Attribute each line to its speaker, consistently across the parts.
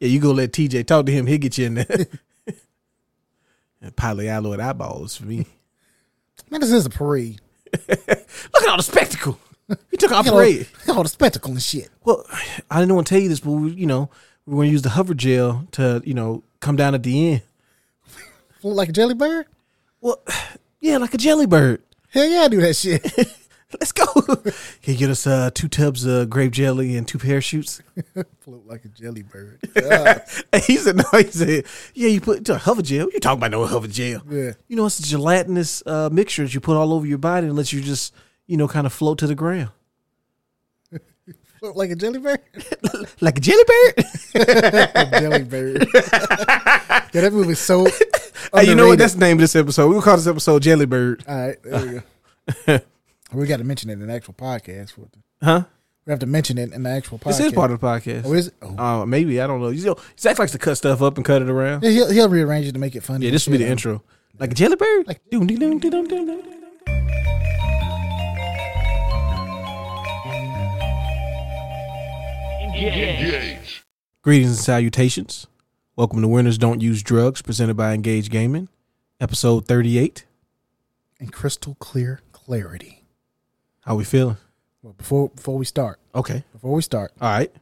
Speaker 1: Yeah, you go let TJ talk to him. He'll get you in there. and polyalloid eyeballs for me.
Speaker 2: Man, this is a parade.
Speaker 1: Look at all the spectacle. You took our
Speaker 2: Look at all-
Speaker 1: parade.
Speaker 2: look at all the spectacle and shit.
Speaker 1: Well, I didn't want to tell you this, but we, you know, we're going to use the hover gel to, you know, come down at the end.
Speaker 2: Look like a jelly bird?
Speaker 1: Well, yeah, like a jelly bird.
Speaker 2: Hell yeah, I do that shit.
Speaker 1: Let's go. Can you get us uh, two tubs of grape jelly and two parachutes?
Speaker 2: Float like a jelly bird.
Speaker 1: And he said, no, he said, yeah, you put to hover gel. You talking about no hover gel.
Speaker 2: Yeah.
Speaker 1: You know, it's a gelatinous uh, mixture that you put all over your body and lets you just, you know, kind of float to the ground.
Speaker 2: Float like a jelly bird?
Speaker 1: Like a jelly bird.
Speaker 2: a jelly bird. yeah, that movie's so.
Speaker 1: hey, you know what?
Speaker 2: underrated.
Speaker 1: That's the name of this episode. We'll call this episode Jelly Bird.
Speaker 2: All right, there we go. we got to mention it in the actual podcast. We
Speaker 1: Huh?
Speaker 2: have to mention it in the actual podcast.
Speaker 1: This is part of the podcast.
Speaker 2: Oh, is it? Oh.
Speaker 1: Uh, maybe I don't know. You know, Zach likes to cut stuff up and cut it around.
Speaker 2: Yeah, he'll, he'll rearrange it to make it funny.
Speaker 1: Yeah,
Speaker 2: and
Speaker 1: this will be
Speaker 2: shit.
Speaker 1: the intro, like a jelly bird. Like, doom, doom, doom, doom, doom, doom.
Speaker 3: Engage.
Speaker 1: Greetings and salutations. Welcome to Winners Don't Use Drugs, presented by Engage Gaming, episode thirty-eight.
Speaker 2: And crystal clear clarity.
Speaker 1: How we feeling?
Speaker 2: Well, before before we start,
Speaker 1: Okay,
Speaker 2: before we start,
Speaker 1: all right.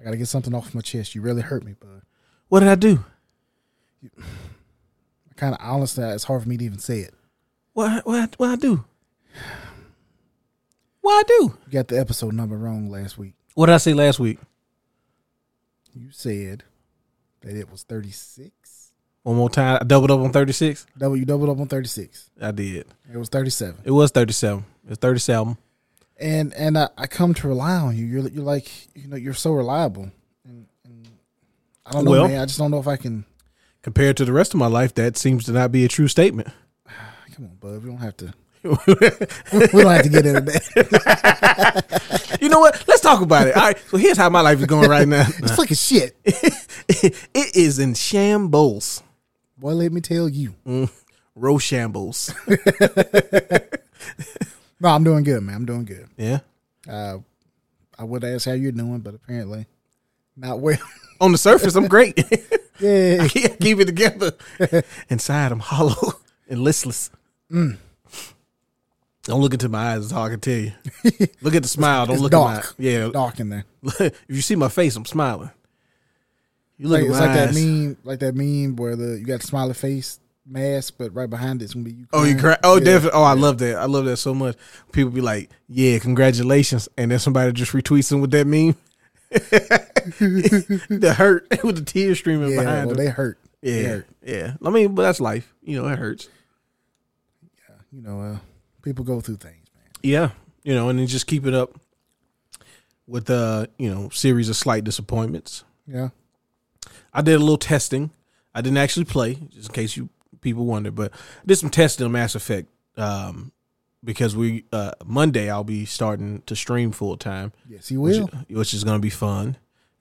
Speaker 2: I gotta get something off my chest. You really hurt me, bud.
Speaker 1: What did I do?
Speaker 2: I kind of honestly, it's hard for me to even say it.
Speaker 1: What I- what I- what I do? What I do?
Speaker 2: You got the episode number wrong last week.
Speaker 1: What did I say last week?
Speaker 2: You said that it was thirty six.
Speaker 1: One more time. I doubled up on thirty-six.
Speaker 2: Double you doubled up on thirty six.
Speaker 1: I did.
Speaker 2: It was thirty seven.
Speaker 1: It was thirty-seven. It was thirty-seven.
Speaker 2: and and I, I come to rely on you. You're you're like you know you're so reliable, and, and I don't know,
Speaker 1: Well-
Speaker 2: man. I just don't know if I can.
Speaker 1: Compared to the rest of my life, that seems to not be a true statement.
Speaker 2: Come on, bud. We don't have to. we don't have to get into that.
Speaker 1: You know what? Let's talk about it. All right. So here's how my life is going right now.
Speaker 2: It's fucking shit,
Speaker 1: it is in shambles,
Speaker 2: boy. Let me tell you.
Speaker 1: Roshambles.
Speaker 2: No, I'm doing good, man. I'm doing good.
Speaker 1: Yeah.
Speaker 2: Uh, I would ask how you're doing, but apparently not well.
Speaker 1: On the surface, I'm great.
Speaker 2: yeah,
Speaker 1: I can't keep it together. Inside, I'm hollow and listless.
Speaker 2: Mm.
Speaker 1: Don't look into my eyes. That's all I can tell you. Look at the smile. Don't
Speaker 2: it's
Speaker 1: look
Speaker 2: dark.
Speaker 1: at my yeah.
Speaker 2: dark in there.
Speaker 1: if you see my face, I'm smiling. You look
Speaker 2: Like,
Speaker 1: at
Speaker 2: it's
Speaker 1: my
Speaker 2: like
Speaker 1: eyes.
Speaker 2: that meme, like that meme where the you got the smiley face mask, but right behind it's gonna be you.
Speaker 1: Oh, you cry!
Speaker 2: crying.
Speaker 1: Oh,
Speaker 2: Yeah.
Speaker 1: definitely. Oh, I love that. I love that so much. People be like, "Yeah, congratulations," and then somebody just retweets them with that meme. the hurt with the tears streaming
Speaker 2: Yeah,
Speaker 1: behind
Speaker 2: well,
Speaker 1: them.
Speaker 2: they hurt. They
Speaker 1: yeah,
Speaker 2: hurt.
Speaker 1: yeah. I mean, but that's life. You know, it hurts.
Speaker 2: you know, uh, people go through things, man.
Speaker 1: Yeah, you know, and then just keep it up with uh, you know, series of slight disappointments.
Speaker 2: Yeah.
Speaker 1: I did a little testing. I didn't actually play, just in case you people wonder, but I did some testing on Mass Effect um, because we uh, Monday I'll be starting to stream full time,
Speaker 2: Yes, he
Speaker 1: which,
Speaker 2: will.
Speaker 1: which is going to be fun. And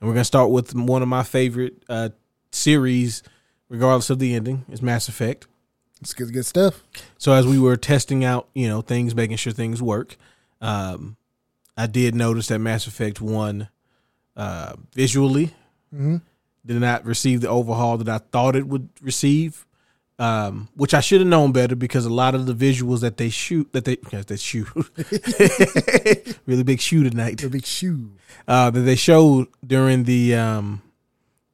Speaker 1: we're going to start with one of my favorite uh, series, regardless of the ending, is Mass Effect.
Speaker 2: It's good, good stuff.
Speaker 1: So as we were testing out, you know, things, making sure things work, um, I did notice that Mass Effect One uh, visually
Speaker 2: Mhm.
Speaker 1: did not receive the overhaul that I thought it would receive, um, which I should have known better because a lot of the visuals that they shoot that they that they shoot really big shoe tonight
Speaker 2: The big shoe.
Speaker 1: uh, that they showed during the um,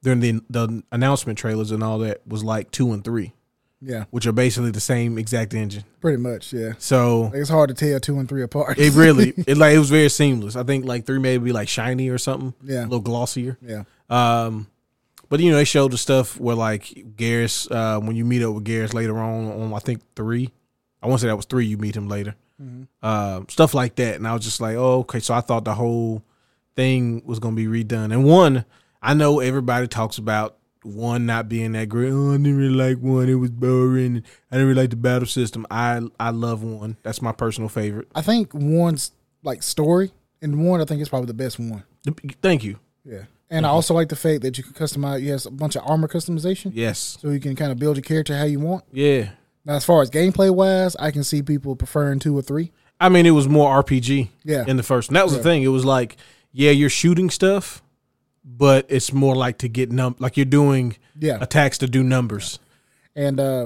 Speaker 1: during the the announcement trailers and all that was like two and three,
Speaker 2: Yeah,
Speaker 1: which are basically the same exact engine.
Speaker 2: pretty much. Yeah,
Speaker 1: So
Speaker 2: like it's hard to tell two and three apart.
Speaker 1: It really, it like it was very seamless. I think like three maybe like shiny or something,
Speaker 2: Yeah.
Speaker 1: a little glossier.
Speaker 2: yeah,
Speaker 1: Um, but you know they showed the stuff where like Garrus, uh, when you meet up with Garrus later on, on I think three, I want to say that was three. You meet him later, Um, stuff like that. And I was just like, oh okay. So I thought the whole thing was gonna be redone. And one, I know everybody talks about one not being that great. Oh, I didn't really like one. It was boring. I didn't really like the battle system. I I love one. That's my personal favorite.
Speaker 2: I think one's like story, and one I think is probably the best one.
Speaker 1: Thank you.
Speaker 2: Yeah, and I also like the fact that you can customize. You have a bunch of armor customization,
Speaker 1: Yes.
Speaker 2: so you can kind of build your character how you want.
Speaker 1: Yeah.
Speaker 2: Now, as far as gameplay wise, I can see people preferring two or three.
Speaker 1: I mean, it was more RPG.
Speaker 2: Yeah.
Speaker 1: In the first, and that was the thing. It was like, yeah, you're shooting stuff, but it's more like to get num like you're doing
Speaker 2: Yeah,
Speaker 1: attacks to do numbers.
Speaker 2: and uh,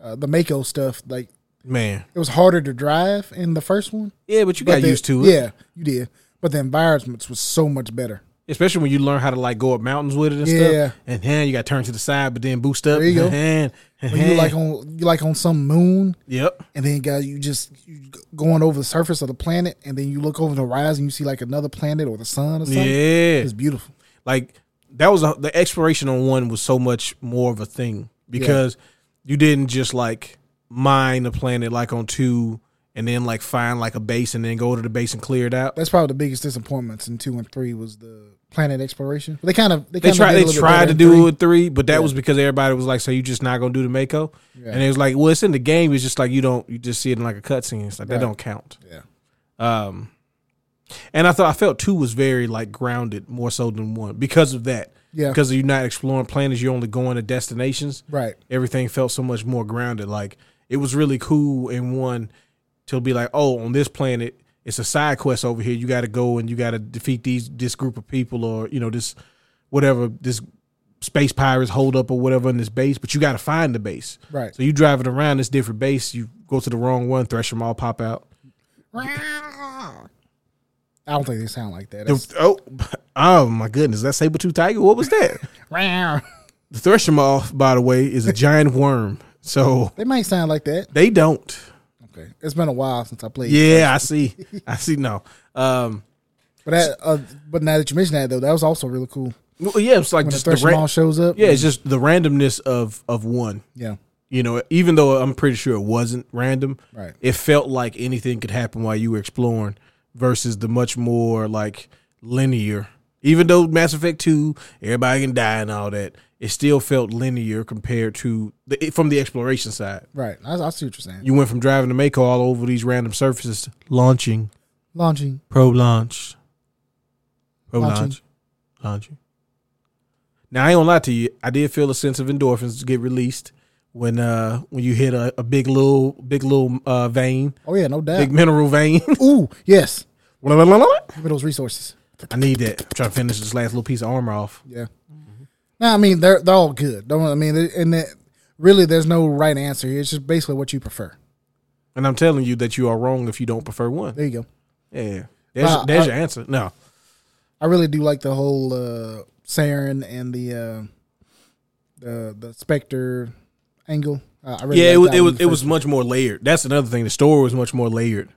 Speaker 2: uh, the Mako stuff, like
Speaker 1: Man.
Speaker 2: it was harder to drive in the first one.
Speaker 1: Yeah, but you
Speaker 2: but
Speaker 1: got
Speaker 2: the-
Speaker 1: used to it.
Speaker 2: Yeah, you did. But the environments was so much better.
Speaker 1: Especially when you learn how to like go up mountains with it and
Speaker 2: Yeah.
Speaker 1: stuff. And then you got to turn to the side, but then boost up.
Speaker 2: There you go.
Speaker 1: And,
Speaker 2: When you like on you like on some moon,
Speaker 1: yep.
Speaker 2: and then guys, you just you g- going over the surface of the planet, and then you look over the horizon, you see like another planet or the sun or something.
Speaker 1: Yeah.
Speaker 2: It's beautiful.
Speaker 1: like that was a, the exploration on one was so much more of a thing because you didn't just like mine the planet like on two and then like find like a base and then go to the base and clear it out.
Speaker 2: That's probably the biggest disappointments in two and three was the planet exploration. They kind of they,
Speaker 1: They
Speaker 2: kind
Speaker 1: tried they
Speaker 2: Of did a little bit
Speaker 1: tried
Speaker 2: better
Speaker 1: to
Speaker 2: in
Speaker 1: do it
Speaker 2: three.
Speaker 1: with three, but that was because everybody was like, "So you just not gonna do the Mako?" And it was like, "Well, it's in the game. It's just like you don't you just see it in like a cutscene. It's like that
Speaker 2: Right.
Speaker 1: don't count."
Speaker 2: Yeah.
Speaker 1: Um, and I thought I felt two was very like grounded more so than one because of that.
Speaker 2: Yeah.
Speaker 1: Because you're not exploring planets, you're only going to destinations.
Speaker 2: Right.
Speaker 1: everything felt so much more grounded. Like it was really cool in one to be like, oh, on this planet, it's a side quest over here. You got to go and you got to defeat these this group of people or you know this whatever this space pirates hold up or whatever in this base. But you got to find the base.
Speaker 2: Right.
Speaker 1: So you driving around this different base, you go to the wrong one, thresh them all, pop out.
Speaker 2: I don't think they sound like that.
Speaker 1: The- oh, oh my goodness, that saber tooth tiger. What was that?
Speaker 2: That's-
Speaker 1: the thresh them off, by the way, is a giant worm. So
Speaker 2: they might sound like that.
Speaker 1: they don't.
Speaker 2: Okay. It's been a while since I played.
Speaker 1: Yeah, I see. I see. No. Um,
Speaker 2: But that, uh, but now that you mention that though, that was also really cool.
Speaker 1: well, yeah, it's like
Speaker 2: When
Speaker 1: just
Speaker 2: the
Speaker 1: the
Speaker 2: Thresh
Speaker 1: ra-
Speaker 2: Mall shows up.
Speaker 1: yeah, it's just the randomness of of one.
Speaker 2: Yeah.
Speaker 1: You know, even though I'm pretty sure it wasn't random,
Speaker 2: Right.
Speaker 1: it felt like anything could happen while you were exploring, versus the much more like linear. Even though Mass Effect Two, everybody can die and all that, it still felt linear compared to the, from the exploration side.
Speaker 2: Right. I, I see what you're saying.
Speaker 1: You went from driving to Mako all over these random surfaces, to launching,
Speaker 2: Launching.
Speaker 1: Pro launch. Pro
Speaker 2: Launching.
Speaker 1: launch. Launching. Now I ain't gonna lie to you, I did feel a sense of endorphins get released when uh when you hit a, a big little big little uh vein,
Speaker 2: Oh yeah, no doubt.
Speaker 1: big mineral vein.
Speaker 2: Ooh, yes.
Speaker 1: I
Speaker 2: Give me those resources.
Speaker 1: need that. I'm trying to finish this last little piece of armor off.
Speaker 2: Yeah.
Speaker 1: Mm-hmm.
Speaker 2: No, I mean they're they're all good. Don't I mean they- and that, really there's no right answer here. It's just basically what you prefer.
Speaker 1: And I'm telling you that you are wrong if you don't prefer one.
Speaker 2: There you go.
Speaker 1: Yeah. There's,
Speaker 2: Nah,
Speaker 1: there's
Speaker 2: I-
Speaker 1: your answer. No.
Speaker 2: I really do like the whole uh Saren and the uh the the Spectre angle. Uh, I really
Speaker 1: Yeah, it was
Speaker 2: liked
Speaker 1: it
Speaker 2: that one
Speaker 1: was
Speaker 2: the
Speaker 1: it
Speaker 2: first
Speaker 1: was much more layered. That's another thing. The story was much more layered.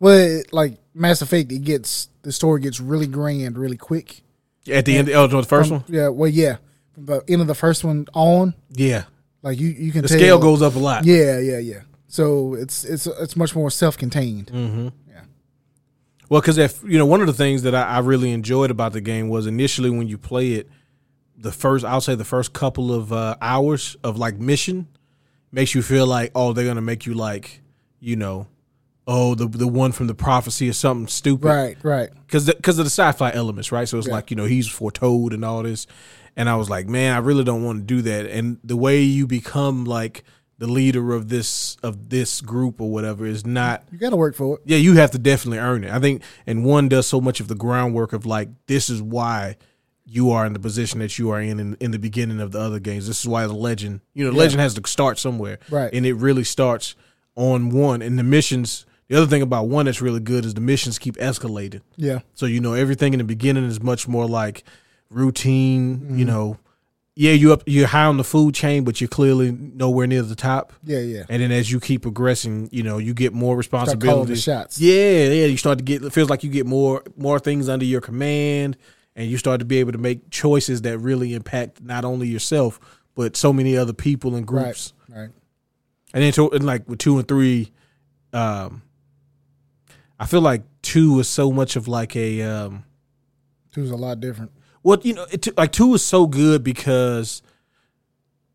Speaker 2: Well, it, like Mass Effect, it gets the story gets really grand really quick.
Speaker 1: At the end of oh, the first one?
Speaker 2: Yeah, well, yeah, from the end of the first one on,
Speaker 1: Yeah.
Speaker 2: like you you can
Speaker 1: The
Speaker 2: tell,
Speaker 1: scale goes up a lot.
Speaker 2: Yeah, yeah, yeah. So it's it's it's much more self contained.
Speaker 1: Mm-hmm. Well, because if you know, one of the things that I, I really enjoyed about the game was initially when you play it, the first I'll say the first couple of uh, hours of like mission makes you feel like oh they're gonna make you like you know oh the the one from the prophecy or something stupid
Speaker 2: Right, right.
Speaker 1: because because of the sci-fi elements, right? So it's like you know he's foretold and all this, and I was like, man, I really don't want to do that. And the way you become like the leader of this of this group or whatever is not
Speaker 2: You got to work for it.
Speaker 1: yeah, you have to definitely earn it. I think, and one does so much of the groundwork of like, this is why you are in the position that you are in in, in the beginning of the other games. This is why the legend, you know, the legend has to start somewhere,
Speaker 2: Right.
Speaker 1: And it really starts on one. And the missions. The other thing about one that's really good is the missions keep escalating.
Speaker 2: Yeah,
Speaker 1: So you know everything in the beginning is much more like routine.
Speaker 2: Mm-hmm.
Speaker 1: You know, yeah, you up, you're high on the food chain, but you're clearly nowhere near the top.
Speaker 2: yeah, yeah.
Speaker 1: And then as you keep progressing, you know, you get more
Speaker 2: Start calling the
Speaker 1: responsibilities.
Speaker 2: shots.
Speaker 1: Yeah, yeah. You start to get it feels like you get more more things under your command, and you start to be able to make choices that really impact not only yourself but so many other people and
Speaker 2: Right,
Speaker 1: groups.
Speaker 2: right.
Speaker 1: And then to, and like with two and three, um, I feel like two is so much of like a um,
Speaker 2: Two's a lot different.
Speaker 1: well, you know, it, like two is so good because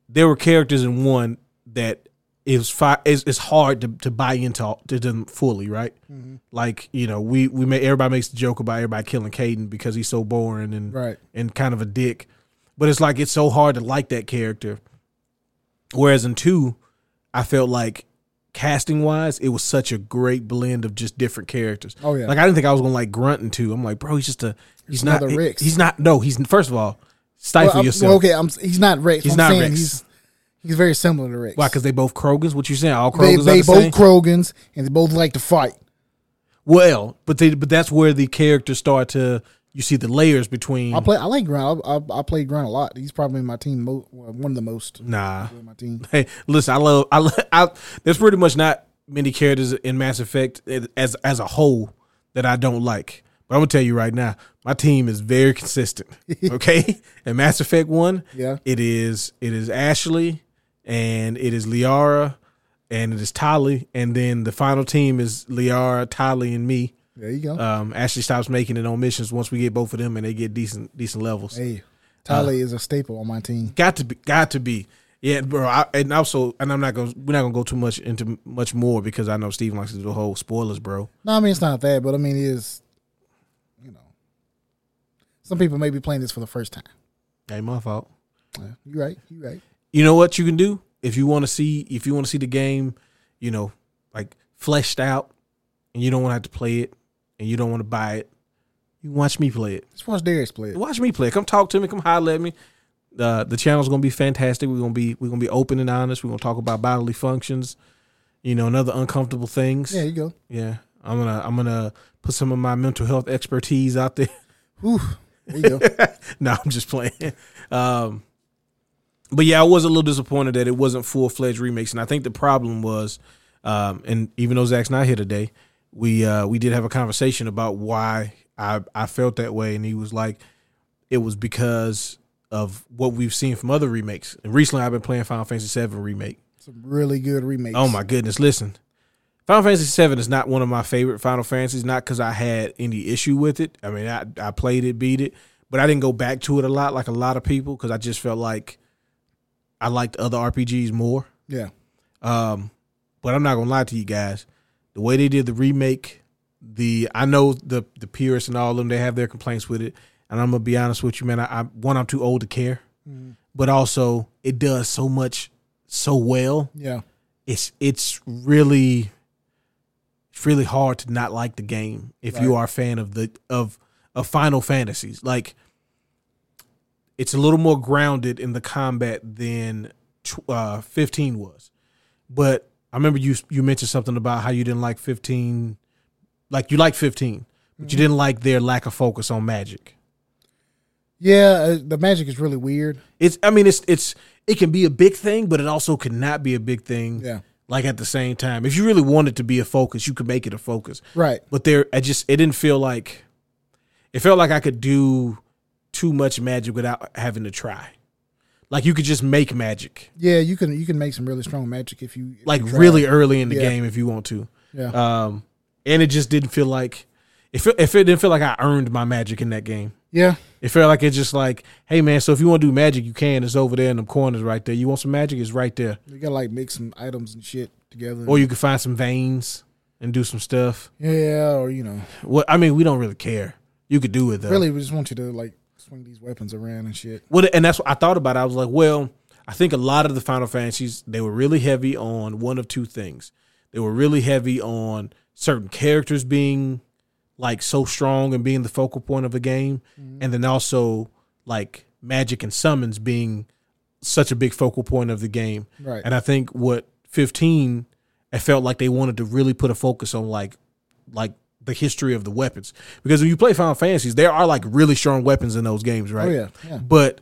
Speaker 1: there were characters in one that is fi- is it's hard to, to buy into to them fully, right?
Speaker 2: Mm-hmm.
Speaker 1: Like you know, we we make everybody makes the joke about everybody killing Caden because he's so boring and
Speaker 2: Right.
Speaker 1: and kind of a dick, but it's like it's so hard to like that character. Whereas in two, I felt like casting wise, it was such a great blend of just different characters.
Speaker 2: Oh, yeah.
Speaker 1: Like I didn't think I was gonna like Grunt and two. I'm like, bro, he's just a he's not
Speaker 2: another
Speaker 1: he-
Speaker 2: Rex.
Speaker 1: he's not no, he's first of all,
Speaker 2: Well,
Speaker 1: stifle
Speaker 2: I'm-
Speaker 1: yourself.
Speaker 2: well, okay, I'm, he's not Rex.
Speaker 1: He's
Speaker 2: I'm
Speaker 1: not
Speaker 2: saying
Speaker 1: Rex.
Speaker 2: He's, he's very similar to Rex.
Speaker 1: Why? Because they both Krogans. What you saying? All
Speaker 2: they,
Speaker 1: Krogans
Speaker 2: they
Speaker 1: are the
Speaker 2: both
Speaker 1: same.
Speaker 2: Krogans and they both like to fight.
Speaker 1: well, but they but that's where the characters start to you see the layers between.
Speaker 2: I play. I like Grunt. I, I, I play Grunt a lot. He's probably my team. Mo, well, one of the most.
Speaker 1: nah,
Speaker 2: on My team.
Speaker 1: hey, listen, I love, I, lo- I there's pretty much not many characters in Mass Effect as as a whole that I don't like. But I'm gonna tell you right now, my team is very consistent. Okay, and Mass Effect one,
Speaker 2: Yeah.
Speaker 1: it is it is Ashley, and it is Liara, and it is Tali, and then the final team is Liara, Tali, and me.
Speaker 2: There you go.
Speaker 1: Um, Ashley stops making it on missions once we get both of them, and they get decent decent levels.
Speaker 2: hey, Tali is a staple on my team.
Speaker 1: Got to be, got to be. Yeah, bro. I, and also, and I'm not gonna, we're not gonna go too much into much more because I know Steven likes to do the whole spoilers, bro.
Speaker 2: No, I mean it's not that, but I mean it is. You know, some people may be playing this for the first time.
Speaker 1: Ain't my fault.
Speaker 2: Yeah, you right. You right.
Speaker 1: You know what you can do if you want to see if you want to see the game, you know, like fleshed out, and you don't want to have to play it, and you don't want to buy it. You watch me play it.
Speaker 2: Just watch Darius play it.
Speaker 1: Watch me play. it. Come talk to me. Come holler at me. Uh, the channel's gonna be fantastic. We're gonna be we're gonna be open and honest. We're gonna talk about bodily functions, you know, and other uncomfortable things.
Speaker 2: Yeah, you go.
Speaker 1: Yeah, I'm gonna I'm gonna put some of my mental health expertise out there.
Speaker 2: Whew. There you go.
Speaker 1: no, I'm just playing. Um, but yeah, I was a little disappointed that it wasn't full fledged remakes, and I think the problem was, um, and even though Zach's not here today, we uh, we did have a conversation about why I I felt that way, and he was like, it was because of what we've seen from other remakes. And recently, I've been playing Final Fantasy VII remake.
Speaker 2: Some really good remakes.
Speaker 1: Oh my goodness! Listen, Final Fantasy VII is not one of my favorite Final Fantasies. Not because I had any issue with it. I mean, I I played it, beat it, but I didn't go back to it a lot like a lot of people because I just felt like I liked other RPGs more.
Speaker 2: Yeah.
Speaker 1: Um, but I'm not gonna lie to you guys, the way they did the remake, the I know the the purists and all of them they have their complaints with it, and I'm gonna be honest with you, man. I, I one I'm too old to care, but also it does so much so well
Speaker 2: Yeah.
Speaker 1: it's it's really it's really hard to not like the game if you
Speaker 2: Right.
Speaker 1: are a fan of the of of Final Fantasies. Like it's a little more grounded in the combat than tw- uh, 15 was. But I remember you you mentioned something about how you didn't like 15 like you liked 15, but
Speaker 2: Mm-hmm.
Speaker 1: you didn't like their lack of focus on magic.
Speaker 2: Yeah. Uh, the magic is really weird.
Speaker 1: It's I mean it's it's it can be a big thing, but it also cannot be a big thing.
Speaker 2: Yeah.
Speaker 1: Like at the same time, if you really wanted to be a focus, you could make it a focus.
Speaker 2: Right.
Speaker 1: But there, I just it didn't feel like it felt like I could do too much magic without having to try. Like you could just make magic,
Speaker 2: Yeah. You can you can make some really strong magic if you if you
Speaker 1: like
Speaker 2: try.
Speaker 1: really early in the
Speaker 2: Yeah.
Speaker 1: game if you want to.
Speaker 2: Yeah.
Speaker 1: Um, and it just didn't feel like if it, if it didn't feel like I earned my magic in that game.
Speaker 2: yeah.
Speaker 1: It felt like it's just like, hey man, so if you want to do magic, you can. It's over there in the corners right there. You want some magic? It's right there.
Speaker 2: You gotta like mix some items and shit together.
Speaker 1: Or you can find some veins and do some stuff.
Speaker 2: yeah. Or you know,
Speaker 1: What I mean, we don't really care. You could do uh, it though.
Speaker 2: really, we just want you to like swing these weapons around and shit.
Speaker 1: What and that's what I thought about. it. I was like, well, I think a lot of the Final Fantasies they were really heavy on one of two things. They were really heavy on certain characters being like so strong and being the focal point of a game,
Speaker 2: Mm-hmm.
Speaker 1: and then also like magic and summons being such a big focal point of the game.
Speaker 2: Right.
Speaker 1: And I think what 15, I felt like they wanted to really put a focus on like like the history of the weapons. Because when you play Final Fantasies, there are like really strong weapons in those games, right?
Speaker 2: Oh yeah. Yeah.
Speaker 1: But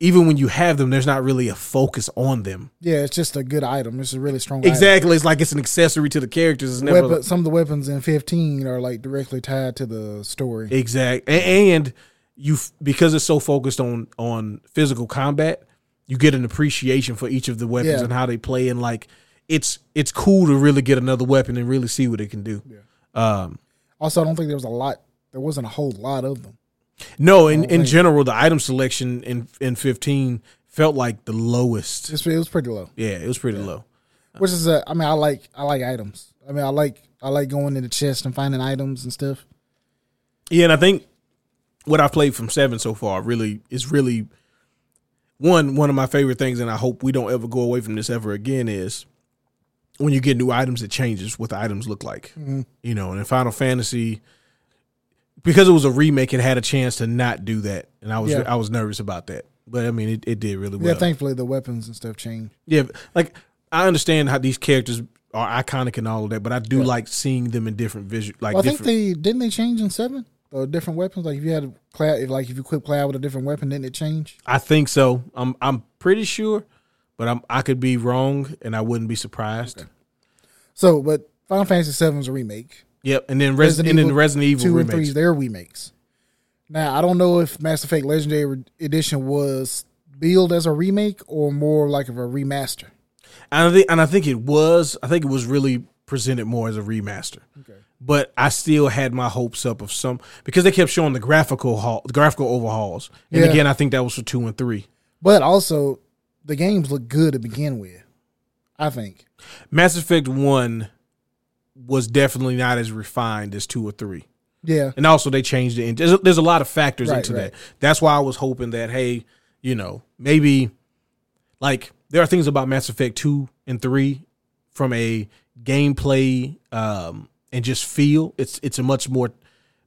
Speaker 1: even when you have them, there's not really a focus on them.
Speaker 2: Yeah. It's just a good item. It's a really strong. item.
Speaker 1: Exactly. It's like it's an accessory to the characters. It's never
Speaker 2: Weapon, some of the weapons in 15 are like directly tied to the story.
Speaker 1: Exact. A- And you f- because it's so focused on on physical combat, you get an appreciation for each of the weapons
Speaker 2: Yeah.
Speaker 1: and how they play and like it's it's cool to really get another weapon and really see what it can do. Um
Speaker 2: Also, I don't think there was a lot. There wasn't a whole lot of them.
Speaker 1: no, in, in general the item selection in in 15 felt like the lowest.
Speaker 2: Just it was pretty low.
Speaker 1: Yeah, it was pretty low.
Speaker 2: Which is a. I mean, I like I like items. I mean, I like I like going in the chest and finding items and stuff.
Speaker 1: Yeah, and I think what I've played from seven so far really is really one one of my favorite things, and I hope we don't ever go away from this ever again is when you get new items, it changes what the items look like.
Speaker 2: Mm-hmm.
Speaker 1: You know, and in Final Fantasy, because it was a remake, it had a chance to not do that, and I was
Speaker 2: Yeah.
Speaker 1: I was nervous about that. But I mean, it, it did really well.
Speaker 2: Yeah, thankfully the weapons and stuff change.
Speaker 1: Yeah, but, like I understand how these characters are iconic and all of that, but I do like seeing them in different visual, like
Speaker 2: Well, I think
Speaker 1: different.
Speaker 2: they didn't they change in seven or different weapons. Like if you had a cloud, if like if you quit cloud with a different weapon, didn't it change?
Speaker 1: I think so. I'm I'm pretty sure, but I'm I could be wrong, and I wouldn't be surprised.
Speaker 2: So, but Final Fantasy Seven's a remake.
Speaker 1: Yep, and then Res- and then Resident Evil
Speaker 2: two and
Speaker 1: remakes.
Speaker 2: three, they're remakes. Now I don't know if Mass Effect Legendary Re- Edition was billed as a remake or more like of a remaster.
Speaker 1: And I think and I think it was I think it was really presented more as a remaster. But I still had my hopes up of some because they kept showing the graphical haul, the graphical overhauls. And
Speaker 2: Yeah.
Speaker 1: again, I think that was for two and three.
Speaker 2: But also, the games look good to begin with. I think.
Speaker 1: Mass Effect one was definitely not as refined as two or three.
Speaker 2: Yeah.
Speaker 1: And also they changed the engine. There's, there's a lot of factors
Speaker 2: Right,
Speaker 1: into
Speaker 2: right.
Speaker 1: that. That's why I was hoping that hey, you know, maybe like there are things about Mass Effect 2 and 3 from a gameplay um and just feel. It's it's a much more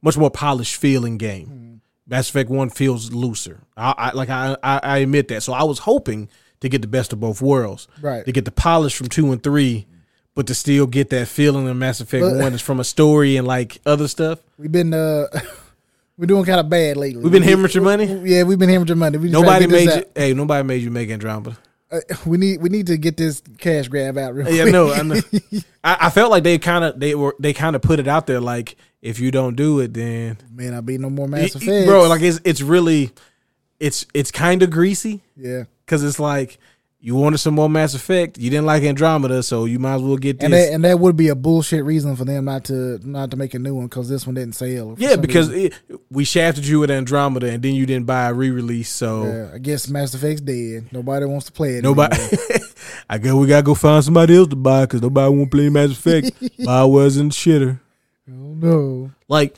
Speaker 1: much more polished feeling game.
Speaker 2: Mm-hmm.
Speaker 1: Mass Effect 1 feels looser. I, I like I, I I admit that. So I was hoping to get the best of both worlds.
Speaker 2: Right.
Speaker 1: To get the polish from 2 and 3 but to still get that feeling of Mass Effect
Speaker 2: But-
Speaker 1: 1 is from a story and like other stuff.
Speaker 2: We've been uh we're doing kind of bad lately.
Speaker 1: We've been hemorrhaging money.
Speaker 2: Yeah, we've been hemorrhaging money. We just trying
Speaker 1: Nobody
Speaker 2: to get
Speaker 1: made
Speaker 2: this
Speaker 1: you, hey, nobody made you make Andromeda.
Speaker 2: out. Uh, we need we need to get this cash grab out real
Speaker 1: Yeah,
Speaker 2: quick.
Speaker 1: no, I know. I, I felt like they kind of they were they kind of put it out there like if you don't do it, then
Speaker 2: Man, I be no more Mass
Speaker 1: Y- y-
Speaker 2: Effect.
Speaker 1: bro, like it's it's really it's it's kind of greasy
Speaker 2: yeah.
Speaker 1: because it's like you wanted some more Mass Effect, you didn't like Andromeda, so you might as well get this.
Speaker 2: And that, and that would be a bullshit reason for them not to not to make a new one because this one didn't sell. for
Speaker 1: yeah,
Speaker 2: some
Speaker 1: because
Speaker 2: reason.
Speaker 1: it, we shafted you with Andromeda, and then you didn't buy a re-release, so.
Speaker 2: Yeah, I guess Mass Effect's dead. Nobody wants to play it.
Speaker 1: Nobody.
Speaker 2: anymore.
Speaker 1: I guess we gotta go find somebody else to buy because nobody won't play Mass Effect. Buy wasn't shitter.
Speaker 2: Oh, no.
Speaker 1: Like,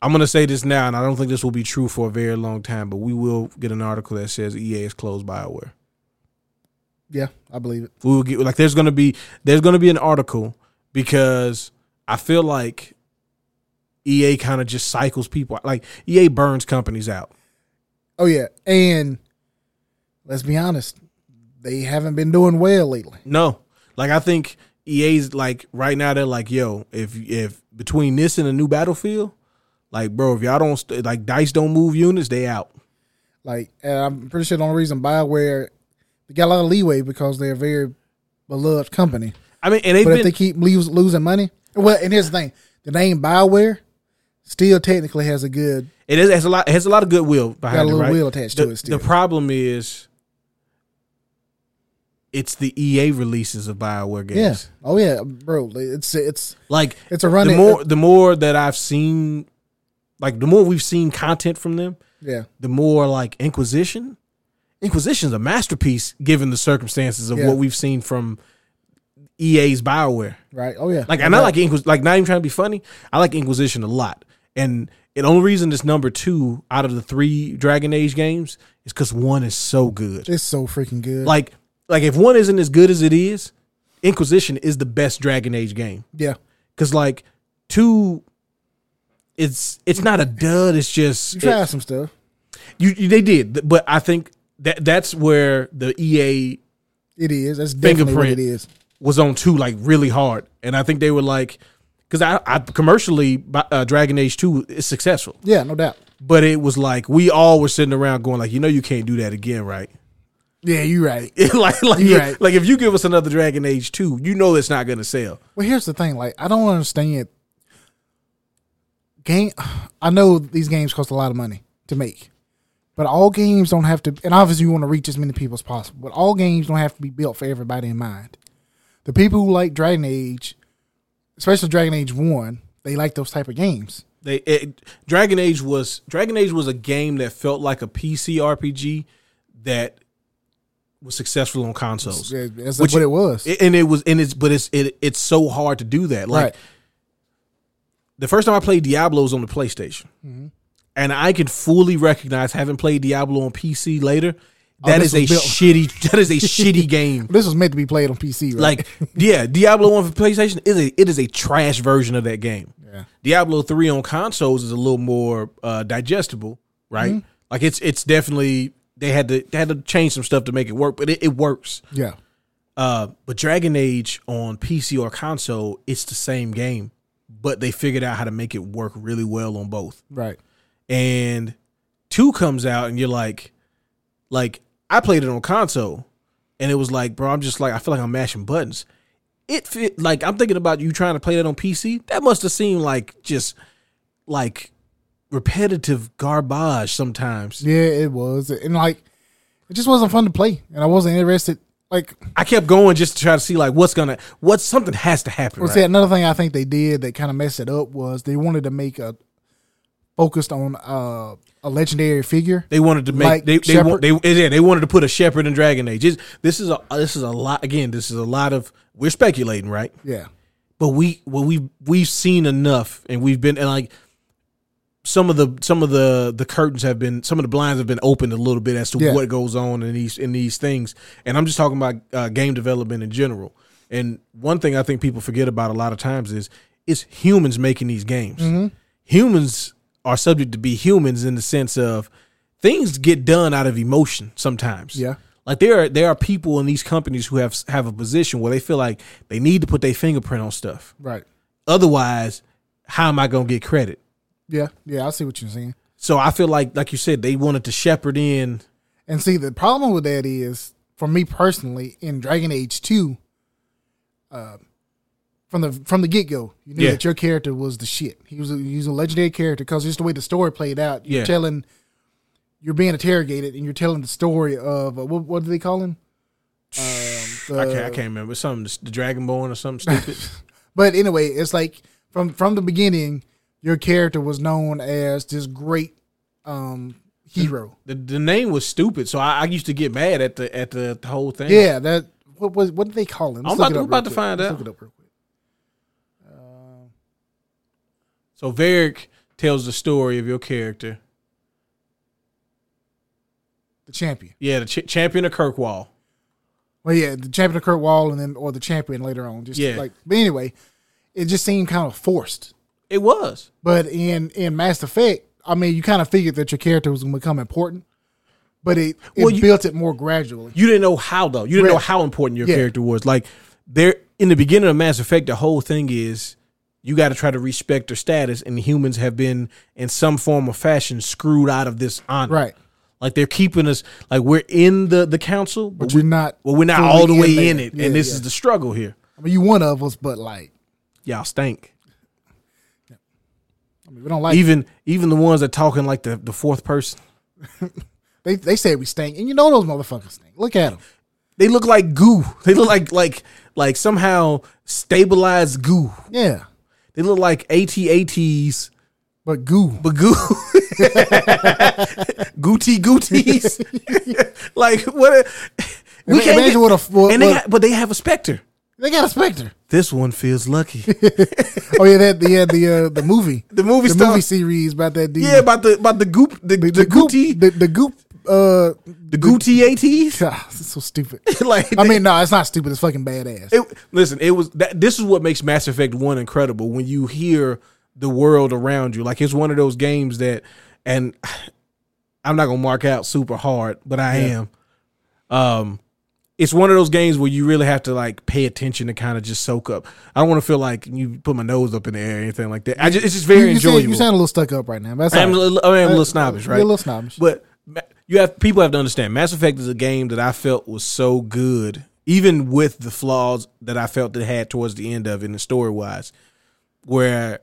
Speaker 1: I'm gonna say this now, and I don't think this will be true for a very long time, but we will get an article that says EA is closed Bioware.
Speaker 2: Yeah, I believe it.
Speaker 1: We will get like there's gonna be there's gonna be an article because I feel like EA kind of just cycles people like EA burns companies out.
Speaker 2: Oh yeah, and let's be honest, they haven't been doing well lately.
Speaker 1: No. Like I think EA's like right now they're like, yo, if if between this and a new battlefield, like bro, if y'all don't st- like dice don't move units, they out.
Speaker 2: Like, and I'm pretty sure the only reason Bioware they got a lot of leeway because they're a very beloved company.
Speaker 1: I mean, and they've
Speaker 2: But if
Speaker 1: been
Speaker 2: they keep lose, losing money, well, and here's the thing: the name Bioware still technically has a good
Speaker 1: it is, has a lot it has a lot of goodwill behind
Speaker 2: got a
Speaker 1: it,
Speaker 2: little
Speaker 1: right?
Speaker 2: wheel attached
Speaker 1: the,
Speaker 2: to it still.
Speaker 1: the problem is it's the EA releases of Bioware games.
Speaker 2: yeah. Oh yeah, bro. It's it's
Speaker 1: Like
Speaker 2: it's a running.
Speaker 1: the more the more that I've seen like the more we've seen content from them,
Speaker 2: yeah.
Speaker 1: the more like Inquisition. Inquisition's a masterpiece given the circumstances of
Speaker 2: Yeah.
Speaker 1: what we've seen from EA's Bioware.
Speaker 2: Right. Oh yeah.
Speaker 1: Like, and I like Inquis- like not even trying to be funny. I like Inquisition a lot, and the only reason it's number two out of the three Dragon Age games is because one is so good.
Speaker 2: It's so freaking good.
Speaker 1: Like, like if one isn't as good as it is, Inquisition is the best Dragon Age game.
Speaker 2: yeah.
Speaker 1: Because like two, it's it's not a dud. It's just
Speaker 2: You
Speaker 1: it-
Speaker 2: try some stuff.
Speaker 1: you, you- they did, th- but I think that that's where the E EA
Speaker 2: It is. That's definitely what
Speaker 1: Fingerprint.
Speaker 2: it is.
Speaker 1: was on two like really hard, and I think they were like, because I, I commercially Bi- uh, Dragon Age Two is successful,
Speaker 2: Yeah, no doubt.
Speaker 1: but it was like we all were sitting around going like, you know, you can't do that again, right?
Speaker 2: Yeah, you're right.
Speaker 1: like like
Speaker 2: You're right.
Speaker 1: like if you give us another Dragon Age Two, you know it's not gonna sell.
Speaker 2: Well, here's the thing. Like, I don't understand. Game. I know these games cost a lot of money to make, but all games don't have to. And obviously, you want to reach as many people as possible. But all games don't have to be built for everybody in mind. The people who like Dragon Age, especially Dragon Age One, they like those type of games.
Speaker 1: They it, Dragon Age was Dragon Age was a game that felt like a PC RPG that was successful on consoles.
Speaker 2: Yeah, That's
Speaker 1: Which-
Speaker 2: what it was.
Speaker 1: It- and it was and it's but it's it, it's so hard to do that like
Speaker 2: right.
Speaker 1: the first time i played diablo was on the
Speaker 2: Mm-hmm.
Speaker 1: playstation and i could fully recognize having played diablo on pc later
Speaker 2: Oh,
Speaker 1: That is
Speaker 2: this
Speaker 1: a
Speaker 2: was built-
Speaker 1: shitty. That is a shitty game.
Speaker 2: This was meant to be played on PC, right?
Speaker 1: Like, yeah, Diablo One for PlayStation is a it is a trash version of that game.
Speaker 2: yeah.
Speaker 1: Diablo three on consoles is a little more uh, digestible, right?
Speaker 2: Mm-hmm.
Speaker 1: Like it's it's definitely they had to they had to change some stuff to make it work, but it, it works.
Speaker 2: Yeah.
Speaker 1: Uh, but Dragon Age on PC or console, it's the same game, but they figured out how to make it work really well on both.
Speaker 2: Right.
Speaker 1: And two comes out, and you're like, like I played it on console, and it was like, bro, I'm just like I feel like I'm mashing buttons. It fit like I'm thinking about you trying to play that on PC. That must have seemed like just like repetitive garbage sometimes.
Speaker 2: Yeah, it was. And like it just wasn't fun to play. And I wasn't interested like
Speaker 1: I kept going just to try to see like what's gonna what something has to happen.
Speaker 2: Well,
Speaker 1: right?
Speaker 2: see, another thing I think they did that kind of messed it up was they wanted to make a focused on uh, a legendary figure.
Speaker 1: They wanted to make
Speaker 2: Like
Speaker 1: they they, wa-
Speaker 2: Shepard?
Speaker 1: they yeah they wanted to put a shepherd in Dragon Age. It's- this is a this is a lot again. This is a lot of we're speculating, right?
Speaker 2: Yeah,
Speaker 1: But we well we we've seen enough, and we've been and like some of the some of the the curtains have been some of the blinds have been opened a little bit as to
Speaker 2: Yeah.
Speaker 1: what goes on in these in these things. And I'm just talking about uh, game development in general. And one thing I think people forget about a lot of times is it's humans making these games.
Speaker 2: Mm-hmm.
Speaker 1: Humans are subject to be humans in the sense of things get done out of emotion sometimes.
Speaker 2: Yeah.
Speaker 1: Like there are there are people in these companies who have have a position where they feel like they need to put their fingerprint on stuff.
Speaker 2: right.
Speaker 1: Otherwise, how am I going to get credit?
Speaker 2: Yeah, yeah. I see what you're saying.
Speaker 1: So I feel like, like you said, they wanted to shepherd in.
Speaker 2: And see, the problem with that is, for me personally, in Dragon Age Two, uh, from the from the get go, you knew
Speaker 1: Yeah.
Speaker 2: that your character was the shit. He was a, he was a legendary character because just the way the story played out. You're
Speaker 1: Yeah.
Speaker 2: telling, you're being interrogated, and you're telling the story of uh, what what do they call him? Um,
Speaker 1: I
Speaker 2: the-
Speaker 1: can't, I can't remember something, the Dragonborn or something stupid.
Speaker 2: But anyway, it's like from from the beginning, your character was known as this great um hero.
Speaker 1: the, the name was stupid, so I, I used to get mad at the at the, the whole thing.
Speaker 2: Yeah, that what was what did they call him?
Speaker 1: I'm
Speaker 2: look
Speaker 1: about-
Speaker 2: it up
Speaker 1: I'm about
Speaker 2: real
Speaker 1: to
Speaker 2: quick.
Speaker 1: find
Speaker 2: Let's
Speaker 1: out.
Speaker 2: Look it up real quick.
Speaker 1: So Varric tells the story of your character.
Speaker 2: The champion.
Speaker 1: Yeah, the ch- champion of Kirkwall.
Speaker 2: Well, yeah, the champion of Kurt Wall, and then or the champion later on. Just
Speaker 1: Yeah.
Speaker 2: like, but anyway, it just seemed kind of forced.
Speaker 1: It was.
Speaker 2: But in in Mass Effect, I mean, you kind of figured that your character was going to become important, but it, it
Speaker 1: Well, you-
Speaker 2: built it more gradually.
Speaker 1: You didn't know how though. You didn't know
Speaker 2: Right.
Speaker 1: how important your
Speaker 2: Yeah.
Speaker 1: character was. Like there in the beginning of Mass Effect, the whole thing is you got to try to respect their status, and humans have been in some form or fashion screwed out of this honor.
Speaker 2: Right.
Speaker 1: Like they're keeping us like we're in the the council, but,
Speaker 2: But
Speaker 1: we,
Speaker 2: you're not.
Speaker 1: well we're not
Speaker 2: fully
Speaker 1: all the way
Speaker 2: there.
Speaker 1: in it,
Speaker 2: Yeah,
Speaker 1: and this
Speaker 2: yeah.
Speaker 1: is the struggle here.
Speaker 2: I mean, you one of us, but like,
Speaker 1: Y'all stink.
Speaker 2: I mean, we don't like.
Speaker 1: Even even the ones that talking like the the fourth person,
Speaker 2: They they said we stink, and you know those motherfuckers stink. Look at them.
Speaker 1: they look like goo. They look like like like somehow stabilized goo.
Speaker 2: Yeah,
Speaker 1: They look like ATATs
Speaker 2: but goo.
Speaker 1: but goo gooty gooties like what a, we
Speaker 2: Ima-
Speaker 1: can't
Speaker 2: imagine
Speaker 1: get-
Speaker 2: what a f- what-
Speaker 1: and they
Speaker 2: what-
Speaker 1: got, but they have a specter
Speaker 2: They got a specter.
Speaker 1: this one feels lucky
Speaker 2: Oh yeah, that the yeah, the uh, the movie,
Speaker 1: the movie
Speaker 2: the
Speaker 1: star
Speaker 2: movie series about that dude.
Speaker 1: yeah about the about the goop the, the,
Speaker 2: goop,
Speaker 1: gooty
Speaker 2: the, the goop. Uh,
Speaker 1: the gooty ats
Speaker 2: God, this is so stupid.
Speaker 1: like
Speaker 2: I mean, no, it's not stupid. It's fucking badass.
Speaker 1: it, listen it was that, this is what makes mass effect 1 incredible when you hear the world around you like it's one of those games that and i'm not gonna mark out super hard but i am um it's one of those games where you really have to like pay attention to kind of just soak up i don't want to feel like you put my nose up in the air or anything like that i just it's just very
Speaker 2: you, you, sound,
Speaker 1: enjoyable
Speaker 2: you sound a little stuck up right now. but That's
Speaker 1: I am,
Speaker 2: all
Speaker 1: a
Speaker 2: right.
Speaker 1: little- I am a
Speaker 2: Uh,
Speaker 1: little snobbish,
Speaker 2: you're
Speaker 1: right?
Speaker 2: a little snobbish.
Speaker 1: But ma- you have people have to understand. Mass Effect is a game that I felt was so good, even with the flaws that I felt it had towards the end of it, and story wise, where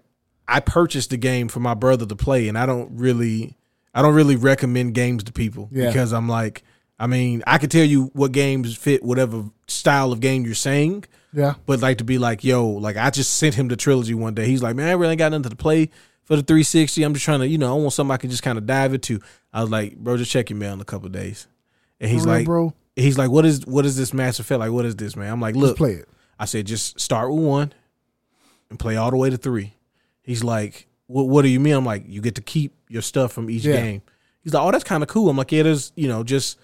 Speaker 1: I purchased the game for my brother to play, and I don't really, I don't really recommend games to people
Speaker 2: Yeah.
Speaker 1: because I'm like, I mean, I could tell you what games fit whatever style of game you're saying,
Speaker 2: yeah,
Speaker 1: but like to be like, yo, like I just sent him the trilogy one day. He's like, man, I really ain't got nothing to play for the 360. I'm just trying to, you know, I want something I can just kind of dive into. I was like, bro, just check your mail in a couple of days. And he's
Speaker 2: For real,
Speaker 1: like,
Speaker 2: bro,
Speaker 1: he's like, what is what is this Mass Effect? Like, what is this, man? I'm like, look,
Speaker 2: just play it.
Speaker 1: I said, just start with one and play all the way to three. He's like, what, what do you mean? I'm like, you get to keep your stuff from each
Speaker 2: Yeah.
Speaker 1: game. He's like, oh, that's kind of cool. I'm like, yeah, there's, you know, just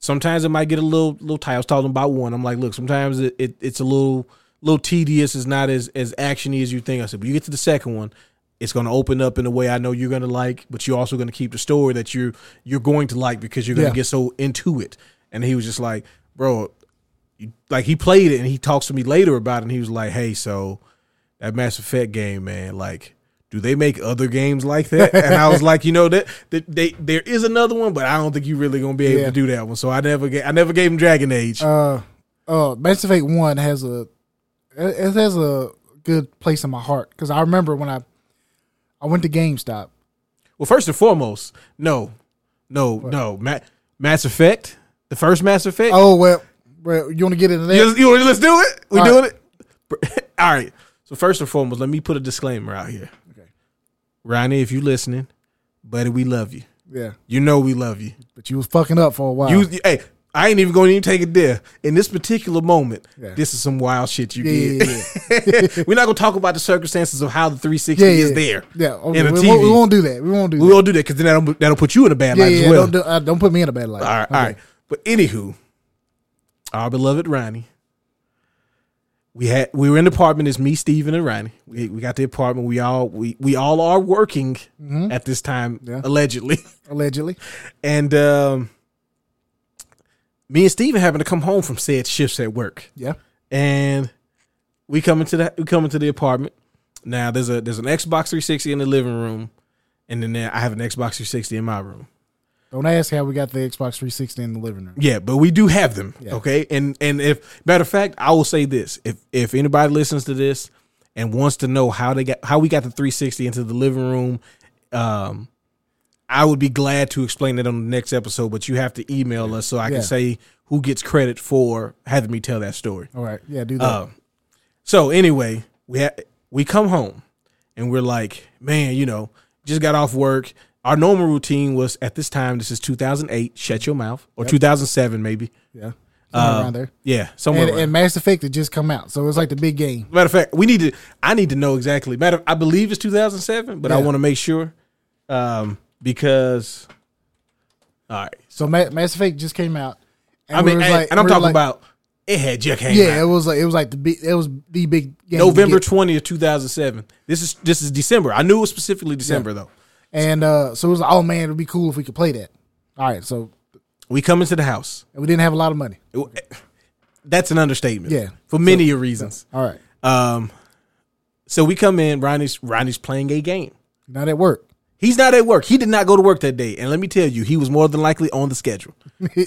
Speaker 1: Sometimes it might get a little little tight. I was talking about one. I'm like, look, sometimes it, it it's a little little tedious. It's not as as actiony as you think. I said, but you get to the second one, it's going to open up in a way I know you're going to like, but you're also going to keep the story that you you're going to like because you're going to
Speaker 2: Yeah.
Speaker 1: get so into it. And he was just like, bro, you, like he played it and he talks to me later about it. And he was like, hey, so that Mass Effect game, man, like. Do they make other games like that? And I was like, you know that, that they there is another one, but I don't think you're really gonna be able
Speaker 2: Yeah.
Speaker 1: to do that one. So I never ga- I never gave him Dragon Age.
Speaker 2: Uh, uh, Mass Effect One has a it it has a good place in my heart because I remember when I I went to GameStop.
Speaker 1: Well, first and foremost, no, no, no. Ma- Mass Effect, the first Mass Effect.
Speaker 2: Oh well, well you want to get into that?
Speaker 1: You, you wanna- let's do it. We
Speaker 2: All
Speaker 1: doing it. All right. So first and foremost, let me put a disclaimer out here.
Speaker 2: Okay.
Speaker 1: Ronnie, if you listening, buddy, we love you.
Speaker 2: Yeah,
Speaker 1: You know we love you.
Speaker 2: but you was fucking up for a while.
Speaker 1: You, you- hey, I ain't even going to even take it there. In this particular moment,
Speaker 2: Yeah.
Speaker 1: this is some wild shit you
Speaker 2: yeah,
Speaker 1: did.
Speaker 2: yeah, yeah.
Speaker 1: We're not going to talk about the circumstances of how the 360
Speaker 2: yeah, yeah.
Speaker 1: is there.
Speaker 2: Yeah, okay,
Speaker 1: in a
Speaker 2: we,
Speaker 1: TV.
Speaker 2: Won't, we won't do that. We won't do
Speaker 1: We
Speaker 2: that.
Speaker 1: won't do that because then that'll, that'll put you in a bad
Speaker 2: Yeah,
Speaker 1: light
Speaker 2: yeah.
Speaker 1: as well.
Speaker 2: Don't, do, uh, don't put me in a bad light.
Speaker 1: All right, all right. But anywho, our beloved Ronnie. We had we were in the apartment. It's me, Steven, and Ronnie. We, we got the apartment. We all we we all are working at this time,
Speaker 2: Mm-hmm. Yeah.
Speaker 1: allegedly.
Speaker 2: Allegedly,
Speaker 1: And um, me and Steven happened to come home from said shifts at work,
Speaker 2: yeah.
Speaker 1: and we come into the we come into the apartment. Now there's a there's an Xbox 360 in the living room, and then there, I have an Xbox 360 in my room.
Speaker 2: Don't ask how we got the Xbox 360 in the living room.
Speaker 1: Yeah, but we do have them.
Speaker 2: Yeah.
Speaker 1: Okay. And and if matter of fact, I will say this. If if anybody listens to this and wants to know how they got how we got the 360 into the living room, um I would be glad to explain that on the next episode, but you have to email us so I
Speaker 2: Yeah.
Speaker 1: can say who gets credit for having me tell that story.
Speaker 2: All right, yeah, do that.
Speaker 1: Um, so anyway, we ha- we come home and we're like, man, you know, just got off work. Our normal routine was at this time. This is 2008. Shut your mouth, or 2007 maybe.
Speaker 2: yeah, somewhere
Speaker 1: um,
Speaker 2: around there.
Speaker 1: Yeah, somewhere.
Speaker 2: And,
Speaker 1: around.
Speaker 2: and Mass Effect had just come out, so it was like the big game.
Speaker 1: matter of fact, we need to. I need to know exactly. Matter. I believe it's 2007, but I
Speaker 2: Yeah.
Speaker 1: want to make sure um, because. All right.
Speaker 2: So Ma- Mass Effect just came out. And
Speaker 1: I
Speaker 2: we
Speaker 1: mean,
Speaker 2: was
Speaker 1: and,
Speaker 2: like-
Speaker 1: and I'm
Speaker 2: we were
Speaker 1: talking
Speaker 2: like-
Speaker 1: about it had just came out.
Speaker 2: Yeah, it was like it was like the big. It was the big game. to
Speaker 1: November
Speaker 2: get.
Speaker 1: twentieth, two thousand seven. This is this is December. I knew it was specifically December though.
Speaker 2: and uh, so it was like, oh man, it'd be cool if we could play that. All right, so
Speaker 1: We come into the house.
Speaker 2: and we didn't have a lot of money.
Speaker 1: It- eh, That's an understatement.
Speaker 2: Yeah.
Speaker 1: for many of reasons.
Speaker 2: All right,
Speaker 1: Um, so we come in. Ronnie's Ronnie's playing a game.
Speaker 2: not at work.
Speaker 1: He's not at work. He did not go to work that day, and let me tell you, he was more than likely on the schedule.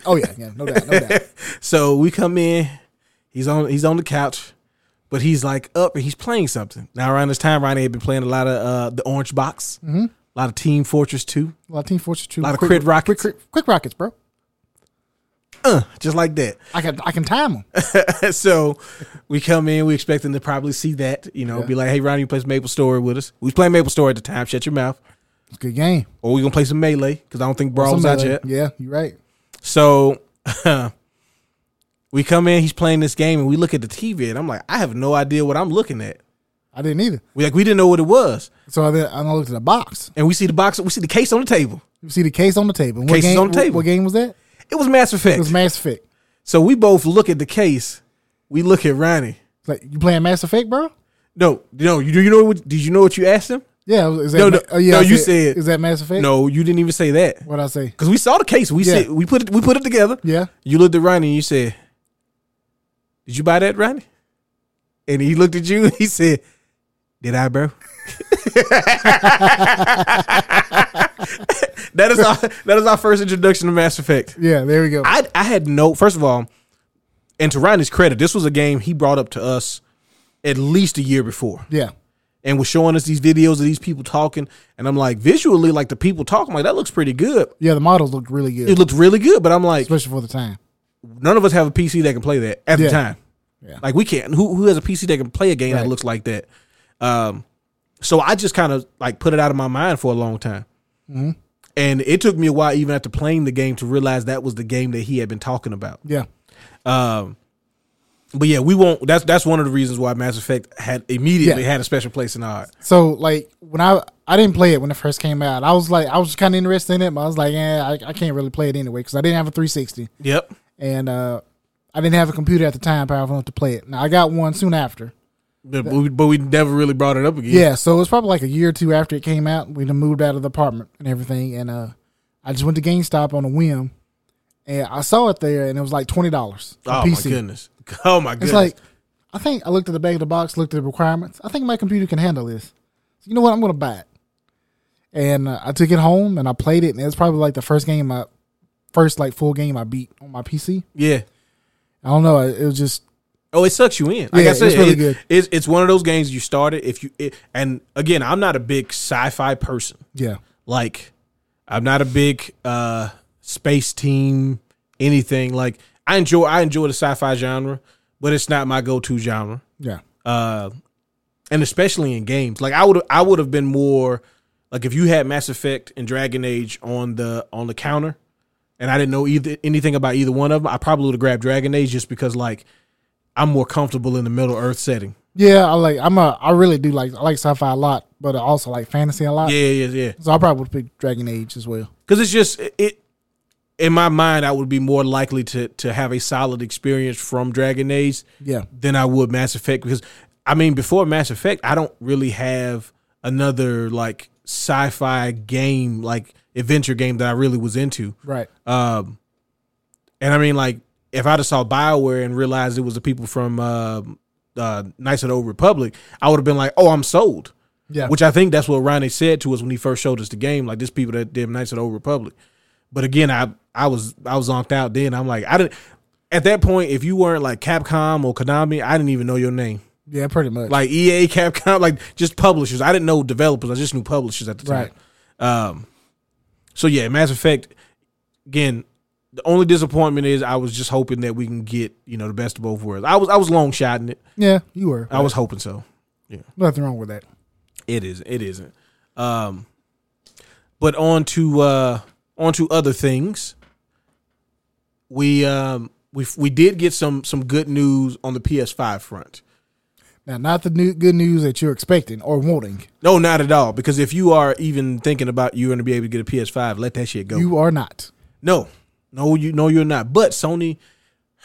Speaker 2: oh yeah, yeah, no doubt, no doubt.
Speaker 1: So we come in. He's on. He's on the couch, but he's like up and he's playing something. Now around this time, Ronnie had been playing a lot of uh, the Orange Box, mm-hmm. a lot of Team Fortress Two,
Speaker 2: A lot of Team Fortress Two.
Speaker 1: a lot of Crit Rockets,
Speaker 2: quick, quick rockets, bro.
Speaker 1: uh, just like that.
Speaker 2: I can I can time them.
Speaker 1: so we come in, we expecting to probably see that, you know, be like, hey, Ronnie, you play some Maple Story with us. We was playing Maple Story at the time. Shut your mouth.
Speaker 2: It's a good game.
Speaker 1: Or we gonna play some melee because I don't think Brawl was out
Speaker 2: Somebody-
Speaker 1: yet.
Speaker 2: Yeah, you're right.
Speaker 1: So we come in, he's playing this game, and we look at the TV, and I'm like, I have no idea what I'm looking at.
Speaker 2: I didn't either.
Speaker 1: We like we didn't know what it was,
Speaker 2: So I, then, I looked at the box.
Speaker 1: and we see the box, we see the case on the table.
Speaker 2: You see the case on the table. What
Speaker 1: Case is
Speaker 2: game,
Speaker 1: on the
Speaker 2: what-
Speaker 1: table.
Speaker 2: What game was that?
Speaker 1: It was Mass Effect.
Speaker 2: It was Mass Effect.
Speaker 1: so we both look at the case. We look at Ronnie.
Speaker 2: It's Like you playing Mass Effect, bro?
Speaker 1: No, no. You do you know what? Did you know what you asked him?
Speaker 2: Yeah. Is that
Speaker 1: No,
Speaker 2: Ma-
Speaker 1: no,
Speaker 2: oh, yeah,
Speaker 1: no,
Speaker 2: I
Speaker 1: you said-
Speaker 2: is that Mass Effect?
Speaker 1: No, you didn't even say that.
Speaker 2: What I say?
Speaker 1: Cause we saw the case, we
Speaker 2: Yeah.
Speaker 1: said we put it, we put it together.
Speaker 2: Yeah.
Speaker 1: You looked at Ronnie and you said, "Did you buy that, Ronnie?" And he looked at you and he said, "Did I, bro?" that is our that is our first introduction to Mass Effect.
Speaker 2: Yeah. There we go.
Speaker 1: I I had no first of all, and to Ronnie's credit, this was a game he brought up to us at least a year before
Speaker 2: yeah.
Speaker 1: and was showing us these videos of these people talking, and I'm like, visually, like the people talking, like that looks pretty good.
Speaker 2: Yeah. The models looked really good,
Speaker 1: It looked really good, but I'm like,
Speaker 2: especially for the time.
Speaker 1: none of us have a PC that can play that at
Speaker 2: Yeah.
Speaker 1: the time.
Speaker 2: Yeah.
Speaker 1: Like we can't. Who who has a PC that can play a game that
Speaker 2: Right.
Speaker 1: looks like that? Um, so I just kind of like put it out of my mind for a long time,
Speaker 2: Mm-hmm.
Speaker 1: and it took me a while even after playing the game to realize that was the game that he had been talking about.
Speaker 2: Yeah.
Speaker 1: Um, But yeah, we won't. That's that's one of the reasons why Mass Effect had immediately had a special place in our heart.
Speaker 2: So like when I I didn't play it when it first came out, I was like I was just kind of interested in it, but I was like, yeah, I, I can't really play it anyway because I didn't have a 360
Speaker 1: Yep.
Speaker 2: and uh, I didn't have a computer at the time powerful enough to play it. Now I got one soon after.
Speaker 1: But we, but we never really brought it up again.
Speaker 2: Yeah, so it was probably like a year or two after it came out. We done moved out of the apartment and everything, and uh, I just went to GameStop on a whim, and I saw it there, and it was like twenty dollars
Speaker 1: Oh my goodness. Oh my goodness.
Speaker 2: It's like I think I looked at the back of the box, looked at the requirements. I think my computer can handle this. So you know what? I'm gonna buy it. And uh, I took it home and I played it, and it's probably like the first game I, first like full game I beat on my PC.
Speaker 1: yeah.
Speaker 2: I don't know. It, it was just
Speaker 1: Oh, it sucks you in. Like
Speaker 2: Yeah,
Speaker 1: I said,
Speaker 2: it's really
Speaker 1: it-
Speaker 2: good.
Speaker 1: It's, it's one of those games you start it if you. It, and again, I'm not a big sci-fi person.
Speaker 2: yeah,
Speaker 1: Like, I'm not a big uh space team anything. Like, I enjoy I enjoy the sci-fi genre, but it's not my go-to genre.
Speaker 2: yeah,
Speaker 1: Uh, and especially in games. Like I would I would have been more like if you had Mass Effect and Dragon Age on the on the counter, and I didn't know either anything about either one of them. I probably would have grabbed Dragon Age just because like I'm more comfortable in the Middle Earth setting.
Speaker 2: yeah. I like. I'm a. I really do like. I like sci-fi a lot, but I also like fantasy a lot.
Speaker 1: Yeah, yeah, yeah.
Speaker 2: So I probably would pick Dragon Age as well.
Speaker 1: Because it's just it. In my mind, I would be more likely to to have a solid experience from Dragon Age
Speaker 2: Yeah,
Speaker 1: than I would Mass Effect because I mean before Mass Effect I don't really have another like sci-fi game like adventure game that I really was into.
Speaker 2: right.
Speaker 1: Um and I mean like if I'd have saw BioWare and realized it was the people from um uh Knights of the Old Republic, I would have been like, "Oh, I'm sold."
Speaker 2: Yeah,
Speaker 1: Which I think that's what Ronnie said to us when he first showed us the game. Like, this people that did Knights of the Old Republic. But again, I I was I was zonked out then. I'm like, I didn't at that point, if you weren't like Capcom or Konami, I didn't even know your name.
Speaker 2: yeah, pretty much.
Speaker 1: Like EA, Capcom, like just publishers. I didn't know developers. I just knew publishers at the time.
Speaker 2: Right.
Speaker 1: Um so yeah, Mass Effect, again, the only disappointment is I was just hoping that we can get, you know, the best of both worlds. I was I was long shotting it.
Speaker 2: yeah, you were.
Speaker 1: I was hoping so.
Speaker 2: Nothing wrong with that.
Speaker 1: It isn't. It isn't. Um, but on to uh, on to other things. We um, we we did get some some good news on the PS5 front.
Speaker 2: Now, not the new good news that you're expecting or wanting.
Speaker 1: No, not at all. Because if you are even thinking about you're going to be able to get a PS5, let that shit go.
Speaker 2: You are not.
Speaker 1: no, no, you no, you're not. But Sony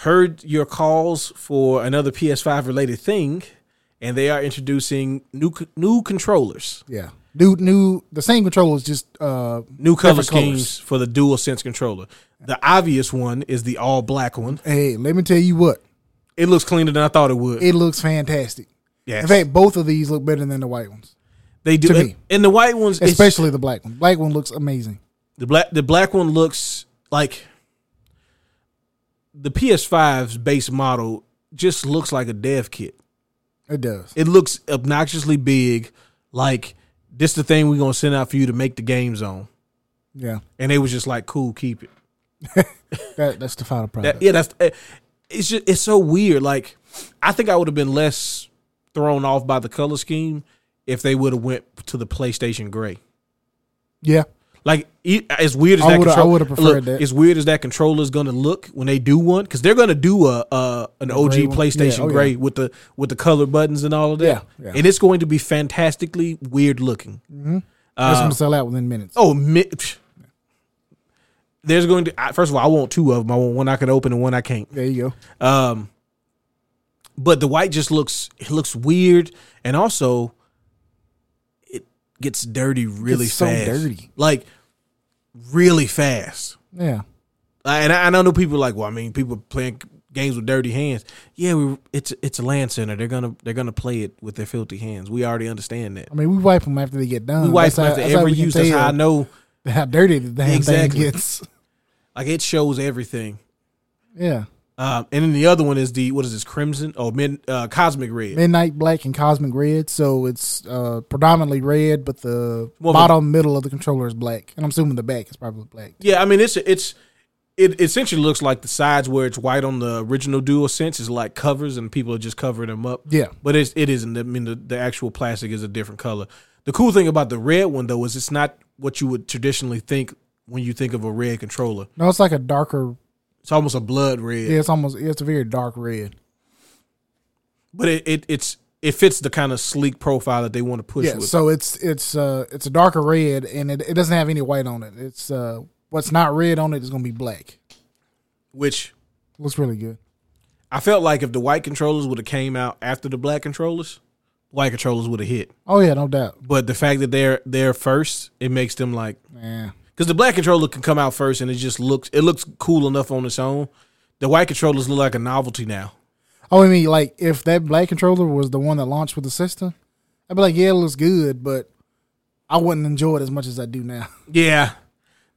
Speaker 1: heard your calls for another PS5 related thing, and they are introducing new c- new controllers.
Speaker 2: Yeah. New, new, the same controllers, just uh,
Speaker 1: new color
Speaker 2: Different
Speaker 1: schemes
Speaker 2: colors.
Speaker 1: for the dual sense controller. The obvious one is the all black one.
Speaker 2: Hey, let me tell you what,
Speaker 1: It looks cleaner than I thought it would.
Speaker 2: it looks fantastic. In
Speaker 1: yes,
Speaker 2: fact, both of these look better than the white ones,
Speaker 1: they do.
Speaker 2: to
Speaker 1: And,
Speaker 2: me.
Speaker 1: and the white ones, it's-
Speaker 2: especially the black one. Black one looks amazing.
Speaker 1: the black, the black one looks like the PS5's base model just looks like a dev kit.
Speaker 2: It does.
Speaker 1: It looks obnoxiously big. Like this, the thing we're gonna send out for you to make the games on.
Speaker 2: Yeah.
Speaker 1: And they was just like, "Cool, keep it."
Speaker 2: That, that's the final product.
Speaker 1: That, yeah, that's eh, it's just it's so weird. Like I think I would have been less thrown off by the color scheme if they would have went to the PlayStation gray.
Speaker 2: yeah.
Speaker 1: Like e- as weird as
Speaker 2: I
Speaker 1: that
Speaker 2: would've- I
Speaker 1: control-
Speaker 2: would've preferred
Speaker 1: look,
Speaker 2: that.
Speaker 1: As weird as that controller is going to look when they do one, because they're going to do a, a an OG
Speaker 2: gray one?
Speaker 1: PlayStation
Speaker 2: Yeah, oh,
Speaker 1: gray with the with the color buttons and all of that,
Speaker 2: Yeah, yeah.
Speaker 1: and it's going to be fantastically weird looking.
Speaker 2: That's going to sell out within minutes.
Speaker 1: Uh, Oh, mi- psh. there's going to I, first of all, I want two of them. I want one I can open and one I can't.
Speaker 2: There you go.
Speaker 1: Um, but the white just looks it looks weird, and also it gets dirty really
Speaker 2: It's so
Speaker 1: fast.
Speaker 2: dirty.
Speaker 1: like really fast.
Speaker 2: Yeah.
Speaker 1: I- And I, and I know people are like, well, I mean, people playing games with dirty hands. Yeah, we, it's it's a land center. They're gonna they're gonna play it with their filthy hands. We already understand that.
Speaker 2: I mean, we wipe them after they get done.
Speaker 1: We wipe
Speaker 2: That's
Speaker 1: them
Speaker 2: how-
Speaker 1: after
Speaker 2: that's how
Speaker 1: every
Speaker 2: we can
Speaker 1: use. That's
Speaker 2: tell
Speaker 1: how I know.
Speaker 2: how dirty the damn
Speaker 1: Exactly.
Speaker 2: thing gets.
Speaker 1: Like it shows everything.
Speaker 2: Yeah.
Speaker 1: Um, and then the other one is the what is this crimson? Oh, mid uh, cosmic red.
Speaker 2: midnight black and cosmic red so it's uh predominantly red but the
Speaker 1: Well, but-
Speaker 2: bottom middle of the controller is black and i'm assuming the back is probably black
Speaker 1: Yeah, I mean it's it's it essentially looks like the sides where it's white on the original Dual Sense is like covers, and people are just covering them up.
Speaker 2: Yeah.
Speaker 1: but it's it isn't. I mean the, the actual plastic is a different color. The cool thing about the red one though is it's not what you would traditionally think when you think of a red controller.
Speaker 2: no it's like a darker
Speaker 1: It's almost a blood red.
Speaker 2: yeah it's almost it's a very dark red
Speaker 1: but it, it it's it fits the kind of sleek profile that they want to push
Speaker 2: Yeah,
Speaker 1: with.
Speaker 2: so it's it's uh it's a darker red and it, it doesn't have any white on it. It's uh what's not red on it is gonna be black.
Speaker 1: which
Speaker 2: Looks really good.
Speaker 1: I felt like if the white controllers would have came out after the black controllers, white controllers would have hit.
Speaker 2: Oh yeah, no doubt.
Speaker 1: But the fact that they're they're first, it makes them like
Speaker 2: Yeah.
Speaker 1: because the black controller can come out first and it just looks it looks cool enough on its own. The white controllers look like a novelty now.
Speaker 2: Oh, I mean, like if that black controller was the one that launched with the system, I'd be like, yeah, it looks good, but I wouldn't enjoy it as much as I do now.
Speaker 1: Yeah.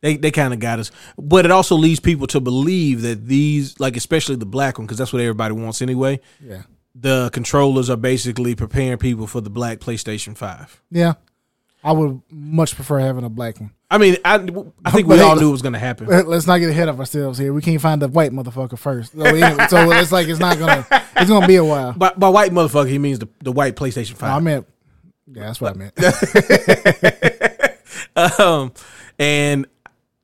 Speaker 1: They, they kind of got us, but it also leads people to believe that these, like especially the black one, because that's what everybody wants anyway.
Speaker 2: Yeah.
Speaker 1: The controllers are basically preparing people for the black PlayStation Five.
Speaker 2: Yeah. I would much prefer having a black one.
Speaker 1: I mean, I, I think we all knew it was going to happen.
Speaker 2: But let's not get ahead of ourselves here. We can't find the white motherfucker first. So, anyway, so it's like it's not gonna it's gonna be a while.
Speaker 1: By, by white motherfucker, he means the, the white PlayStation Five.
Speaker 2: I meant yeah, that's what I meant.
Speaker 1: um, and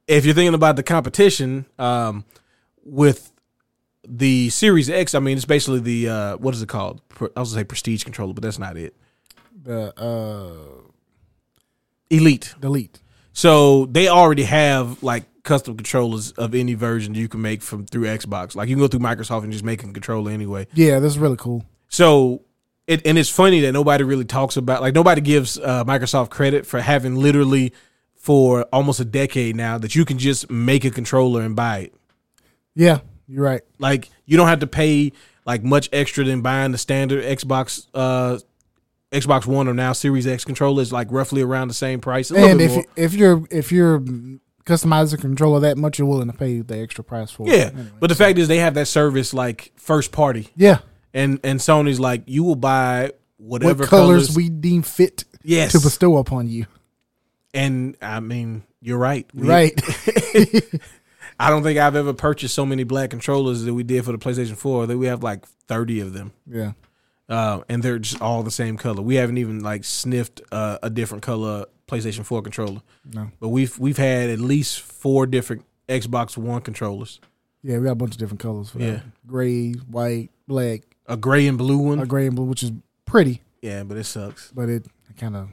Speaker 1: if you're thinking about the competition um, with the Series X, I mean, it's basically the uh, what is it called? Pre- I was gonna say Prestige controller, but that's not it.
Speaker 2: The uh
Speaker 1: Elite.
Speaker 2: delete.
Speaker 1: So they already have like custom controllers of any version you can make from through Xbox. Like you can go through Microsoft and just make a controller anyway.
Speaker 2: Yeah, this is really cool.
Speaker 1: So. It, and it's funny that nobody really talks about like nobody gives uh, Microsoft credit for having literally for almost a decade now that you can just make a controller and buy it.
Speaker 2: Yeah, you're right.
Speaker 1: Like you don't have to pay like much extra than buying the standard Xbox uh Xbox One or now Series X controller is like roughly around the same price. A little
Speaker 2: And
Speaker 1: bit
Speaker 2: if
Speaker 1: more.
Speaker 2: you, if you're if you're customizing the controller that much, you're willing to pay the extra price for
Speaker 1: yeah.
Speaker 2: it. Anyway.
Speaker 1: But the fact is they have that service like first party.
Speaker 2: Yeah.
Speaker 1: And and Sony's like you will buy
Speaker 2: What
Speaker 1: whatever
Speaker 2: colors,
Speaker 1: colors,
Speaker 2: we deem fit
Speaker 1: yes.
Speaker 2: to bestow upon you.
Speaker 1: and I mean you're right. We-
Speaker 2: Right.
Speaker 1: I don't think I've ever purchased so many black controllers that we did for the PlayStation 4 that we have like 30 of them.
Speaker 2: yeah.
Speaker 1: uh, and they're just all the same color. We haven't even like sniffed uh, a different color PlayStation Four controller.
Speaker 2: No.
Speaker 1: but we've we've had at least four different Xbox One controllers:
Speaker 2: Yeah, we got a bunch of different colors for that.
Speaker 1: Yeah.
Speaker 2: Gray, white, black,
Speaker 1: a gray and blue one.
Speaker 2: a gray and blue, which is pretty,
Speaker 1: yeah, but it sucks.
Speaker 2: but it kind of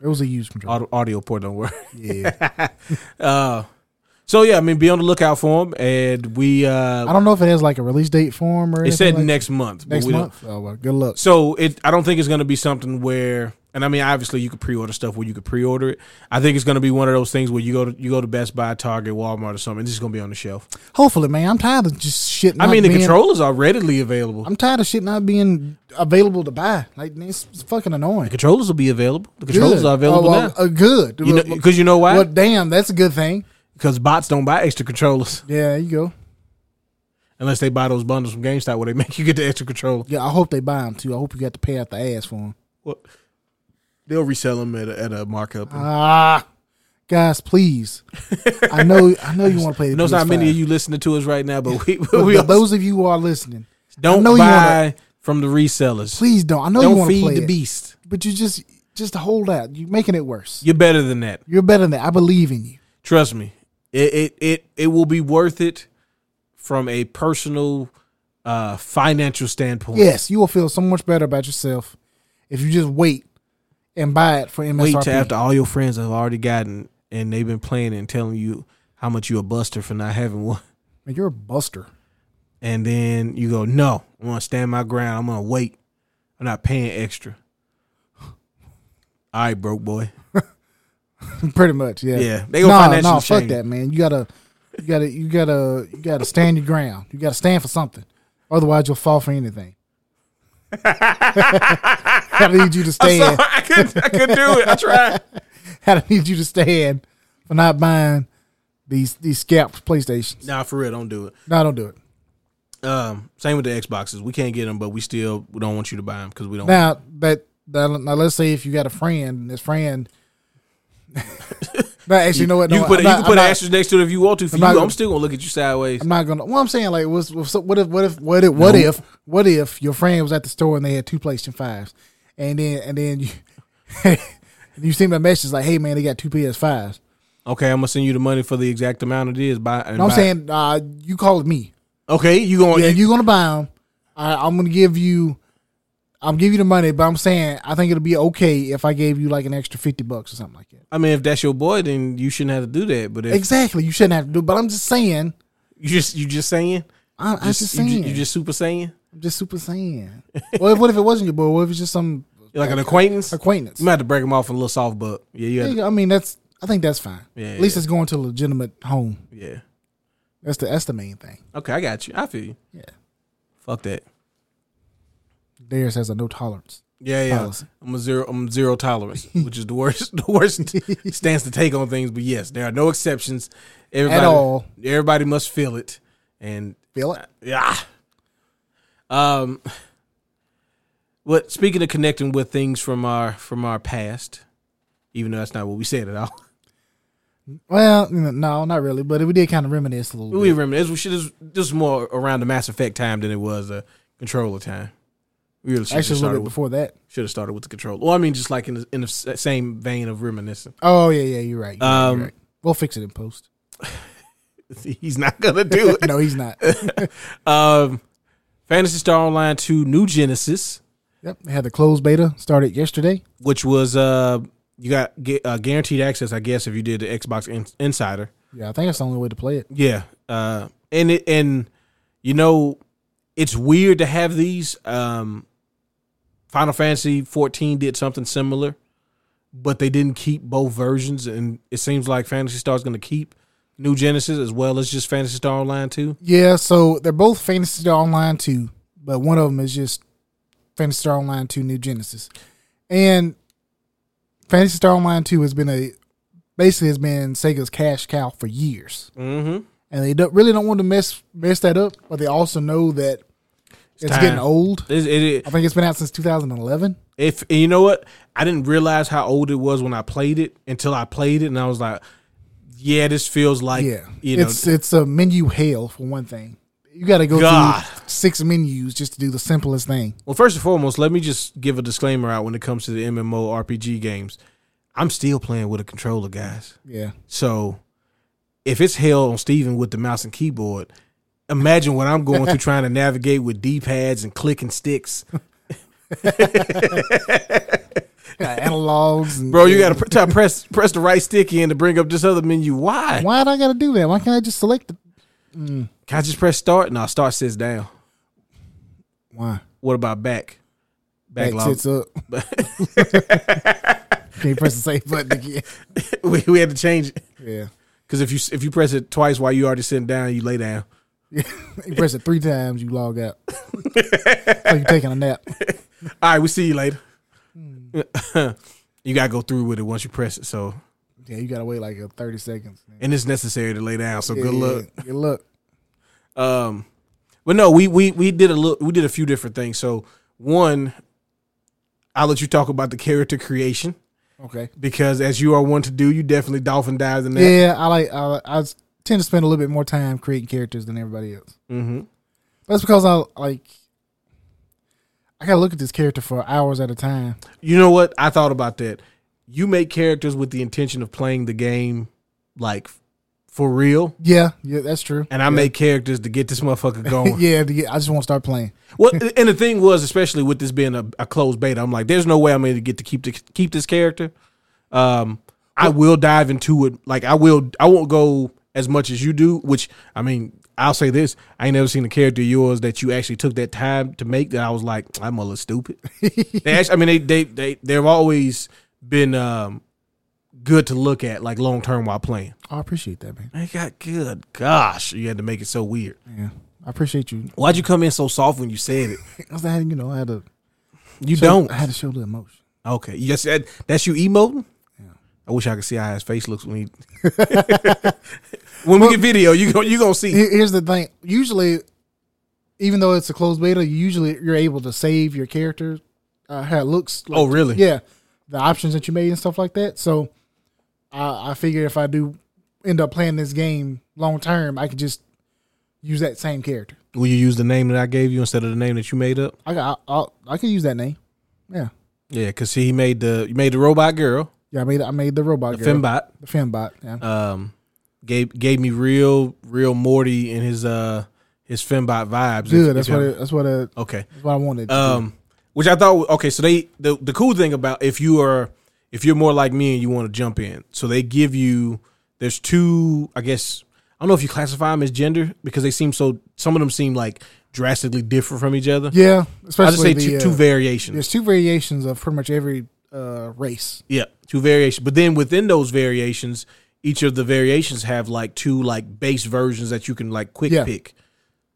Speaker 2: it was a used controller.
Speaker 1: Audio, audio port don't work.
Speaker 2: Yeah.
Speaker 1: Uh, so yeah, I mean, be on the lookout for them. And we
Speaker 2: I
Speaker 1: uh,
Speaker 2: don't know if it has like a release date form or
Speaker 1: it
Speaker 2: anything
Speaker 1: said
Speaker 2: like
Speaker 1: next month. but
Speaker 2: next
Speaker 1: we don't-
Speaker 2: month. Oh well, good luck.
Speaker 1: So it, I don't think it's going to be something where, and I mean, obviously you could pre-order stuff where you could pre-order it. I think it's going to be one of those things where you go to you go to Best Buy, Target, Walmart, or something. It's just going to be on the shelf.
Speaker 2: Hopefully, man. I'm tired of just shit.
Speaker 1: I
Speaker 2: not
Speaker 1: mean, the
Speaker 2: being-
Speaker 1: controllers are readily available.
Speaker 2: I'm tired of shit not being available to buy. Like it's, it's fucking annoying.
Speaker 1: the controllers will be available. The controllers
Speaker 2: Good.
Speaker 1: are available
Speaker 2: oh, well,
Speaker 1: now.
Speaker 2: uh, good.
Speaker 1: You know, because you know
Speaker 2: well,
Speaker 1: why?
Speaker 2: damn, that's a good thing.
Speaker 1: Because bots don't buy extra controllers
Speaker 2: Yeah, there you go.
Speaker 1: unless they buy those bundles from GameStop where they make you get the extra controller.
Speaker 2: Yeah, I hope they buy them too. I hope you got to pay out the ass for them.
Speaker 1: Well, they'll resell them at a, at a markup.
Speaker 2: Ah, guys, please. I know, I know you want to play.
Speaker 1: I
Speaker 2: The
Speaker 1: know it's not many
Speaker 2: PS5.
Speaker 1: of you listening to us right now, but we,
Speaker 2: But
Speaker 1: we
Speaker 2: for those of you who are listening,
Speaker 1: don't
Speaker 2: know you
Speaker 1: buy from the resellers.
Speaker 2: please don't. I know you
Speaker 1: don't
Speaker 2: want to
Speaker 1: feed
Speaker 2: play
Speaker 1: the
Speaker 2: it,
Speaker 1: beast.
Speaker 2: but you just just hold out. You're making it worse.
Speaker 1: You're better than that.
Speaker 2: You're better than that. I believe in you.
Speaker 1: Trust me. It it it, it will be worth it from a personal uh, financial standpoint.
Speaker 2: Yes, you will feel so much better about yourself if you just wait and buy it for MSRP.
Speaker 1: wait till after all your friends have already gotten and they've been playing and telling you how much you a buster for not having one.
Speaker 2: Man, you're a buster.
Speaker 1: And then you go, No, I'm gonna stand my ground. I'm gonna wait. I'm not paying extra. All right, broke boy.
Speaker 2: Pretty much, yeah.
Speaker 1: Yeah, they gonna financially
Speaker 2: fuck
Speaker 1: shame you.
Speaker 2: that, man. You gotta, you gotta, you gotta, you gotta stand your ground. You gotta stand for something. Otherwise, you'll fall for anything. I need you to stand.
Speaker 1: I could I could do it. I tried.
Speaker 2: I need you to stand for not buying these these scalped PlayStations.
Speaker 1: Nah, for real, don't do it.
Speaker 2: No, don't do it.
Speaker 1: Um, same with the Xboxes. We can't get them, but we still we don't want you to buy them because we don't.
Speaker 2: Now, but now now let's say if you got a friend, and this friend. no, actually, you know what?
Speaker 1: you
Speaker 2: No,
Speaker 1: can put,
Speaker 2: I'm
Speaker 1: a, you
Speaker 2: not- I'm
Speaker 1: can put an
Speaker 2: not-
Speaker 1: asterisk next to it if you want to. For
Speaker 2: I'm
Speaker 1: you,
Speaker 2: not
Speaker 1: I'm
Speaker 2: gonna-
Speaker 1: still gonna look at you sideways.
Speaker 2: I'm not gonna. Well, I'm saying like, what's, what's what if what if what if what
Speaker 1: No.
Speaker 2: if what if your friend was at the store and they had two PlayStation fives, and then and then you and you send them a message like, hey man, they got two PS fives.
Speaker 1: Okay, I'm gonna send you the money for the exact amount it is. Buy. And
Speaker 2: No, I'm
Speaker 1: buy it.
Speaker 2: saying uh, you call it me.
Speaker 1: Okay, Oh, you going?
Speaker 2: Yeah,
Speaker 1: to
Speaker 2: if you're gonna buy them, I, I'm gonna give you I'm giving you the money, but I'm saying I think it'll be okay if I gave you like an extra fifty bucks or something like that.
Speaker 1: I mean, if that's your boy, then you shouldn't have to do that. But if
Speaker 2: Exactly. You shouldn't have to do. But I'm just saying.
Speaker 1: you just you just saying,
Speaker 2: I, I'm just
Speaker 1: you,
Speaker 2: saying.
Speaker 1: ju- you just super saying,
Speaker 2: I'm just super saying. well, what if it wasn't your boy? What if it's just some
Speaker 1: You're like an acquaintance,
Speaker 2: acquaintance?
Speaker 1: you might have to break him off in a little soft buck. Yeah, you have to,
Speaker 2: I mean, that's. I think that's fine.
Speaker 1: Yeah,
Speaker 2: At least
Speaker 1: yeah.
Speaker 2: it's going to a legitimate home.
Speaker 1: yeah.
Speaker 2: That's the that's the main thing.
Speaker 1: Okay, I got you. I feel you.
Speaker 2: Yeah.
Speaker 1: Fuck that.
Speaker 2: Theirs has a no tolerance.
Speaker 1: Yeah, yeah.
Speaker 2: Policy.
Speaker 1: I'm a zero. I'm zero tolerance, which is the worst. The worst stance to take on things. But yes, there are no exceptions. Everybody,
Speaker 2: all.
Speaker 1: Everybody must feel it. And
Speaker 2: Feel it?
Speaker 1: yeah. Um. What speaking of connecting with things from our from our past, even though that's not what we said at all.
Speaker 2: Well, n- no, not really. But we did kind of reminisce a little
Speaker 1: We
Speaker 2: bit.
Speaker 1: remember this. was- This was- this was more around the Mass Effect time than it was the controller time. We really should have
Speaker 2: Actually, a little
Speaker 1: started.
Speaker 2: bit
Speaker 1: With,
Speaker 2: before that.
Speaker 1: should have started with the controller. Well, I mean, just like in the, in the s- same vein of reminiscing.
Speaker 2: Oh yeah, yeah. You're right. You're right,
Speaker 1: Um,
Speaker 2: you're right. We'll fix it in post.
Speaker 1: He's not gonna do it.
Speaker 2: no, he's not.
Speaker 1: Um, Fantasy Star Online 2 New Genesis,
Speaker 2: yep. They had the closed beta started yesterday.
Speaker 1: which was uh you got gu- uh, guaranteed access, I guess, if you did the Xbox in- Insider.
Speaker 2: Yeah, I think that's the only way to play it.
Speaker 1: Yeah. Uh, and it, and you know, it's weird to have these. Um, Final Fantasy 14 did something similar, but they didn't keep both versions, and it seems like Fantasy Star is going to keep New Genesis as well as just Fantasy Star Online 2.
Speaker 2: Yeah, so they're both Fantasy Star Online 2, but one of them is just Fantasy Star Online 2 New Genesis. And Fantasy Star Online 2 has been a basically has been Sega's cash cow for years.
Speaker 1: Mm-hmm.
Speaker 2: And they don't, really don't want to mess mess that up, but they also know that it's,
Speaker 1: time.
Speaker 2: getting old.
Speaker 1: It, it,
Speaker 2: I think it's been out since 2011.
Speaker 1: If and you know what, I didn't realize how old it was when I played it until I played it, and I was like, "Yeah, this feels like
Speaker 2: Yeah.
Speaker 1: you know,
Speaker 2: it's it's a menu hell for one thing. You got to go
Speaker 1: God.
Speaker 2: through six menus just to do the simplest thing.
Speaker 1: Well, first and foremost, let me just give a disclaimer out when it comes to the MMO RPG games. I'm still playing with a controller, guys.
Speaker 2: Yeah.
Speaker 1: So if it's hell on Steven with the mouse and keyboard, imagine what I'm going through trying to navigate with D pads and clicking sticks.
Speaker 2: Got analogs and
Speaker 1: Bro, you gotta pr- try to press press the right stick in to bring up this other menu. Why?
Speaker 2: Why do I got to do that? Why can't I just select the
Speaker 1: Can I just press start? No, start sits down.
Speaker 2: why?
Speaker 1: What about back?
Speaker 2: Back
Speaker 1: log.
Speaker 2: tits up. can't press the same button again.
Speaker 1: we, we had to change it
Speaker 2: Yeah,
Speaker 1: because if you if you press it twice while you already sitting down, you lay down.
Speaker 2: you press it three times, you log out. like you're taking a nap.
Speaker 1: All right, we see you later.
Speaker 2: Hmm.
Speaker 1: you gotta go through with it once you press it. So
Speaker 2: Yeah, you gotta wait like uh, thirty seconds.
Speaker 1: and it's necessary to lay down. So good
Speaker 2: Yeah,
Speaker 1: luck.
Speaker 2: Good luck.
Speaker 1: Um, but no, we we we did a little, we did a few different things. So one, I'll let you talk about the character creation
Speaker 2: Okay.
Speaker 1: because as you are one to do, you definitely dolphin dives in that.
Speaker 2: Yeah, I like. I, I s- tend to spend a little bit more time creating characters than everybody else.
Speaker 1: Mm-hmm.
Speaker 2: That's because I like. I gotta look at this character for hours at a time.
Speaker 1: You know what? I thought about that. You make characters with the intention of playing the game, like for real.
Speaker 2: Yeah, yeah, that's true.
Speaker 1: and I make characters to get this motherfucker going.
Speaker 2: yeah, to get- I just want to start playing.
Speaker 1: Well, and the thing was, especially with this being a, a closed beta, I'm like, there's no way I'm going to get to keep the, keep this character. Um, I will dive into it. Like I will, I won't go as much as you do. Which I mean, I'll say this: I ain't never seen a character of yours that you actually took that time to make. That I was like, I'm a little stupid. they actually, I mean, they they they they've always been um, good to look at, like long term while playing.
Speaker 2: I appreciate that, man.
Speaker 1: I got good. Gosh, you had to make it so weird.
Speaker 2: Yeah, I appreciate you
Speaker 1: Why'd you come in so soft when you said it?
Speaker 2: Because I had, you know, I had to.
Speaker 1: You
Speaker 2: show-
Speaker 1: don't.
Speaker 2: I had to show the emotion.
Speaker 1: Okay. Yes, that, that's you emoting. I wish I could see how his face looks when he. when we get video, you go, you gonna see.
Speaker 2: Here- Here's the thing. Usually, even though it's a closed beta, usually you're able to save your character, uh, how it looks. Like,
Speaker 1: Oh, really?
Speaker 2: Yeah, the options that you made and stuff like that. So, I, I figure if I do end up playing this game long term, I could just use that same character.
Speaker 1: Will you use the name that I gave you instead of the name that you made up?
Speaker 2: I got. I, I, I could use that name. Yeah,
Speaker 1: Yeah, because he made the you made the robot girl,
Speaker 2: yeah. I made. I made the robot.
Speaker 1: the
Speaker 2: girl.
Speaker 1: fembot.
Speaker 2: The fembot. Yeah.
Speaker 1: Um, gave gave me real real Morty and his uh his fembot vibes. If-
Speaker 2: Good. That's
Speaker 1: if
Speaker 2: what.
Speaker 1: y'all-
Speaker 2: It, that's what. uh
Speaker 1: okay.
Speaker 2: that's what I wanted.
Speaker 1: Um, Which I thought okay, so they the the cool thing about if you are if you're more like me and you want to jump in, so they give you there's two I guess I don't know if you classify them as gender because they seem so some of them seem like drastically different from each other.
Speaker 2: Yeah,
Speaker 1: I just
Speaker 2: especially
Speaker 1: say
Speaker 2: the,
Speaker 1: two,
Speaker 2: uh,
Speaker 1: two variations.
Speaker 2: There's two variations of pretty much every uh, race.
Speaker 1: Yeah, two variations. But then within those variations, each of the variations have like two like base versions that you can like quick
Speaker 2: Yeah.
Speaker 1: pick.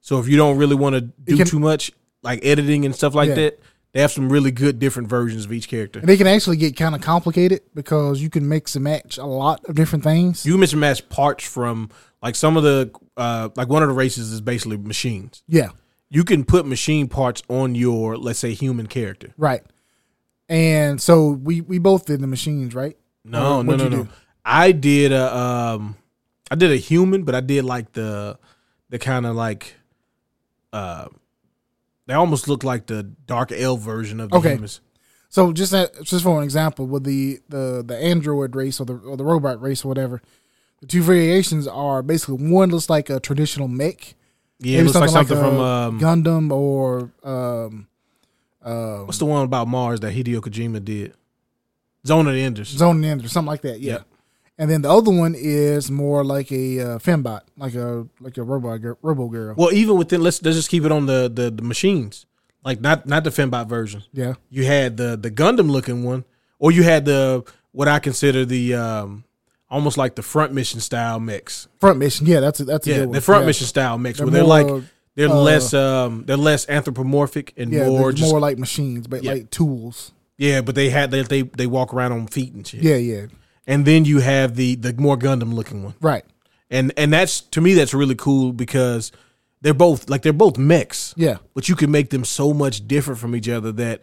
Speaker 1: So if you don't really want to do
Speaker 2: can-
Speaker 1: too much like editing and stuff like
Speaker 2: Yeah.
Speaker 1: that, they have some really good different versions of each character.
Speaker 2: And they can actually get kind of complicated because you can mix and match a lot of different things.
Speaker 1: You mismatch parts from like some of the uh like one of the races is basically machines.
Speaker 2: yeah,
Speaker 1: You can put machine parts on your let's say human character.
Speaker 2: right. And so we we both did the machines, right?
Speaker 1: No,
Speaker 2: Or
Speaker 1: no,
Speaker 2: what'd
Speaker 1: no,
Speaker 2: you
Speaker 1: no.
Speaker 2: do?
Speaker 1: I did a um, I did a human, but I did like the the kind of like uh, they almost look like the dark elf version of the
Speaker 2: Okay.
Speaker 1: humans.
Speaker 2: So just that, just for an example, with the the the android race or the or the robot race or whatever, the two variations are basically one looks like a traditional mech,
Speaker 1: Yeah, it looks like something from
Speaker 2: a
Speaker 1: um,
Speaker 2: Gundam or um, uh,
Speaker 1: what's the one about Mars that Hideo Kojima did? Zone of the Enders.
Speaker 2: Zone End or something like that. Yeah.
Speaker 1: Yep.
Speaker 2: And then the other one is more like a uh, fembot, like a like a robot girl, robo girl.
Speaker 1: Well, even within let's let's just keep it on the the, the machines, like not not the Fembot version.
Speaker 2: yeah,
Speaker 1: you had the the Gundam looking one, or you had the what I consider the um almost like the front mission style mix.
Speaker 2: front mission. Yeah, that's a, that's a
Speaker 1: Yeah,
Speaker 2: good one.
Speaker 1: the front
Speaker 2: yeah.
Speaker 1: mission style mix
Speaker 2: They're
Speaker 1: where they're
Speaker 2: more,
Speaker 1: like they're
Speaker 2: uh,
Speaker 1: less um they're less anthropomorphic and
Speaker 2: Yeah,
Speaker 1: more
Speaker 2: more,
Speaker 1: just
Speaker 2: more like machines, but
Speaker 1: Yeah.
Speaker 2: like tools.
Speaker 1: yeah, but they had they, they they walk around on feet and shit.
Speaker 2: Yeah, yeah,
Speaker 1: And then you have the the more Gundam looking one.
Speaker 2: right.
Speaker 1: And and that's to me that's really cool because they're both like they're both mechs.
Speaker 2: Yeah,
Speaker 1: but you can make them so much different from each other that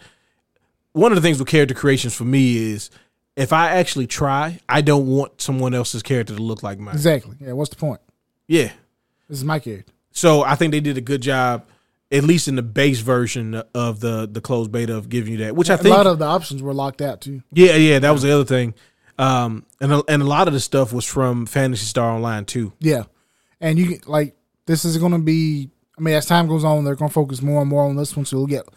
Speaker 1: one of the things with character creations for me is if I actually try, I don't want someone else's character to look like mine.
Speaker 2: exactly. Yeah, what's the point?
Speaker 1: Yeah.
Speaker 2: This is my character.
Speaker 1: So I think they did a good job, at least in the base version of the the closed beta of giving you that, which I
Speaker 2: a
Speaker 1: think
Speaker 2: lot of the options were locked out too.
Speaker 1: yeah, yeah, that was the other thing. Um, and a, and a lot of the stuff was from Fantasy Star Online too.
Speaker 2: Yeah, and you can- like this is going to be. I mean, as time goes on, they're going to focus more and more on this one, so we'll get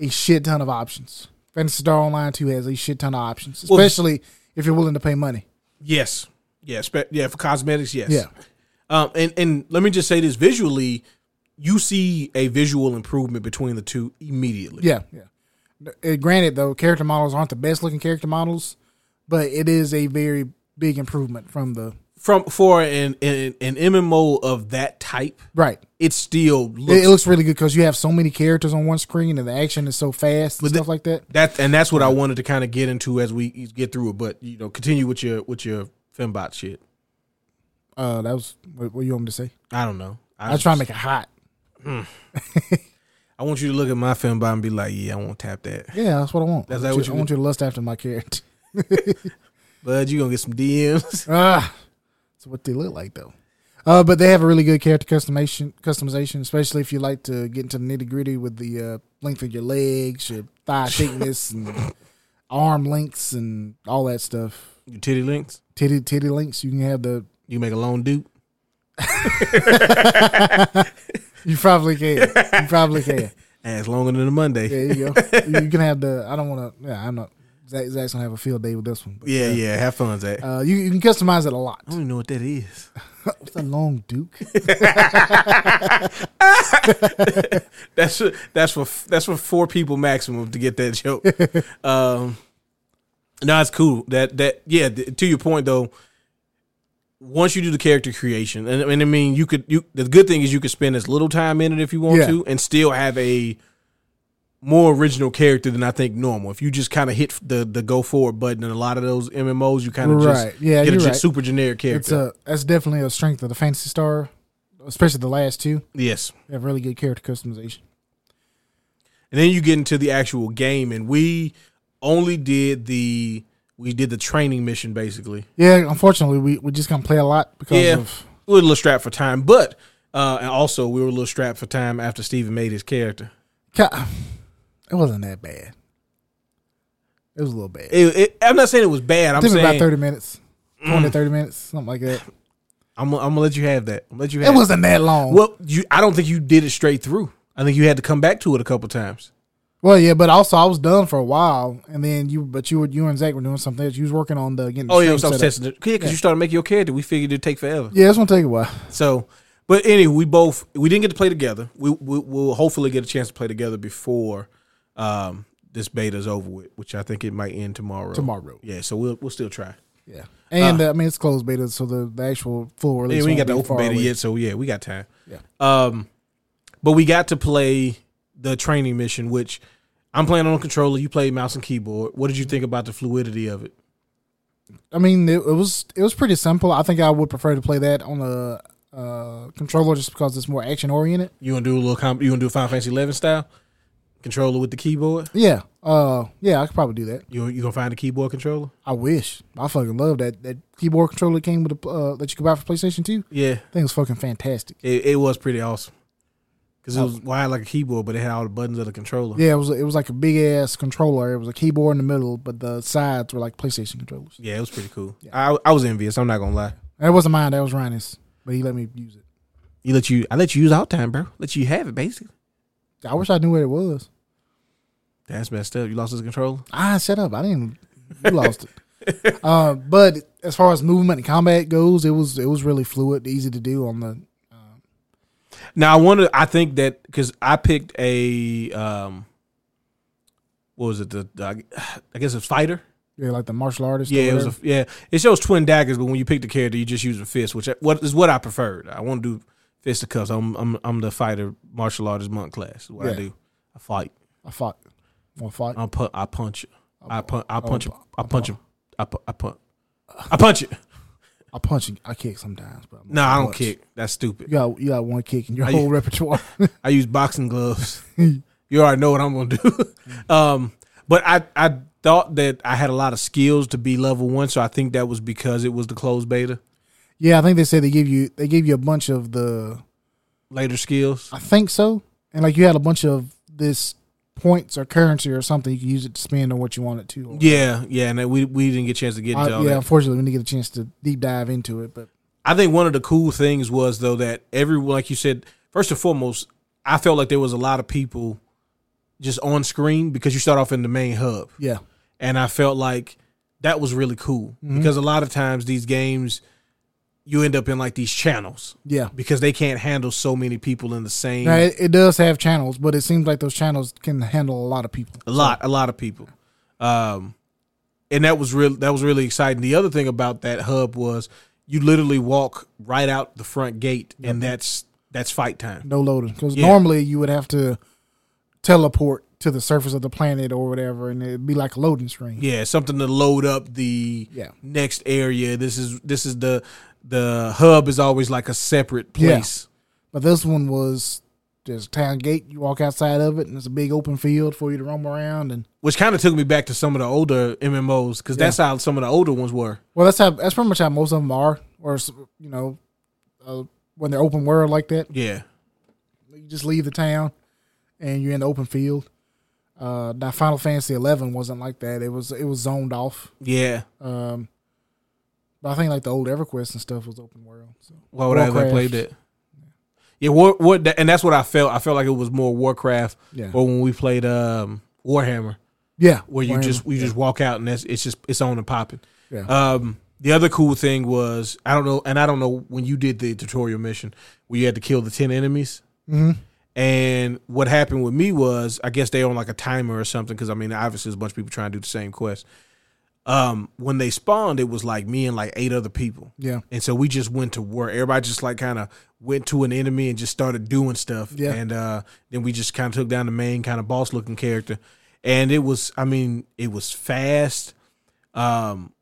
Speaker 2: a shit ton of options. Fantasy Star Online Two has a shit ton of options,
Speaker 1: Well, this-
Speaker 2: especially if you're willing to pay money.
Speaker 1: Yes, yes, Spe- yeah, for cosmetics, yes.
Speaker 2: Yeah,
Speaker 1: Um, and and let me just say this visually, you see a visual improvement between the two immediately.
Speaker 2: yeah, yeah. Uh, granted, though, character models aren't the best looking character models, but it is a very big improvement from the
Speaker 1: From for an, an an MMO of that type,
Speaker 2: right.
Speaker 1: it still
Speaker 2: It,
Speaker 1: looks
Speaker 2: it looks really good because you have so many characters on one screen and the action is so fast and stuff like that.
Speaker 1: that, and that's what I wanted to kind of get into as we get through it. But you know, continue with your with your fembot shit.
Speaker 2: Uh, that was what, what you want me to say.
Speaker 1: I don't know.
Speaker 2: I was trying to make it hot.
Speaker 1: I want you to look at my fembot and be like, yeah, I won't tap that.
Speaker 2: Yeah, that's what I want.
Speaker 1: That's
Speaker 2: I
Speaker 1: that what
Speaker 2: want, you,
Speaker 1: you
Speaker 2: I want you to lust after my character.
Speaker 1: But you gonna get some DMs.
Speaker 2: Ah, that's what they look like though. Uh, but they have a really good character customization, customization, especially if you like to get into the nitty gritty with the uh, length of your legs, your thigh thickness, and arm lengths, and all that stuff.
Speaker 1: Your titty links.
Speaker 2: Titty titty lengths. You can have the.
Speaker 1: You make a lone dupe.
Speaker 2: You probably can. You probably can.
Speaker 1: Ass longer than a Monday.
Speaker 2: There you go. You can have the. I don't want to. Yeah, I'm not. Zach, Zach's gonna have a field day with this one. But,
Speaker 1: Yeah, yeah. Have fun, Zach. I
Speaker 2: Uh, you you can customize it a lot.
Speaker 1: don't even know what that is.
Speaker 2: What's a long duke?
Speaker 1: That's that's for that's for four people maximum to get that joke. um, no, it's cool. That that yeah. th- to your point though, once you do the character creation, and, and I mean, you could you the good thing is you could spend as little time in it if you want
Speaker 2: Yeah.
Speaker 1: to, and still have a more original character than I think normal. If you just kind of hit the the go forward button in a lot of those MMOs, you kind of
Speaker 2: Right.
Speaker 1: just
Speaker 2: Yeah,
Speaker 1: get a
Speaker 2: you're
Speaker 1: ge-
Speaker 2: right.
Speaker 1: super generic character.
Speaker 2: It's a that's definitely a strength of the Fantasy Star, especially the last two.
Speaker 1: yes.
Speaker 2: They have really good character customization.
Speaker 1: And then you get into the actual game, and we only did the we did the training mission basically.
Speaker 2: Yeah, unfortunately, we we just gonna play a lot because
Speaker 1: Yeah,
Speaker 2: of
Speaker 1: we were a little strapped for time, but uh, and also we were a little strapped for time after Steven made his character.
Speaker 2: Ca- it wasn't that bad. It was a little bad. It
Speaker 1: It, it, I'm not saying it was bad. I'm
Speaker 2: took me about
Speaker 1: saying Mm.
Speaker 2: thirty minutes, 20, 30 minutes, something like that.
Speaker 1: I'm, gonna- I'm gonna let you have that. I'm gonna let you
Speaker 2: It
Speaker 1: have.
Speaker 2: wasn't that long.
Speaker 1: well, you I don't think you did it straight through. I think you had to come back to it a couple times.
Speaker 2: Well, yeah, but also I was done for a while, and then you, but you were you and Zach were doing something else. You was working on the getting. The
Speaker 1: Oh yeah, I
Speaker 2: stream
Speaker 1: was I was
Speaker 2: set up.
Speaker 1: testing it. Yeah, because you started making your character, we figured it'd take forever.
Speaker 2: Yeah, it's gonna take a while.
Speaker 1: So, but anyway, we both we didn't get to play together. We, we we'll hopefully get a chance to play together before um, this beta's over with, which I think it might end tomorrow.
Speaker 2: Tomorrow.
Speaker 1: yeah. So we'll we'll still try.
Speaker 2: Yeah, and uh, I mean it's closed beta, so the, the actual full release.
Speaker 1: Yeah, we ain't got
Speaker 2: won't
Speaker 1: the
Speaker 2: be
Speaker 1: open
Speaker 2: far
Speaker 1: beta
Speaker 2: away.
Speaker 1: yet, so yeah, we got time.
Speaker 2: Yeah.
Speaker 1: Um, but we got to play the training mission, which I'm playing on a controller. You play mouse and keyboard. What did you think about the fluidity of it?
Speaker 2: I mean, it, it was it was pretty simple. I think I would prefer to play that on a uh, controller just because it's more action oriented.
Speaker 1: You gonna do a little comp? You gonna do a Final Fantasy Eleven style controller with the keyboard?
Speaker 2: Yeah, uh, yeah, I could probably do that.
Speaker 1: You you gonna find a keyboard controller?
Speaker 2: I wish. I fucking love that that keyboard controller that came with the uh, that you could buy for PlayStation Two.
Speaker 1: Yeah,
Speaker 2: I think it's fucking fantastic.
Speaker 1: it, it was pretty awesome because it was wired like a keyboard, but it had all the buttons of the controller.
Speaker 2: Yeah, it was it was like a big ass controller. It was a keyboard in the middle, but the sides were like PlayStation controllers.
Speaker 1: Yeah, it was pretty cool. I I was envious. I'm not gonna lie.
Speaker 2: That wasn't mine. That was Ryan's, but he let me use it.
Speaker 1: You let you I let you use all time, bro. Let you have it basically.
Speaker 2: I wish I knew where it was.
Speaker 1: That's messed up. You lost this controller.
Speaker 2: Ah, shut up. I didn't. You lost it. Uh, but as far as movement and combat goes, it was it was really fluid, easy to do on the.
Speaker 1: Now I wanted. I think that because I picked a um, what was it? The, the I guess it's fighter.
Speaker 2: Yeah, like the martial artist. or
Speaker 1: Yeah, it was. A,
Speaker 2: whatever.
Speaker 1: yeah, it shows twin daggers, but when you pick the character, you just use a fist, which I, what is what I preferred. I want to do fist to cuffs. I'm I'm I'm the fighter martial artist monk class. Is what I
Speaker 2: Yeah.
Speaker 1: do. I fight.
Speaker 2: I fought. I fought.
Speaker 1: I punch. I punch. I punch. I
Speaker 2: I'll
Speaker 1: punch.
Speaker 2: pu-
Speaker 1: I punch him. I pu- I punch. I punch it.
Speaker 2: I punch. And, I kick sometimes, but I'm
Speaker 1: No, I don't
Speaker 2: punch.
Speaker 1: kick. That's
Speaker 2: You
Speaker 1: stupid.
Speaker 2: got you got one kick in your
Speaker 1: I-
Speaker 2: whole repertoire.
Speaker 1: I use boxing gloves. you already know what I'm gonna do. um, but I I thought that I had a lot of skills to be level one, so I think that was because it was the closed beta.
Speaker 2: yeah, I think they said they give you they give you a bunch of the
Speaker 1: Later skills.
Speaker 2: I think so, and like you had a bunch of this points or currency or something you can use it to spend on what you want it to. or-
Speaker 1: Yeah, yeah, and that we we didn't get a chance to get
Speaker 2: I-
Speaker 1: into all
Speaker 2: yeah,
Speaker 1: that.
Speaker 2: unfortunately, we didn't get a chance to deep dive into it, but
Speaker 1: I think one of the cool things was though that everyone, like you said, first and foremost, I felt like there was a lot of people just on screen because you start off in the main hub.
Speaker 2: yeah,
Speaker 1: and I felt like that was really cool
Speaker 2: Mm-hmm.
Speaker 1: because a lot of times these games you end up in like these channels
Speaker 2: yeah.
Speaker 1: because they can't handle so many people in the same
Speaker 2: Now, it, it does have channels, but it seems like those channels can handle a lot of people.
Speaker 1: a lot a lot of people um and that was real that was really exciting the other thing about that hub was you literally walk right out the front gate
Speaker 2: Mm-hmm.
Speaker 1: and that's that's fight time
Speaker 2: No loading because
Speaker 1: Yeah.
Speaker 2: normally you would have to teleport to the surface of the planet or whatever, and it'd be like a loading screen.
Speaker 1: yeah something to load up the
Speaker 2: Yeah.
Speaker 1: next area this is this is the the hub is always like a separate
Speaker 2: Yeah.
Speaker 1: place
Speaker 2: But this one was there's a town gate. You walk outside of it, and it's a big open field for you to roam around. And
Speaker 1: which kind of took me back to some of the older MMOs because that's how some of the older ones were.
Speaker 2: well, that's how that's pretty much how most of them are, or s- you know, uh, when they're open world like that.
Speaker 1: Yeah,
Speaker 2: You just leave the town, and you're in the open field. Uh, now Final Fantasy Eleven wasn't like that. It was it was zoned off.
Speaker 1: yeah.
Speaker 2: Um, but I think like the old EverQuest and stuff was open world. So
Speaker 1: Why would I ever
Speaker 2: Warcraft.
Speaker 1: play that? Yeah, war, war, that- and that's what I felt. I felt like it was more Warcraft,
Speaker 2: Yeah.
Speaker 1: or when we played um, Warhammer,
Speaker 2: yeah,
Speaker 1: where Oh, you
Speaker 2: Warhammer.
Speaker 1: just you just walk out and that's it's just it's on and popping.
Speaker 2: Yeah.
Speaker 1: Um, the other cool thing was I don't know, and I don't know when you did the tutorial mission where you had to kill the ten enemies.
Speaker 2: Mhm.
Speaker 1: And what happened with me was, I guess they on like a timer or something, because I mean, obviously, there's a bunch of people trying to do the same quest. Um, when they spawned, it was like me and like eight other people,
Speaker 2: yeah.
Speaker 1: and so we just went to work. Everybody just like kind of went to an enemy and just started doing stuff.
Speaker 2: Yeah.
Speaker 1: and uh, then we just kind of took down the main kind of boss looking character, and it was, I mean, it was fast. Um,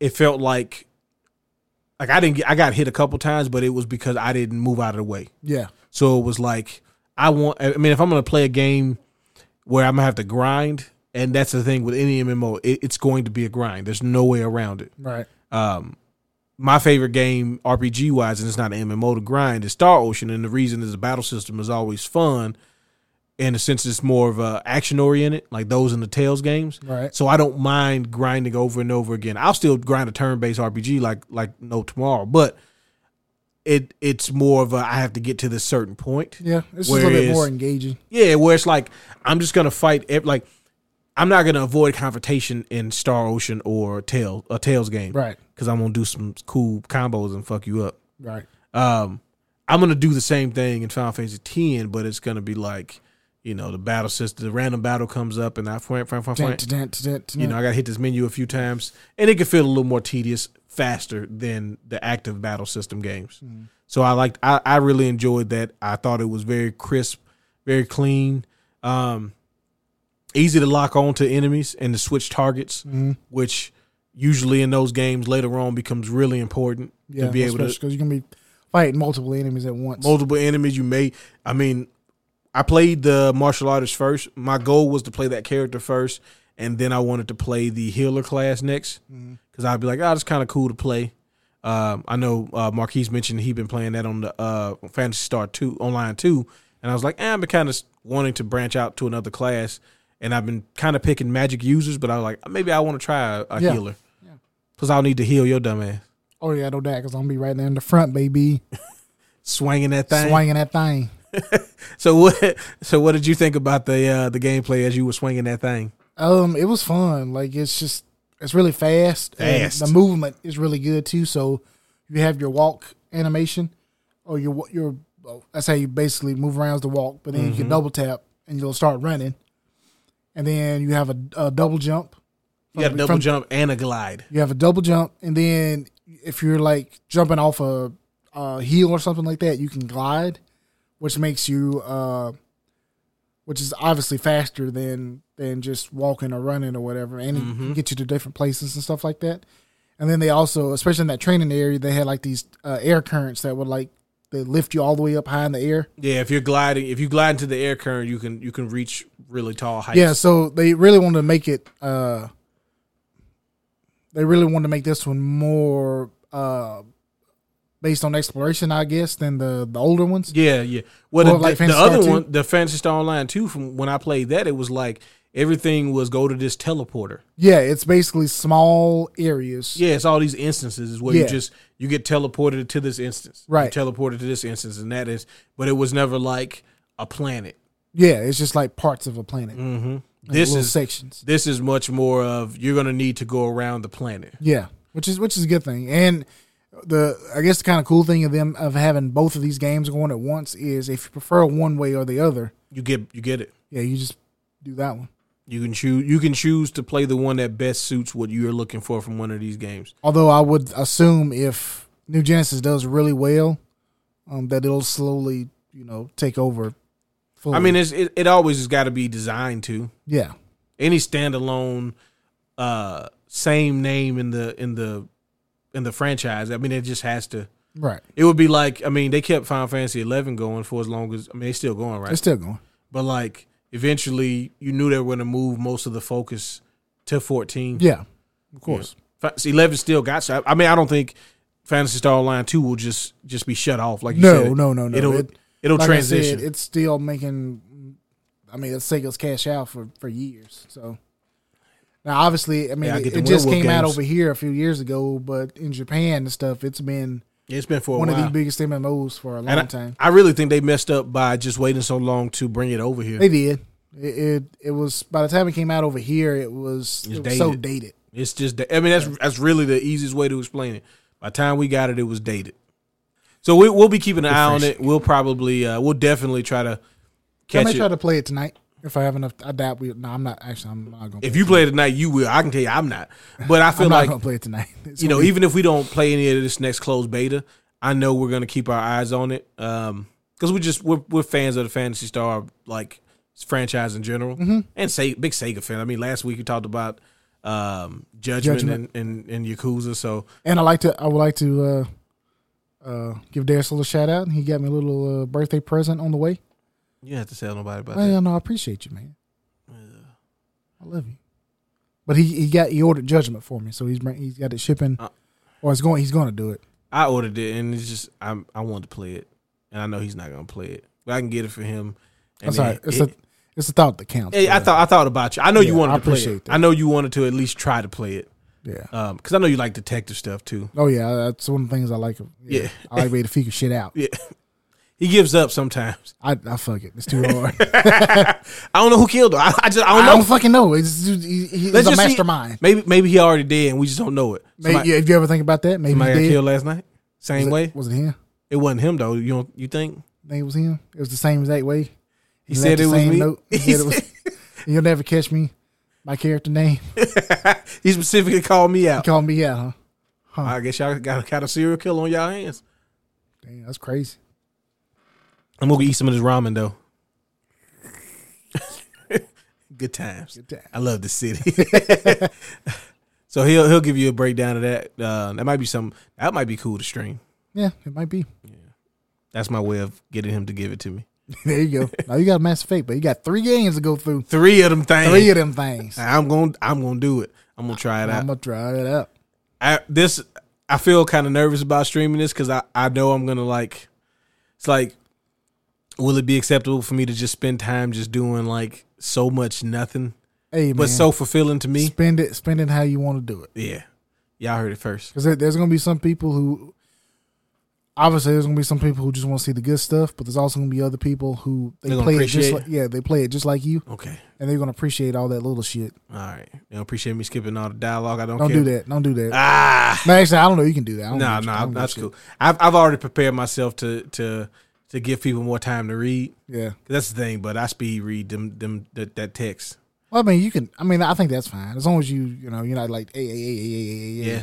Speaker 1: it felt like, like I didn't, get, I got hit a couple times, but it was because I didn't move out of the way.
Speaker 2: Yeah,
Speaker 1: So it was like I want. I mean, if I'm gonna play a game where I'm gonna have to grind, and that's the thing with any MMO, it, it's going to be a grind. There's no way around it.
Speaker 2: right.
Speaker 1: Um, my favorite game RPG wise, and it's not an MMO to grind, is Star Ocean, and the reason is the battle system is always fun. In a sense, it's more of a action oriented, like those in the Tales games.
Speaker 2: Right.
Speaker 1: So I don't mind grinding over and over again. I'll still grind a turn based RPG like like no tomorrow, but it it's more of a I have to get to this certain point.
Speaker 2: Yeah, it's just a little bit
Speaker 1: Whereas-
Speaker 2: more engaging.
Speaker 1: Yeah, where it's like I'm just gonna fight. ev- Like I'm not gonna avoid confrontation in Star Ocean or Tail a Tails game,
Speaker 2: Right,
Speaker 1: Because I'm gonna do some cool combos and fuck you up.
Speaker 2: right.
Speaker 1: Um, I'm gonna do the same thing in Final Fantasy X, but it's gonna be like you know the battle system. The random battle comes up, and I flank, flank, flank,
Speaker 2: Dun,
Speaker 1: flank.
Speaker 2: dun, dun, dun, dun.
Speaker 1: You know, I gotta hit this menu a few times, and it can feel a little more tedious faster than the active battle system games. So I liked, I, I really enjoyed that. I thought it was very crisp, very clean, um, easy to lock on to enemies and to switch targets, which usually in those games later on becomes really important
Speaker 2: yeah,
Speaker 1: to be able to
Speaker 2: because you're gonna be fighting multiple enemies at once.
Speaker 1: multiple enemies you may i mean i played the martial artist first my goal was to play that character first and then i wanted to play the healer class next because i'd be like oh it's kind of cool to play um, i know uh, marquise mentioned he'd been playing that on the uh, fantasy star 2 online 2 and i was like eh, i've been kind of wanting to branch out to another class and i've been kind of picking magic users but i was like maybe i want to try a, a
Speaker 2: Yeah.
Speaker 1: healer because i'll need to heal your dumb ass
Speaker 2: oh yeah, no doubt, because I'm gonna be right there in the front, baby,
Speaker 1: swinging that thing
Speaker 2: swinging that thing.
Speaker 1: So what? So what did you think about the uh, the gameplay as you were swinging that thing?
Speaker 2: Um, it was fun. Like it's just it's really fast. and
Speaker 1: Fast.
Speaker 2: The movement is really good too. So you have your walk animation, or your wa- your well, that's how you basically move around is the walk. But then you
Speaker 1: Mm-hmm.
Speaker 2: can double tap and you'll start running, and then you have a, a double jump.
Speaker 1: You got a
Speaker 2: From-
Speaker 1: double
Speaker 2: from-
Speaker 1: jump and a glide.
Speaker 2: You have a double jump, and then if you're like jumping off a, a heel or something like that, you can glide, which makes you, uh, which is obviously faster than than just walking or running or whatever, and it can get you to different places and stuff like that. And then they also, especially in that training area, they had like these uh, air currents that would like they lift you all the way up high in the air.
Speaker 1: Yeah, if you're gliding, if you glide into the air current, you can you can reach really tall heights.
Speaker 2: Yeah, so they really wanted to make it. Uh, they really wanted to make this one more uh, based on exploration, I guess, than the the older ones.
Speaker 1: yeah, yeah. Well,
Speaker 2: Well,
Speaker 1: the,
Speaker 2: like
Speaker 1: the
Speaker 2: Phantasy
Speaker 1: other
Speaker 2: Star 2?
Speaker 1: one, the Fantasy Star Online two, from when I played that, it was like everything was go to this teleporter.
Speaker 2: Yeah, it's basically small areas.
Speaker 1: Yeah, it's all these instances is where you
Speaker 2: Yeah.
Speaker 1: just you get teleported to this instance,
Speaker 2: Right.
Speaker 1: You teleported to this instance, and that is. But it was never like a planet.
Speaker 2: Yeah, it's just like parts of a planet.
Speaker 1: Mm. This
Speaker 2: little
Speaker 1: is
Speaker 2: sections.
Speaker 1: this is much more of you're gonna need to go around the planet.
Speaker 2: Yeah, which is which is a good thing. And the I guess the kind of cool thing of them of having both of these games going at once is if you prefer one way or the other,
Speaker 1: You get you get it.
Speaker 2: yeah, you just do that one.
Speaker 1: You can choose. You can choose to play the one that best suits what you're looking for from one of these games.
Speaker 2: Although I would assume if New Genesis does really well, um, that it'll slowly, you know, take over. Fully.
Speaker 1: I mean, it's, it it always has got to be designed to
Speaker 2: yeah,
Speaker 1: any standalone, uh, same name in the in the in the franchise. I mean, it just has to.
Speaker 2: right.
Speaker 1: It would be like I mean, they kept Final Fantasy Eleven going for as long as I mean, they still going right.
Speaker 2: It's still going.
Speaker 1: but like eventually, you knew they were going to move most of the focus to fourteen.
Speaker 2: Yeah, of course.
Speaker 1: Fantasy Eleven still got. So I, I mean, I don't think Fantasy Star Online Two will just just be shut off. Like you
Speaker 2: No,
Speaker 1: said.
Speaker 2: no, no, no.
Speaker 1: It'll
Speaker 2: It-
Speaker 1: it, will
Speaker 2: Like
Speaker 1: transition.
Speaker 2: I said, it's still making. I mean, it's Sega's cash out for for years. So now, obviously, I mean,
Speaker 1: Yeah, I
Speaker 2: it,
Speaker 1: get the
Speaker 2: it just
Speaker 1: Werewolf
Speaker 2: came out
Speaker 1: games.
Speaker 2: over here a few years ago, but in Japan and stuff, it's been
Speaker 1: it's been for a
Speaker 2: one
Speaker 1: while.
Speaker 2: of the biggest MMOs for a long
Speaker 1: Oh, And
Speaker 2: time.
Speaker 1: I, I really think they messed up by just waiting so long to bring it over here.
Speaker 2: They did. It, it it was by the time it came out over here, it was,
Speaker 1: It's
Speaker 2: it was so
Speaker 1: dated.
Speaker 2: dated.
Speaker 1: It's just. I mean, that's that's really the easiest way to explain it. By the time we got it, it was dated. So we, we'll be keeping an eye on it. We'll probably, uh, we'll definitely try to
Speaker 2: I
Speaker 1: catch
Speaker 2: may
Speaker 1: it.
Speaker 2: try to play it tonight if I have enough. I doubt we. No, I'm not actually. I'm not gonna. Play
Speaker 1: if
Speaker 2: it.
Speaker 1: you play it tonight, you will. I can tell you, I'm not. But I feel
Speaker 2: I'm not
Speaker 1: like
Speaker 2: gonna play it tonight. It's
Speaker 1: you
Speaker 2: gonna
Speaker 1: know,
Speaker 2: be-
Speaker 1: even if we don't play any of this next closed beta, I know we're gonna keep our eyes on it. Um, because we just we're, we're fans of the Fantasy Star like franchise in general,
Speaker 2: Mm-hmm.
Speaker 1: and say big Sega fan. I mean, last week you talked about um Judgment,
Speaker 2: Judgment.
Speaker 1: And, and and Yakuza, so
Speaker 2: and I like to. I would like to uh, uh, give Darius a little shout out. He got me a little uh, birthday present on the way.
Speaker 1: you don't have to tell nobody about
Speaker 2: Man,
Speaker 1: that.
Speaker 2: no, I appreciate you, man. I love you. But he, he got he ordered judgment for me, so he's bring- he's got it shipping,
Speaker 1: Uh.
Speaker 2: or it's going he's going to do it.
Speaker 1: I ordered it, and it's just I'm I wanted to play it, and I know he's not gonna play it, but I can get it for him. And
Speaker 2: That's all right.
Speaker 1: it-
Speaker 2: It's
Speaker 1: it-
Speaker 2: a it's a thought that counts.
Speaker 1: Hey, I
Speaker 2: brother.
Speaker 1: thought I thought about you. I know you
Speaker 2: Yeah,
Speaker 1: wanted
Speaker 2: I
Speaker 1: to play
Speaker 2: appreciate
Speaker 1: it.
Speaker 2: that.
Speaker 1: I know you wanted to at least try to play it.
Speaker 2: Yeah.
Speaker 1: because I know you like detective stuff too.
Speaker 2: Oh yeah, that's one of the things I like.
Speaker 1: Yeah.
Speaker 2: I like way to figure shit out.
Speaker 1: Yeah, he gives up sometimes.
Speaker 2: I, I fuck it. It's too hard.
Speaker 1: I don't know who killed her. I, I just I
Speaker 2: I
Speaker 1: don't know.
Speaker 2: don't fucking know. It's, he, he's
Speaker 1: Let's
Speaker 2: a
Speaker 1: just see-
Speaker 2: mastermind.
Speaker 1: Maybe maybe he already did and we just don't know it.
Speaker 2: Maybe,
Speaker 1: Somebody,
Speaker 2: yeah, if you ever think about that, maybe he
Speaker 1: somebody got
Speaker 2: did.
Speaker 1: killed last night. Same
Speaker 2: was
Speaker 1: way.
Speaker 2: It, was it him?
Speaker 1: It wasn't him though. You don't you think?
Speaker 2: I think it was him. It was the same exact way.
Speaker 1: He
Speaker 2: left
Speaker 1: said
Speaker 2: the
Speaker 1: it was
Speaker 2: same
Speaker 1: me.
Speaker 2: note. He
Speaker 1: He
Speaker 2: said it was- You'll never catch me. My character name.
Speaker 1: said- he specifically called me
Speaker 2: He
Speaker 1: out.
Speaker 2: called me out. Huh?
Speaker 1: I guess y'all got, got a serial killer on y'all hands.
Speaker 2: Damn, that's crazy.
Speaker 1: I'm gonna go eat some of this ramen though. Good times.
Speaker 2: Good time.
Speaker 1: I love the city. so he'll he'll give you a breakdown of that. Uh, that might be some. That might be cool to stream.
Speaker 2: Yeah, it might be.
Speaker 1: That's my way of getting him to give it to me.
Speaker 2: there you go. Now you got Mass Effect, but you got three games to go through.
Speaker 1: Three of them things.
Speaker 2: Three of them things.
Speaker 1: I'm gonna I'm gonna do it. I'm gonna try it out.
Speaker 2: I'm gonna try it out.
Speaker 1: I, this I feel kind of nervous about streaming this because I I know I'm gonna like. It's like, will it be acceptable for me to just spend time just doing like so much nothing,
Speaker 2: Hey man,
Speaker 1: but so fulfilling to me?
Speaker 2: spend it, spend it how you want to do it.
Speaker 1: Yeah, y'all heard it first.
Speaker 2: Because there's gonna be some people who, obviously, there's gonna be some people who just want to see the good stuff, but there's also gonna be other people who they
Speaker 1: They're gonna
Speaker 2: play it just
Speaker 1: appreciate
Speaker 2: like yeah, they play it just like you,
Speaker 1: Okay,
Speaker 2: and they're gonna appreciate all that little shit.
Speaker 1: all right. You appreciate me skipping all the dialogue. I don't.
Speaker 2: Don't
Speaker 1: care.
Speaker 2: do that. Don't do that.
Speaker 1: Ah,
Speaker 2: no, actually, I don't know. You can do that. I don't
Speaker 1: no,
Speaker 2: give a shit. I
Speaker 1: no,
Speaker 2: don't give a
Speaker 1: that's
Speaker 2: shit.
Speaker 1: cool. I've I've already prepared myself to to to give people more time to read.
Speaker 2: Yeah.
Speaker 1: That's the thing, but I speed read them them that, that text.
Speaker 2: Well, I mean, you can. I mean, I think that's fine as long as you, you know, you're not like, hey, hey, hey, hey, hey, hey, hey.
Speaker 1: Yeah.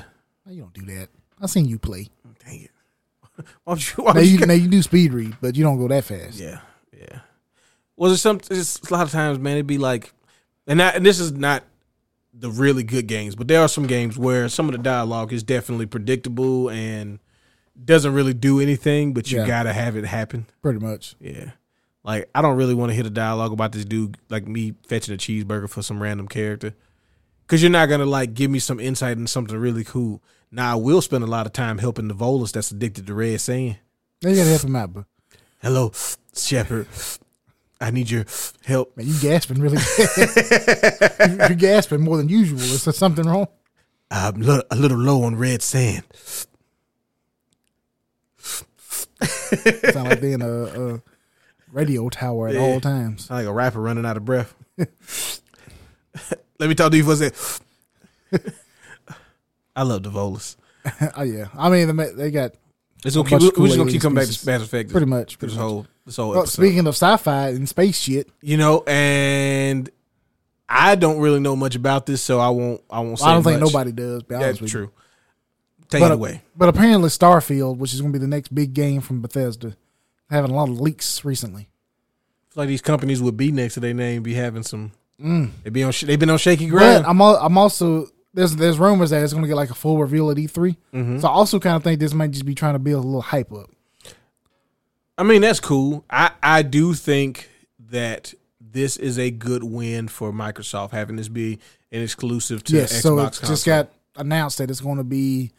Speaker 2: You don't do that. I seen you play.
Speaker 1: Dang it. Why don't you? Why
Speaker 2: Now
Speaker 1: don't you
Speaker 2: you, now you do speed read, but you don't go that fast.
Speaker 1: Yeah, yeah. Was it some? It's a lot of times, man. It'd be like, and that, and this is not the really good games, but there are some games where some of the dialogue is definitely predictable and doesn't really do anything, but you
Speaker 2: Yeah.
Speaker 1: gotta have it happen.
Speaker 2: Pretty much.
Speaker 1: Yeah. Like I don't really want to hear the dialogue about this dude, like me fetching a cheeseburger for some random character, because you're not gonna like give me some insight into something really cool. Now I will spend a lot of time helping the Volus that's addicted to red sand.
Speaker 2: Now you gotta help him out, but
Speaker 1: Hello, Shepherd. I need your help.
Speaker 2: man, you gasping really. you, you're gasping more than usual. Is there something wrong?
Speaker 1: I'm li- a little low on red sand.
Speaker 2: Sound like they in a, a radio tower at all times.
Speaker 1: Sound like a rapper running out of breath. Let me talk to you for a sec. I love the Volus.
Speaker 2: oh yeah. I mean, they ma- they got
Speaker 1: It's gonna
Speaker 2: Bunch
Speaker 1: keep, we're
Speaker 2: of
Speaker 1: we're just gonna
Speaker 2: Kool-Aid
Speaker 1: keep coming back
Speaker 2: pieces.
Speaker 1: to Mass Effect.
Speaker 2: pretty much.
Speaker 1: through
Speaker 2: Pretty
Speaker 1: this
Speaker 2: much.
Speaker 1: whole this whole
Speaker 2: Well,
Speaker 1: episode.
Speaker 2: speaking of sci-fi and space shit,
Speaker 1: you know, and I don't really know much about this, so I won't. I won't. Say
Speaker 2: I don't think
Speaker 1: much.
Speaker 2: nobody does. to Be honest
Speaker 1: That's
Speaker 2: with you.
Speaker 1: true. Take
Speaker 2: But,
Speaker 1: it away.
Speaker 2: but apparently, Starfield, which is going to be the next big game from Bethesda, having a lot of leaks recently.
Speaker 1: like these companies would be next to their name, be having some.
Speaker 2: Mm.
Speaker 1: They be on. sh- They been on shaky
Speaker 2: But
Speaker 1: ground.
Speaker 2: I'm al- I'm also there's there's rumors that it's going to get like a full reveal at E3.
Speaker 1: Mm-hmm.
Speaker 2: So I also kind of think this might just be trying to build a little hype up.
Speaker 1: I mean, that's cool. I I do think that this is a good win for Microsoft having this be an exclusive to
Speaker 2: yes,
Speaker 1: Xbox.
Speaker 2: so it
Speaker 1: console.
Speaker 2: just got announced that it's going to be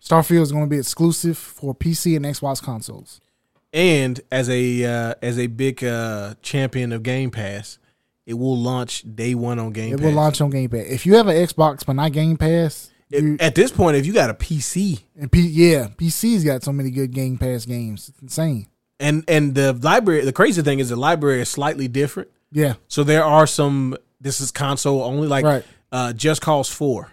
Speaker 2: Starfield is going to be exclusive for PC and Xbox consoles.
Speaker 1: and as a uh, as a big uh, champion of Game Pass, it will launch day one on Game
Speaker 2: It
Speaker 1: Pass.
Speaker 2: will launch on Game Pass. If you have an Xbox but not Game Pass,
Speaker 1: If-
Speaker 2: you,
Speaker 1: at this point, if you got a PC
Speaker 2: and P, yeah, PC's got so many good Game Pass games. It's insane.
Speaker 1: and and the library, the crazy thing is the library is slightly different.
Speaker 2: Yeah,
Speaker 1: So there are some. This is console only. Like
Speaker 2: Right.
Speaker 1: uh, Just Cause Four,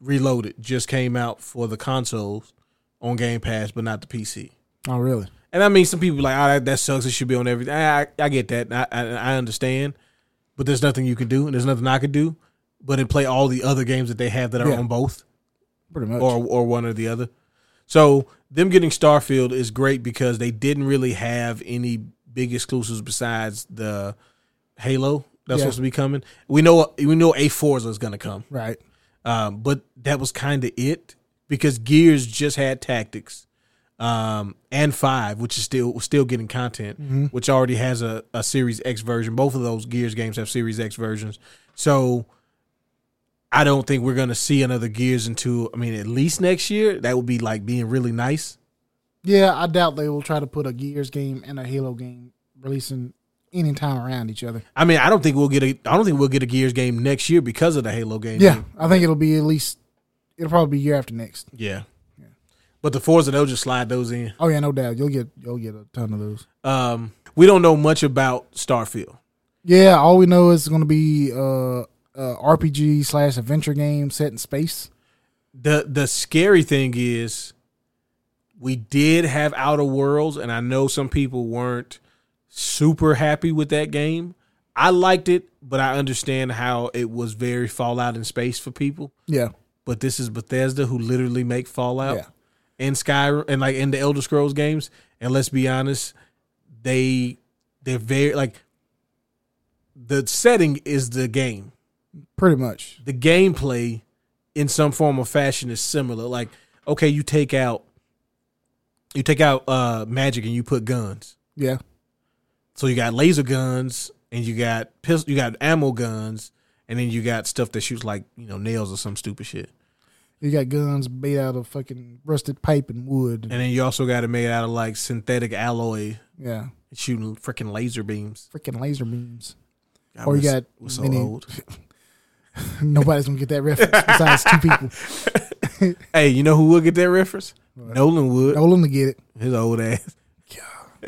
Speaker 1: Reloaded just came out for the consoles on Game Pass, but not the PC.
Speaker 2: oh really?
Speaker 1: And I mean, some people be like, oh, that, that sucks. It should be on everything. I, I, I get that. I, I, I understand. But there's nothing you can do, and there's nothing I could do. But it play all the other games that they have that are
Speaker 2: Yeah.
Speaker 1: on both,
Speaker 2: Pretty much.
Speaker 1: or or one or the other. So them getting Starfield is great because they didn't really have any big exclusives besides the Halo that's
Speaker 2: Yeah.
Speaker 1: supposed to be coming. We know we know a Forza is going to come.
Speaker 2: right.
Speaker 1: Um, but that was kind of it because Gears just had Tactics um, and Five, which is still was still getting content, which already has a, a Series X version. Both of those Gears games have Series X versions, so I don't think we're gonna see another Gears until I mean at least next year. That would be like being really nice.
Speaker 2: Yeah, I doubt they will try to put a Gears game and a Halo game releasing any time around each other.
Speaker 1: I mean, I don't think we'll get a I don't think we'll get a Gears game next year because of the Halo game.
Speaker 2: Yeah, I think it'll be at least it'll probably be year after next.
Speaker 1: Yeah. But the Forza, they'll just slide those in.
Speaker 2: Oh yeah, no doubt. You'll get you'll get a ton of those.
Speaker 1: Um, we don't know much about Starfield.
Speaker 2: Yeah, all we know is it's going to be uh, a RPG slash adventure game set in space.
Speaker 1: The the scary thing is we did have Outer Worlds, and I know some people weren't super happy with that game. I liked it, but I understand how it was very Fallout in space for people.
Speaker 2: Yeah,
Speaker 1: But this is Bethesda who literally make Fallout
Speaker 2: Yeah.
Speaker 1: and Skyrim and like in the Elder Scrolls games. And let's be honest, they they're very like the setting is the game
Speaker 2: pretty much.
Speaker 1: the gameplay in some form or fashion is similar. Like, okay, you take out you take out uh magic and you put guns.
Speaker 2: Yeah,
Speaker 1: So you got laser guns and you got pistol you got ammo guns and then you got stuff that shoots like, you know, nails or some stupid shit.
Speaker 2: you got guns made out of fucking rusted pipe and wood.
Speaker 1: And then you also got it made out of like synthetic alloy
Speaker 2: yeah,
Speaker 1: shooting freaking laser beams.
Speaker 2: freaking laser beams.
Speaker 1: God,
Speaker 2: Or you
Speaker 1: we're s-
Speaker 2: got
Speaker 1: we're so
Speaker 2: mini-
Speaker 1: old.
Speaker 2: Nobody's gonna get that reference besides two people.
Speaker 1: hey, you know who will get that reference? Nolan would.
Speaker 2: Nolan to get it.
Speaker 1: His old ass.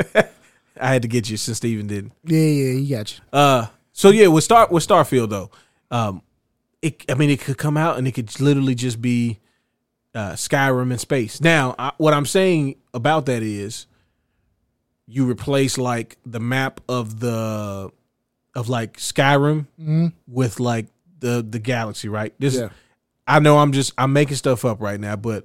Speaker 1: I had to get you since Steven didn't.
Speaker 2: Yeah, yeah, you got you.
Speaker 1: Uh, so yeah, with Star with Starfield though, um, it I mean it could come out and it could literally just be uh, Skyrim in space. Now, I, what I'm saying about that is, you replace like the map of the of like Skyrim
Speaker 2: Mhm.
Speaker 1: with like the the galaxy, right? This
Speaker 2: Yeah.
Speaker 1: I know I'm just I'm making stuff up right now, but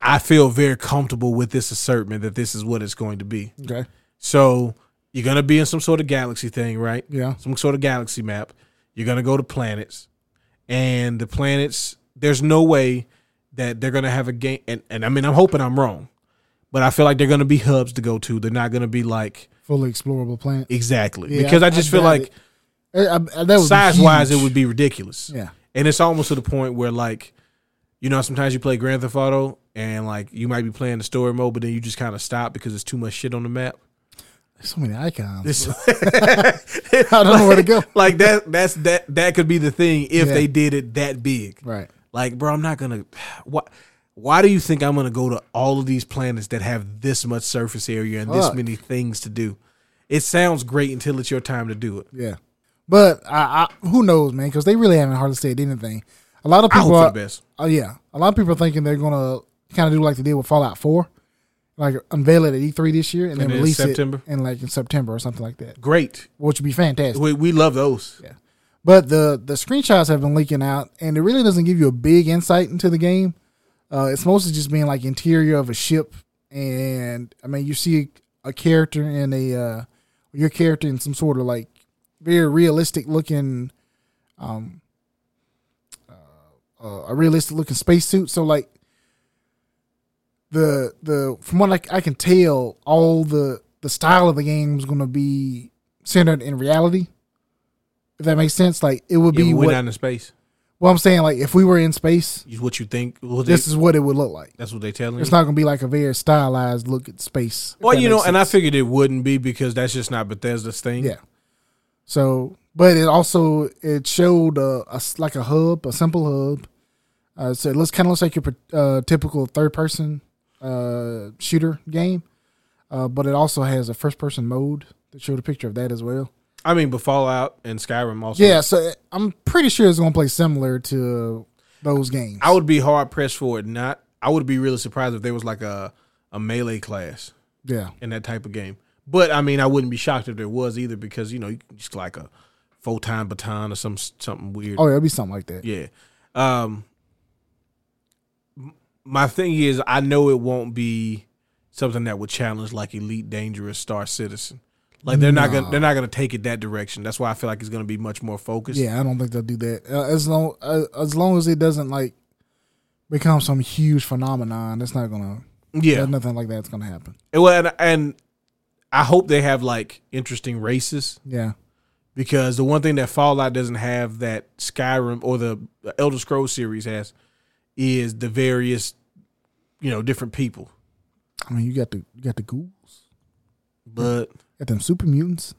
Speaker 1: I feel very comfortable with this assertment that this is what it's going to be.
Speaker 2: Okay.
Speaker 1: So you're gonna be in some sort of galaxy thing, right?
Speaker 2: Yeah.
Speaker 1: some sort of galaxy map. You're gonna go to planets, and the planets. There's no way that they're gonna have a game. And, and I mean, I'm hoping I'm wrong, but I feel like they're gonna be hubs to go to. They're not gonna be like
Speaker 2: Fully explorable planet.
Speaker 1: exactly
Speaker 2: Yeah,
Speaker 1: because I just feel
Speaker 2: doubt
Speaker 1: like
Speaker 2: it. Uh, I- I- that would be
Speaker 1: size wise, it
Speaker 2: huge.
Speaker 1: would be ridiculous.
Speaker 2: Yeah.
Speaker 1: And it's almost to the point where like, you know, sometimes you play Grand Theft Auto and like you might be playing the story mode, but then you just kind of stop because there's too much shit on the map.
Speaker 2: So many icons.
Speaker 1: It's-
Speaker 2: I don't know where to go.
Speaker 1: like that that's that that could be the thing if
Speaker 2: Yeah.
Speaker 1: they did it that big
Speaker 2: Right.
Speaker 1: like bro i'm not gonna why why do you think i'm gonna go to all of these planets that have this much surface area and this
Speaker 2: Fuck.
Speaker 1: many things to do it sounds great until it's your time to do it
Speaker 2: Yeah. But I, I who knows, man? Because they really haven't hardly said anything. A lot of
Speaker 1: i hope
Speaker 2: people
Speaker 1: for
Speaker 2: are,
Speaker 1: the best
Speaker 2: oh yeah. A lot of people are thinking they're gonna kind of do like they did with Fallout Four, like unveil it at E three this year
Speaker 1: And
Speaker 2: and, then
Speaker 1: in
Speaker 2: release
Speaker 1: September.
Speaker 2: it in like in September or something like that,
Speaker 1: great
Speaker 2: which would be fantastic.
Speaker 1: we, we love those
Speaker 2: Yeah. But the the screenshots have been leaking out, and it really doesn't give you a big insight into the game. Uh, it's mostly just being like interior of a ship, and I mean you see a character in a uh, your character in some sort of like very realistic looking, um, uh, uh, a realistic looking spacesuit. So like the the from what I, I can tell, all the the style of the game is going to be centered in reality. If that makes sense, like it would
Speaker 1: yeah,
Speaker 2: be
Speaker 1: we went
Speaker 2: what
Speaker 1: out into space
Speaker 2: well, I'm saying like if we were in space,
Speaker 1: is what you think what
Speaker 2: this
Speaker 1: they-
Speaker 2: is what it would look like.
Speaker 1: that's what they telling you
Speaker 2: It's not gonna be like a very stylized look at space. if
Speaker 1: well
Speaker 2: that
Speaker 1: you know
Speaker 2: makes
Speaker 1: and i
Speaker 2: sense.
Speaker 1: figured it wouldn't be because that's just not bethesda's thing
Speaker 2: yeah. So, but it also it showed a, a s- like a hub, a simple hub. Uh, so it looks kind of looks like your uh, typical third person uh, shooter game, uh, but it also has a first person mode that showed a picture of that as well.
Speaker 1: i mean but fallout and skyrim also
Speaker 2: Yeah, so I'm pretty sure it's gonna play similar to those games.
Speaker 1: I would be hard pressed for it not. I would be really surprised if there was like a a melee class
Speaker 2: yeah,
Speaker 1: in that type of game. But I mean, I wouldn't be shocked if there was either because you know you can just like a full time baton or some something weird.
Speaker 2: oh, yeah, it'll be something like that.
Speaker 1: Yeah. Um. m- My thing is, I know it won't be something that would challenge like Elite Dangerous Star Citizen. Like they're not gonna
Speaker 2: No.
Speaker 1: they're not gonna take it that direction. That's why I feel like it's gonna be much more focused.
Speaker 2: Yeah, I don't think they'll do that. Uh, as long uh, as long as it doesn't like become some huge phenomenon, it's not gonna.
Speaker 1: yeah.
Speaker 2: nothing like that's gonna happen.
Speaker 1: Well, and, and I hope they have like interesting races.
Speaker 2: Yeah,
Speaker 1: because the one thing that Fallout doesn't have that Skyrim or the Elder Scrolls series has is the various, you know, different people.
Speaker 2: I mean, you got the you got the ghouls,
Speaker 1: But
Speaker 2: got them super mutants.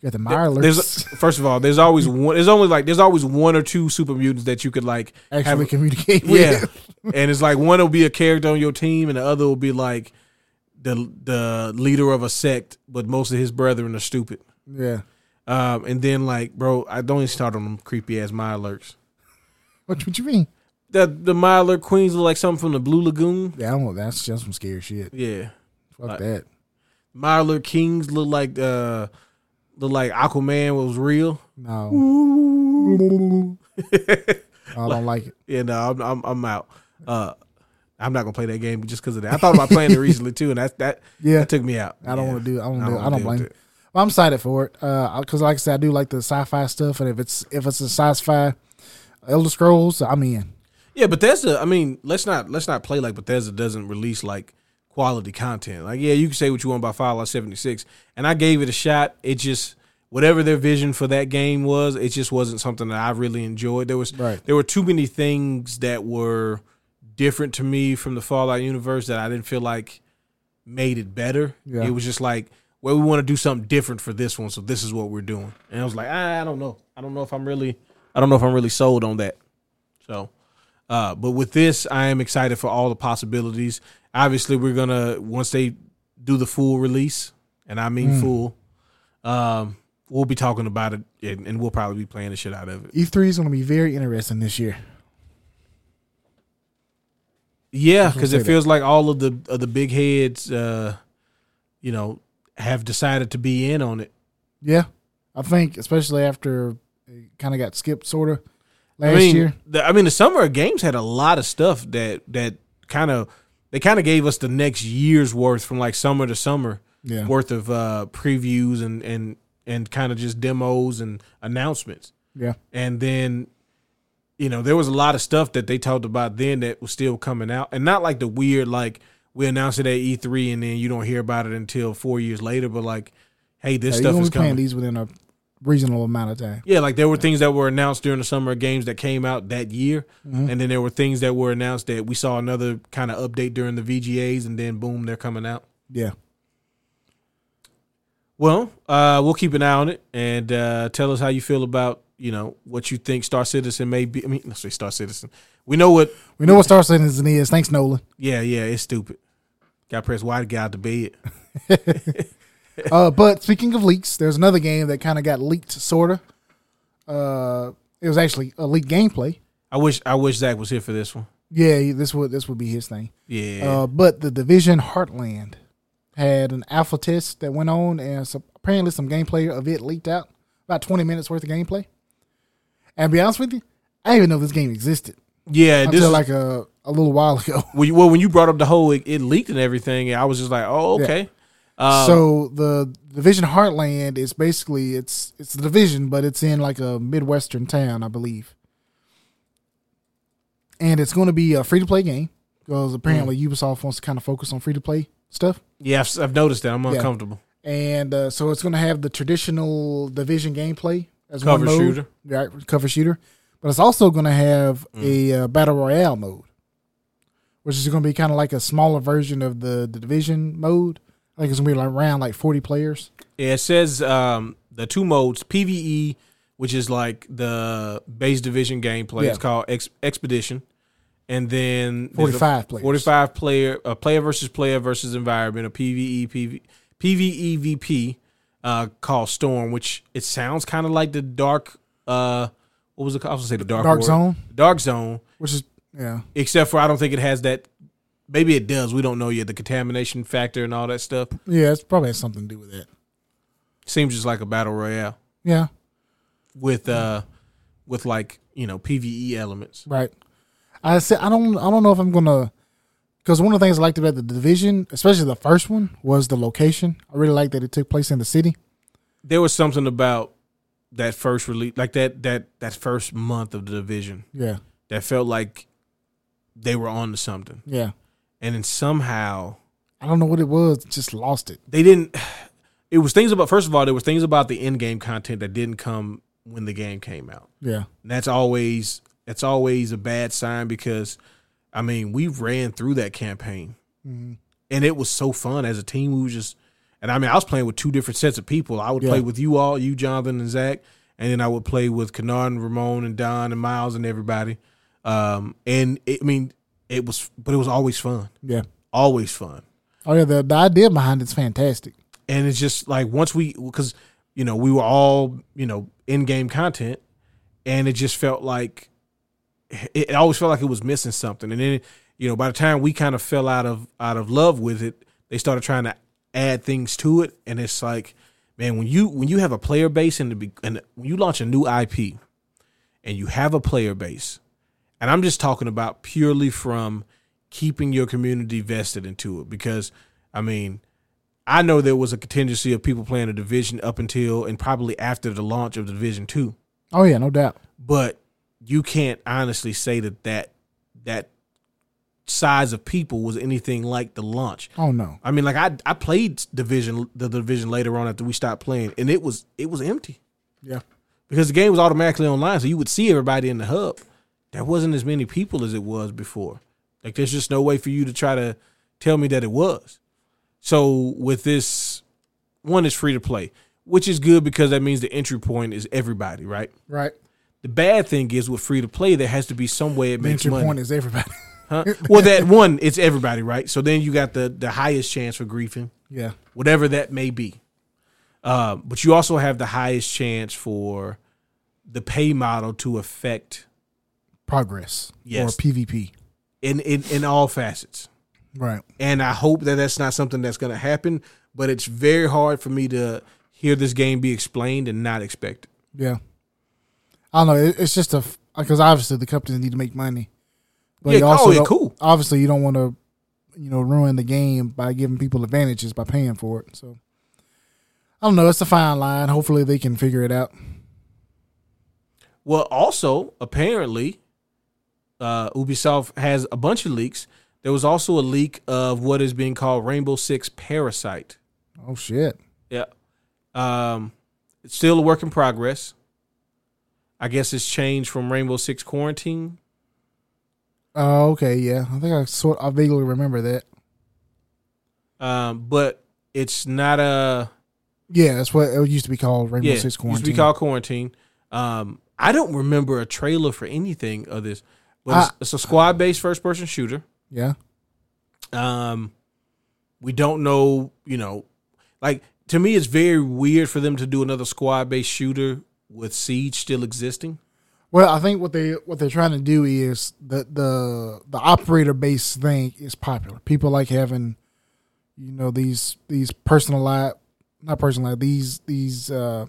Speaker 2: You got the Mirelurks.
Speaker 1: There's first of all, there's always one. There's only like there's always one or two super mutants that you could like
Speaker 2: actually communicate with.
Speaker 1: Yeah, and it's like one will be a character on your team, and the other will be like the the leader of a sect, but most of his brethren are stupid.
Speaker 2: Yeah.
Speaker 1: Um, and then like, bro, I don't even start on them creepy ass Mirelurks.
Speaker 2: What, what you mean?
Speaker 1: That the Mirelurk queens look like something from the Blue Lagoon.
Speaker 2: Yeah, I don't know. That's just some scary shit.
Speaker 1: Yeah,
Speaker 2: Fuck
Speaker 1: Like-
Speaker 2: that.
Speaker 1: Mirelurk kings look like uh look like Aquaman was real.
Speaker 2: No. I don't like it.
Speaker 1: Yeah, no, I'm I'm, I'm out. Uh, I'm not gonna play that game just because of that. I thought about playing it recently too, and that that,
Speaker 2: Yeah.
Speaker 1: that took me out.
Speaker 2: I don't
Speaker 1: Yeah.
Speaker 2: want to do. I don't.
Speaker 1: I
Speaker 2: do,
Speaker 1: don't
Speaker 2: I don't
Speaker 1: deal
Speaker 2: blame.
Speaker 1: with
Speaker 2: you.
Speaker 1: it.
Speaker 2: Well, I'm excited for it because, like I said, I do like the sci-fi stuff, and if it's if it's a sci-fi, Elder Scrolls, I'm in.
Speaker 1: Yeah, Bethesda. I mean, let's not let's not play like Bethesda doesn't release like quality content. Like, yeah, you can say what you want about Fallout 76, and I gave it a shot. It just whatever their vision for that game was, it just wasn't something that I really enjoyed. There was
Speaker 2: Right.
Speaker 1: there were too many things that were different to me from the Fallout universe that I didn't feel like made it better.
Speaker 2: Yeah.
Speaker 1: It was just like, well, we want to do something different for this one, so this is what we're doing. And I was like, "Ah, I, I don't know. I don't know if I'm really I don't know if I'm really sold on that. So uh, but with this, I am excited for all the possibilities. Obviously, we're gonna once they do the full release, and I mean
Speaker 2: Mm.
Speaker 1: full. Um, we'll be talking about it, and, and we'll probably be playing the shit out of it.
Speaker 2: E3 E is going to be very interesting this year.
Speaker 1: Yeah, because
Speaker 2: say
Speaker 1: it
Speaker 2: that.
Speaker 1: feels like all of the of the big heads, uh, you know, have decided to be in on it.
Speaker 2: Yeah, I think especially after it kind of got skipped sort of last
Speaker 1: I mean,
Speaker 2: year.
Speaker 1: The, I mean, the summer of games had a lot of stuff that that kind of they kind of gave us the next year's worth from like summer to summer
Speaker 2: Yeah.
Speaker 1: worth of uh, previews and and and kind of just demos and announcements.
Speaker 2: Yeah,
Speaker 1: And then, you know, there was a lot of stuff that they talked about then that was still coming out, and not like the weird like we announced it at E three and then you don't hear about it until four years later. But like, hey, this
Speaker 2: yeah
Speaker 1: stuff
Speaker 2: you're going
Speaker 1: is
Speaker 2: to be playing
Speaker 1: coming.
Speaker 2: these within a reasonable amount of time.
Speaker 1: Yeah, like there were things that were announced during the summer of games that came out that year, and then there were things that were announced that we saw another kind of update during the VGAs, and then boom, they're coming out.
Speaker 2: Yeah,
Speaker 1: Well, uh, we'll keep an eye on it and uh, tell us how you feel about you know what you think Star Citizen may be. I mean, let's say Star Citizen. We know what.
Speaker 2: we know what Star Citizen is. Thanks, Nolan.
Speaker 1: Yeah, yeah, it's stupid. Got to press Y to get out the bed.
Speaker 2: uh, but speaking of leaks, there's another game that kind of got leaked sort of. Uh, it was actually a leaked gameplay.
Speaker 1: I wish I wish Zach was here for this one.
Speaker 2: Yeah, this would this would be his thing.
Speaker 1: Yeah,
Speaker 2: Uh, but the division Heartland had an alpha test that went on, and some, apparently some gameplay of it leaked out. About twenty minutes worth of gameplay. And to be honest with you, I didn't even know this game existed
Speaker 1: yeah. This
Speaker 2: until
Speaker 1: is-
Speaker 2: like a, a little while ago.
Speaker 1: when you- well, when you brought up the whole it, it leaked and everything, I was just like, oh,
Speaker 2: Yeah.
Speaker 1: okay. Uh,
Speaker 2: so the division Heartland is basically it's it's the division, but it's in like a midwestern town, I believe. And it's going to be a free to play game because apparently
Speaker 1: Mm.
Speaker 2: Ubisoft wants to kind of focus on free to play stuff.
Speaker 1: yeah, I've, I've noticed that. I'm uncomfortable.
Speaker 2: and uh, so it's going to have the traditional division gameplay as
Speaker 1: Cover
Speaker 2: one mode,
Speaker 1: shooter.
Speaker 2: right? Cover shooter, but it's also going to have
Speaker 1: Mm.
Speaker 2: a uh, battle royale mode, which is going to be kind of like a smaller version of the, the division mode. I think it's going to be like around like forty players.
Speaker 1: Yeah, it says um, the two modes PVE, which is like the base division gameplay.
Speaker 2: Yeah.
Speaker 1: It's called Ex- Expedition, and then there's a
Speaker 2: 45 players.
Speaker 1: Forty-five player, a player versus player versus environment, a E, PVE PV, PVE VP E uh, called Storm, which it sounds kind of like the dark. Uh, what was it? Called? I was gonna say the dark
Speaker 2: Dark
Speaker 1: Ward.
Speaker 2: Zone,
Speaker 1: Dark Zone,
Speaker 2: which is yeah,
Speaker 1: except for I don't think it has that. Maybe it does. We don't know yet. The contamination factor and all that stuff
Speaker 2: yeah, it's probably has something to do with that.
Speaker 1: seems just like a battle royale.
Speaker 2: Yeah,
Speaker 1: with uh with like you know PVE elements.
Speaker 2: Right. I said I don't I don't know if I'm gonna because one of the things I liked about the division, especially the first one, was the location. I really liked that it took place in the city.
Speaker 1: There was something about that first release, like that that that first month of the division,
Speaker 2: Yeah.
Speaker 1: that felt like they were on to something,
Speaker 2: Yeah.
Speaker 1: and then somehow
Speaker 2: I don't know what it was, just lost it.
Speaker 1: they didn't. It was things about first of all, there was things about the end game content that didn't come when the game came out.
Speaker 2: Yeah.
Speaker 1: And that's always that's always a bad sign because I mean we ran through that campaign and it was so fun as a team. We were just And I mean, I was playing with two different sets of people. I would
Speaker 2: Yeah.
Speaker 1: play with you all, you, Jonathan, and Zach, and then I would play with Kennard and Ramon and Don and Miles and everybody. Um, and it, I mean, it was, but it was always fun,
Speaker 2: Yeah.
Speaker 1: always fun.
Speaker 2: Oh yeah, the, the idea behind it's fantastic.
Speaker 1: and it's just like once we because you know we were all you know in game content and it just felt like it, it always felt like it was missing something and then you know by the time we kind of fell out of out of love with it they started trying to add things to it and it's like man when you when you have a player base and the be- and when you launch a new IP and you have a player base and I'm just talking about purely from keeping your community vested into it because I mean I know there was a contingency of people playing the division up until and probably after the launch of the division two,
Speaker 2: Oh yeah, no doubt.
Speaker 1: but you can't honestly say that that that size of people was anything like the launch.
Speaker 2: Oh no.
Speaker 1: I mean, like I I played division the division later on after we stopped playing, and it was it was empty
Speaker 2: Yeah.
Speaker 1: because the game was automatically online, so you would see everybody in the hub. There wasn't as many people as it was before. Like there's just no way for you to try to tell me that it was. So with this one is free to play, which is good because that means the entry point is everybody, right?
Speaker 2: Right.
Speaker 1: The bad thing is with free to play, there has to be some way it
Speaker 2: The
Speaker 1: makes
Speaker 2: entry
Speaker 1: money.
Speaker 2: point is everybody.
Speaker 1: huh? Well, that one, it's everybody, right? So then you got the the highest chance for griefing
Speaker 2: yeah.
Speaker 1: whatever that may be. Uh, but you also have the highest chance for the pay model to affect
Speaker 2: Progress.
Speaker 1: Yes.
Speaker 2: Or PvP.
Speaker 1: in, in, in all facets.
Speaker 2: Right.
Speaker 1: And I hope that that's not something that's going to happen, but it's very hard for me to hear this game be explained and not expect it.
Speaker 2: Yeah. I don't know. It, it's just a because obviously the companies need to make money, but
Speaker 1: Yeah,
Speaker 2: you also
Speaker 1: oh, yeah,
Speaker 2: don't-
Speaker 1: cool.
Speaker 2: Obviously, you don't want to, you know, ruin the game by giving people advantages by paying for it. So I don't know. It's a fine line. Hopefully, they can figure it out.
Speaker 1: Well, also, apparently, uh, Ubisoft has a bunch of leaks. There was also a leak of what is being called Rainbow Six Parasite.
Speaker 2: Oh shit.
Speaker 1: Yeah. Um, it's still a work in progress. I guess it's changed from Rainbow Six Quarantine.
Speaker 2: Oh, okay. Yeah, I think I sort. I vaguely remember that.
Speaker 1: Um, but it's not a
Speaker 2: Yeah, that's what it used to be called. Rainbow
Speaker 1: yeah.
Speaker 2: Six
Speaker 1: it
Speaker 2: Quarantine.
Speaker 1: Used to be called Quarantine. Um, I don't remember a trailer for anything of this, but it's,
Speaker 2: I-
Speaker 1: it's a squad-based first-person shooter.
Speaker 2: yeah.
Speaker 1: Um, we don't know, you know, like to me, it's very weird for them to do another squad-based shooter with Siege still existing.
Speaker 2: Well, I think what they what they're trying to do is the the the operator base thing is popular. People like having, you know, these these personalized, not personalized these these uh,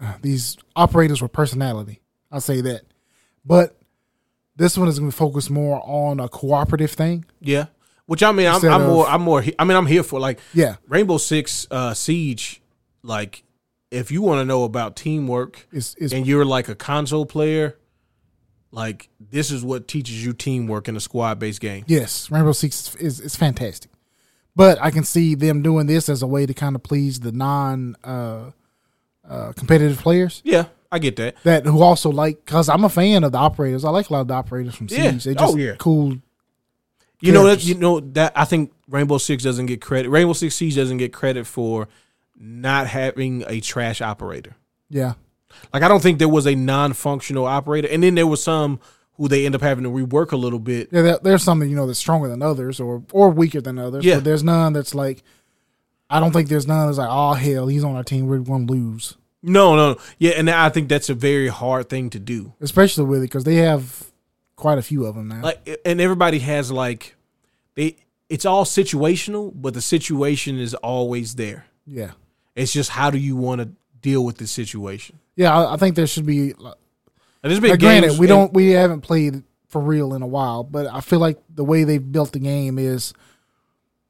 Speaker 2: uh, these operators with personality. I'll say that, but this one is going to focus more on a cooperative thing.
Speaker 1: Yeah, which I mean, I'm,
Speaker 2: Instead
Speaker 1: I'm
Speaker 2: of-
Speaker 1: more, I'm more, he- I mean, I'm here for like
Speaker 2: Yeah,
Speaker 1: Rainbow Six uh, Siege, like if you want to know about teamwork
Speaker 2: it's it's
Speaker 1: and you're like a console player, like this is what teaches you teamwork in a squad based game.
Speaker 2: Yes, Rainbow Six is, is, is fantastic, but I can see them doing this as a way to kind of please the non uh, uh, competitive players
Speaker 1: Yeah, I get that.
Speaker 2: that who also like because I'm a fan of the operators. I like a lot of the operators from Siege.
Speaker 1: Yeah.
Speaker 2: They
Speaker 1: Oh,
Speaker 2: just
Speaker 1: yeah.
Speaker 2: cool.
Speaker 1: You know that
Speaker 2: Characters.
Speaker 1: you know that I think Rainbow Six doesn't get credit. Rainbow Six Siege doesn't get credit for not having a trash operator.
Speaker 2: Yeah,
Speaker 1: Like I don't think there was a non functional operator, and then there was some who they end up having to rework a little bit.
Speaker 2: yeah. There, there's some that you know that's stronger than others or or weaker than others.
Speaker 1: Yeah.
Speaker 2: but there's none that's like. I don't think there's none that's like, oh hell, he's on our team. We're gonna lose,
Speaker 1: No, no, no. yeah, and I think that's a very hard thing to do.
Speaker 2: especially with it because they have quite a few of them now.
Speaker 1: like and everybody has like they it's all situational but the situation is always there
Speaker 2: yeah.
Speaker 1: it's just how do you want to deal with the situation
Speaker 2: Yeah, I, I think there should be like,
Speaker 1: and there's been
Speaker 2: Now,
Speaker 1: games
Speaker 2: granted, we
Speaker 1: and-
Speaker 2: don't we haven't played for real in a while, but I feel like the way they've built the game is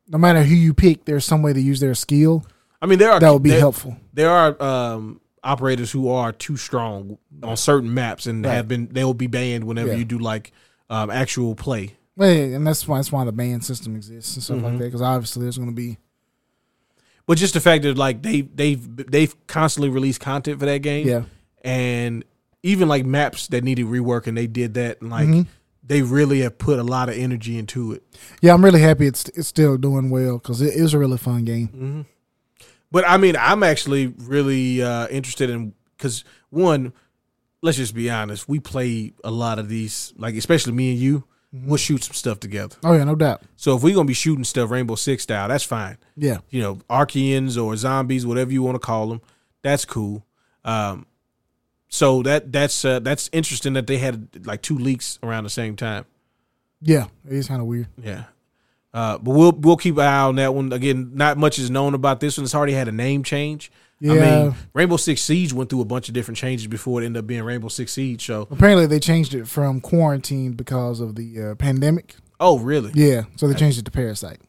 Speaker 2: no matter who you pick, there's some way to use their skill
Speaker 1: i mean there are
Speaker 2: that would be
Speaker 1: there,
Speaker 2: helpful.
Speaker 1: there are um operators who are too strong on certain maps and
Speaker 2: Right.
Speaker 1: have been they'll be banned whenever
Speaker 2: Yeah.
Speaker 1: you do like um actual play
Speaker 2: Yeah, And that's why that's why the ban system exists and stuff
Speaker 1: Mm-hmm.
Speaker 2: like that because obviously there's going to be
Speaker 1: but just the fact that like they they've they've constantly released content for that game
Speaker 2: yeah
Speaker 1: and even like maps that needed rework and they did that and like they really have put a lot of energy into it Mm-hmm.
Speaker 2: yeah I'm really happy it's it's still doing well because it is a really fun game.
Speaker 1: But I mean, I'm actually really uh, interested in because one, let's just be honest, we play a lot of these, like especially me and you, we'll shoot some stuff together.
Speaker 2: Oh yeah, no doubt.
Speaker 1: So if we're gonna be shooting stuff Rainbow Six style, that's fine.
Speaker 2: Yeah,
Speaker 1: You know, Archeans or zombies, whatever you want to call them, that's cool. Um, so that that's uh, that's interesting that they had like two leaks around the same time.
Speaker 2: yeah. It is kind of weird.
Speaker 1: Yeah. Uh, but we'll we'll keep an eye on that one. Again, not much is known about this one. It's already had a name change. I
Speaker 2: Yeah.
Speaker 1: mean, Rainbow Six Siege went through a bunch of different changes before it ended up being Rainbow Six Siege. So,
Speaker 2: Apparently, they changed it from quarantine because of the uh, pandemic.
Speaker 1: oh really?
Speaker 2: Yeah, so they changed it to parasite.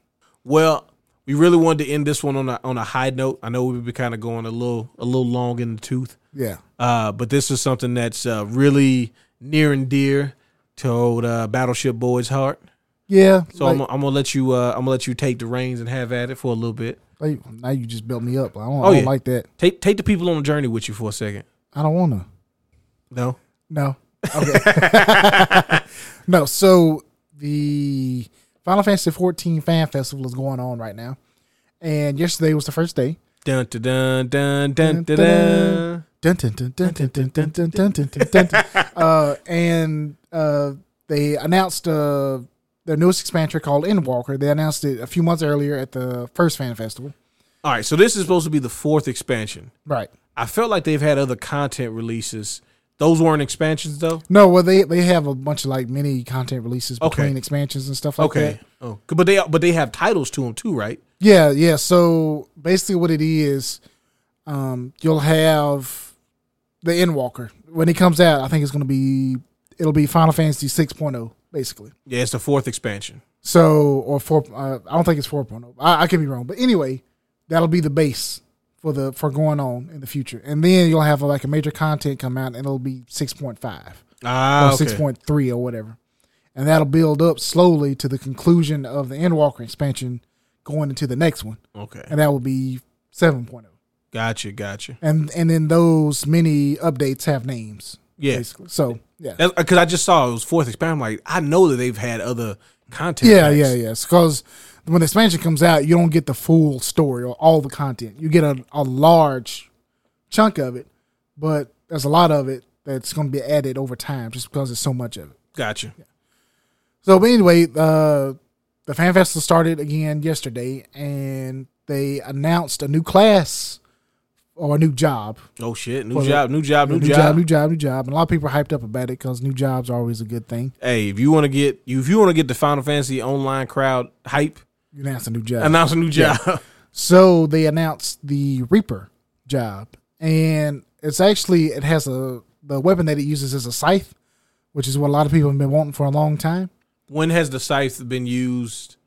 Speaker 1: Well, we really wanted to end this one on a on a high note. I know we've been kind of going a little a little long in the tooth,
Speaker 2: Yeah,
Speaker 1: uh, but this is something that's uh, really near and dear to old uh, Battleship Boy's heart.
Speaker 2: yeah.
Speaker 1: So I'm,
Speaker 2: like,
Speaker 1: gonna- I'm gonna let you uh, I'm gonna let you take the reins and have at it for a little bit.
Speaker 2: like, now you just built me up. I don't,
Speaker 1: Oh,
Speaker 2: I don't
Speaker 1: yeah.
Speaker 2: like that.
Speaker 1: Take take the people on a journey with you for a second.
Speaker 2: I don't want to.
Speaker 1: No.
Speaker 2: No. Okay. no. So the Final Fantasy 14 Fan Festival is going on right now, and yesterday was the first day.
Speaker 1: Dun dun dun dun dun dun. dun.
Speaker 2: Dun-dun-dun. Dun, dun, dun, dun, dun, dun, dun, dun, dun, dun, dun, dun, dun. Uh, and uh, they announced uh, their newest expansion called Endwalker. They announced it a few months earlier at the first Fan Festival.
Speaker 1: All right, so this is supposed to be the fourth expansion.
Speaker 2: Right.
Speaker 1: I felt like they've had other content releases. Those weren't expansions though.
Speaker 2: No, well they they have a bunch of like mini content releases
Speaker 1: Okay.
Speaker 2: between expansions and stuff like that.
Speaker 1: Okay. Oh, but they but they have titles to them too, right?
Speaker 2: Yeah, yeah. So basically, what it is, um, you'll have the Endwalker when it comes out. I think it's going to be it'll be Final Fantasy 6.0 basically.
Speaker 1: Yeah, it's the fourth expansion.
Speaker 2: So or four, uh, I don't think it's 4.0. I, I could be wrong, but anyway, that'll be the base for the for going on in the future, and then you'll have like a major content come out, and it'll be 6.5
Speaker 1: Ah,
Speaker 2: or
Speaker 1: okay.
Speaker 2: six point three or whatever, and that'll build up slowly to the conclusion of the Endwalker expansion, going into the next one,
Speaker 1: Okay.
Speaker 2: and that will be seven oh.
Speaker 1: Gotcha, gotcha.
Speaker 2: and and then those many updates have names,
Speaker 1: Yeah.
Speaker 2: basically. So yeah,
Speaker 1: Because I just saw it was fourth expansion. I'm like, I know that they've had other content.
Speaker 2: yeah,
Speaker 1: packs.
Speaker 2: yeah, yeah. Because when the expansion comes out, you don't get the full story or all the content. You get a, a large chunk of it, but there's a lot of it that's going to be added over time just because there's so much of it.
Speaker 1: Gotcha.
Speaker 2: So, but anyway, uh, the fan festival started again yesterday, and they announced a new class or a new job.
Speaker 1: Oh shit! New
Speaker 2: Well,
Speaker 1: job, new job, new,
Speaker 2: new
Speaker 1: job.
Speaker 2: new job, new job. And a lot of people are hyped up about it because new jobs are always a good thing.
Speaker 1: Hey, if you want to get you if you want to get the Final Fantasy online crowd hype,
Speaker 2: You announce a new job.
Speaker 1: announce a new job.
Speaker 2: So they announced the Reaper job, and it's actually it has a the weapon that it uses is a scythe, which is what a lot of people have been wanting for a long time.
Speaker 1: when has the scythe been used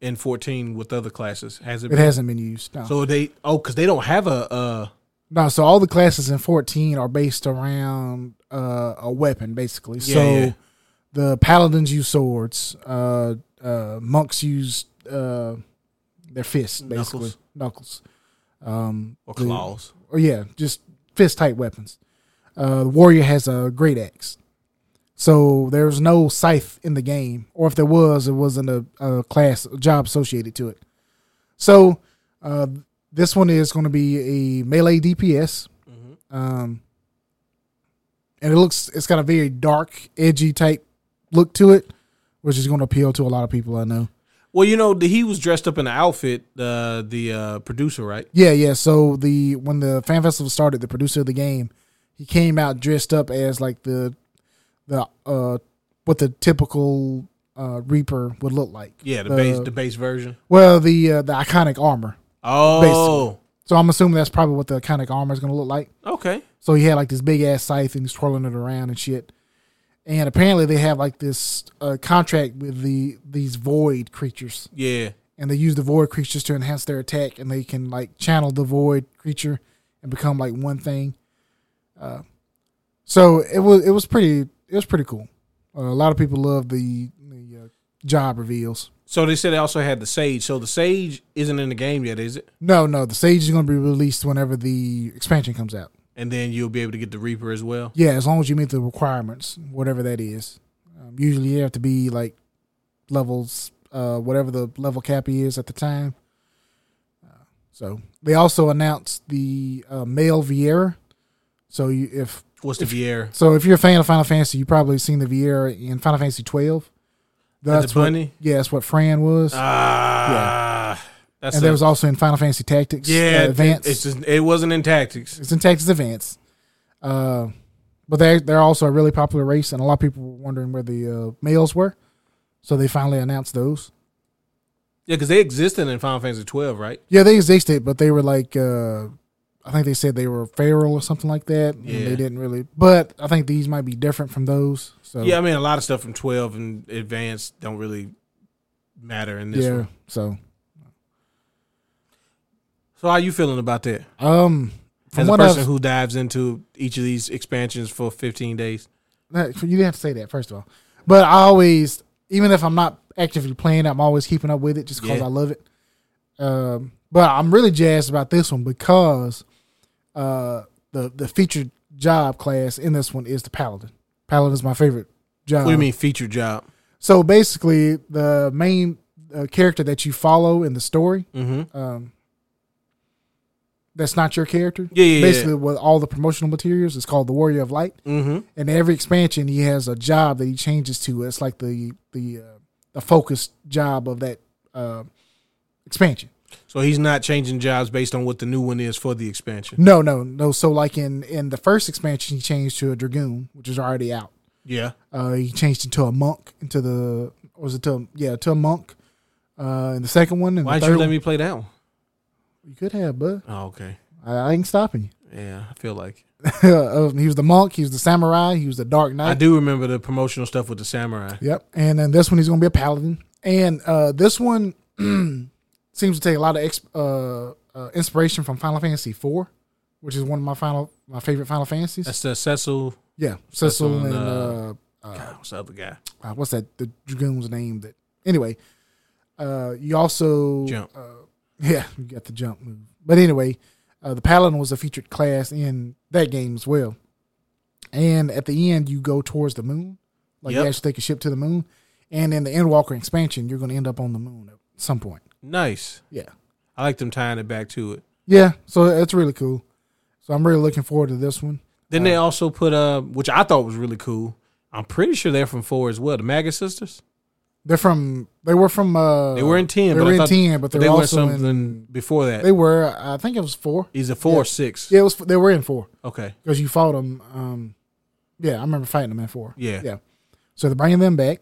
Speaker 1: in 14 with other classes? Has it
Speaker 2: It
Speaker 1: been?
Speaker 2: hasn't been used. No, so,
Speaker 1: Mm-hmm. so they oh because they don't have a uh
Speaker 2: no, so all the classes in fourteen are based around uh, a weapon, basically.
Speaker 1: Yeah,
Speaker 2: so
Speaker 1: yeah.
Speaker 2: the paladins use swords, uh, uh, monks use uh, their fists, basically
Speaker 1: Knuckles.
Speaker 2: knuckles. Um,
Speaker 1: or
Speaker 2: the-
Speaker 1: claws.
Speaker 2: or yeah, just fist type weapons. Uh, the warrior has a great axe, so there's no scythe in the game, or if there was, it wasn't a, a class a job associated to it. So uh, this one is going to be a melee DPS, um, and it looks it's got a very dark, edgy type look to it, which is going to appeal to a lot of people I know.
Speaker 1: Well, you know the, he was dressed up in an outfit. Uh, the uh, producer, right?
Speaker 2: Yeah, yeah. So the when the fan festival started, the producer of the game, he came out dressed up as like the the uh what the typical uh Reaper would look like.
Speaker 1: Yeah, the base
Speaker 2: Uh,
Speaker 1: the base version.
Speaker 2: Well, the uh, the iconic armor.
Speaker 1: Oh,
Speaker 2: So I'm assuming that's probably what the iconic armor is going to look like.
Speaker 1: okay.
Speaker 2: So he had like this big ass scythe and he's twirling it around and shit. And apparently they have like this uh, contract with the these void creatures.
Speaker 1: Yeah,
Speaker 2: and they use the void creatures to enhance their attack, and they can like channel the void creature and become like one thing. Uh, so it was it was pretty it was pretty cool. Uh, a lot of people love the, the uh, job reveals.
Speaker 1: So they said they also had the Sage. So the Sage isn't in the game yet, is it?
Speaker 2: No, no, the sage is going to be released whenever the expansion comes out.
Speaker 1: And then you'll be able to get the Reaper as well.
Speaker 2: Yeah, as long as you meet the requirements, whatever that is. Um, usually, you have to be like levels, uh, whatever the level cap is at the time. Uh, So they also announced the uh, male Vieira. So you, if
Speaker 1: What's the Vieira?
Speaker 2: so, if you're a fan of Final Fantasy, you probably seen the Vieira in Final Fantasy twelve.
Speaker 1: That's
Speaker 2: what-
Speaker 1: bunny.
Speaker 2: yeah, that's what Fran was,
Speaker 1: Ah, that's a-
Speaker 2: and there was also in Final Fantasy Tactics.
Speaker 1: yeah.
Speaker 2: uh,
Speaker 1: it-
Speaker 2: Advance.
Speaker 1: It's just it wasn't in tactics.
Speaker 2: It's in Texas Advance. Uh, but they they're also a really popular race, and a lot of people were wondering where the uh, males were. So they finally announced those.
Speaker 1: Yeah, because they existed in Final Fantasy twelve, right?
Speaker 2: Yeah, they existed, but they were like, uh, I think they said they were feral or something like that. And
Speaker 1: Yeah.
Speaker 2: they didn't really. But I think these might be different from those. So
Speaker 1: Yeah, I mean a lot of stuff from twelve and advance don't really matter in this
Speaker 2: yeah.
Speaker 1: one.
Speaker 2: So
Speaker 1: So how you feeling about that?
Speaker 2: um, from
Speaker 1: As a
Speaker 2: what
Speaker 1: person
Speaker 2: I've,
Speaker 1: who dives into each of these expansions for fifteen days.
Speaker 2: that- you didn't have to say that first of all, but I always, even if I'm not actively playing, I'm always keeping up with it just because
Speaker 1: Yeah.
Speaker 2: I love it. Um, but I'm really jazzed about this one because uh, the the featured job class in this one is the paladin. Paladin is my favorite job.
Speaker 1: What do you mean feature job?
Speaker 2: So basically, the main uh, character that you follow in the story,
Speaker 1: Mm-hmm.
Speaker 2: um, that's not your character.
Speaker 1: Yeah, yeah,
Speaker 2: Basically, with all the promotional materials, it's called the Warrior of Light.
Speaker 1: yeah. Mm-hmm.
Speaker 2: And every expansion, he has a job that he changes to. It's like the the uh, the focused job of that uh, expansion.
Speaker 1: So he's not changing jobs based on what the new one is for the expansion.
Speaker 2: No, no, no. So like in in the first expansion, he changed to a dragoon, which is already out.
Speaker 1: Yeah.
Speaker 2: Uh, he changed into a monk, into the or was it to yeah to a monk. Uh, in the second one, and
Speaker 1: Why
Speaker 2: the
Speaker 1: didn't
Speaker 2: third
Speaker 1: you let
Speaker 2: one-
Speaker 1: me play that one?
Speaker 2: You could have, but
Speaker 1: Oh, okay.
Speaker 2: I, I ain't stopping
Speaker 1: Yeah, I feel like
Speaker 2: you. um, he was the monk. He was the samurai. He was the dark
Speaker 1: I
Speaker 2: knight.
Speaker 1: do remember the promotional stuff with the samurai.
Speaker 2: Yep. And then this one, he's going to be a paladin. And uh, this one seems to take a lot of ex- uh, uh, inspiration from Final Fantasy IV, which is one of my final, my favorite Final Fantasies.
Speaker 1: That's the Cecil.
Speaker 2: yeah, Cecil
Speaker 1: on,
Speaker 2: and
Speaker 1: uh,
Speaker 2: uh,
Speaker 1: God, what's the other guy?
Speaker 2: uh, what's that? The dragoon's name. That anyway. Uh, you also
Speaker 1: Jump.
Speaker 2: Uh, yeah, you got the jump move. But anyway, uh, the paladin was a featured class in that game as well. And at the end, you go towards the moon. Like
Speaker 1: Yep.
Speaker 2: you actually take a ship to the moon. And in the Endwalker expansion, you're going to end up on the moon at some point.
Speaker 1: Nice.
Speaker 2: Yeah.
Speaker 1: I like them tying it back to it.
Speaker 2: Yeah, so that's really cool. So I'm really looking forward to this one.
Speaker 1: Then they also put uh, which I thought was really cool. I'm pretty sure they're from four as well. The Maggot Sisters.
Speaker 2: They're from. They were from. Uh,
Speaker 1: They were in ten.
Speaker 2: They
Speaker 1: but I
Speaker 2: were in
Speaker 1: thought
Speaker 2: ten, but they,
Speaker 1: they
Speaker 2: were
Speaker 1: were
Speaker 2: also
Speaker 1: something
Speaker 2: in.
Speaker 1: before that.
Speaker 2: They were. I think it was four.
Speaker 1: He's a four or six.
Speaker 2: Yeah, it was. They were in four
Speaker 1: Okay.
Speaker 2: because you fought them. Um, yeah, I remember fighting them in four.
Speaker 1: Yeah.
Speaker 2: Yeah. So they're bringing them back.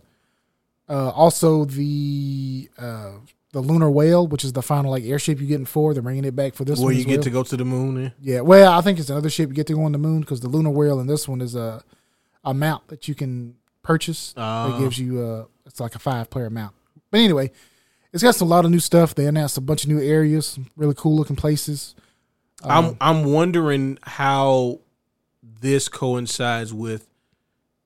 Speaker 2: Uh, also the uh, the lunar whale, which is the final like airship you get in four, they're bringing it back for this
Speaker 1: Where
Speaker 2: one.
Speaker 1: you
Speaker 2: as
Speaker 1: get
Speaker 2: well.
Speaker 1: to go to the moon. And,
Speaker 2: yeah. Well, I think it's another ship you get to go on the moon because the lunar whale in this one is a a mount that you can purchase.
Speaker 1: Ah.
Speaker 2: that gives you uh it's like a five player mount. But anyway, it's got some- a lot of new stuff. They announced a bunch of new areas, some really cool looking places. Um,
Speaker 1: I'm I'm wondering how this coincides with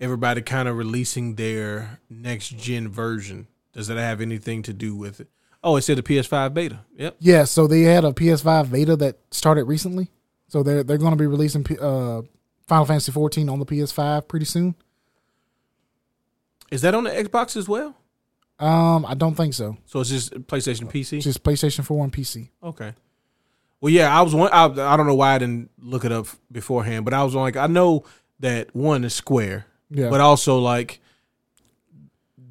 Speaker 1: everybody kind of releasing their next gen version. Does that have anything to do with it? Oh, it said the PS5 beta. Yep.
Speaker 2: Yeah, so they had a PS5 beta that started recently. So they're they're going to be releasing P- uh, Final Fantasy 14 on the PS5 pretty soon.
Speaker 1: Is that on the Xbox as well?
Speaker 2: Um, I don't think so.
Speaker 1: So it's just PlayStation PC.
Speaker 2: It's just PlayStation 4 and PC.
Speaker 1: Okay. Well, yeah, I was one. I, I don't know why I didn't look it up beforehand, but I was like, I know that one is Square,
Speaker 2: Yeah,
Speaker 1: but also like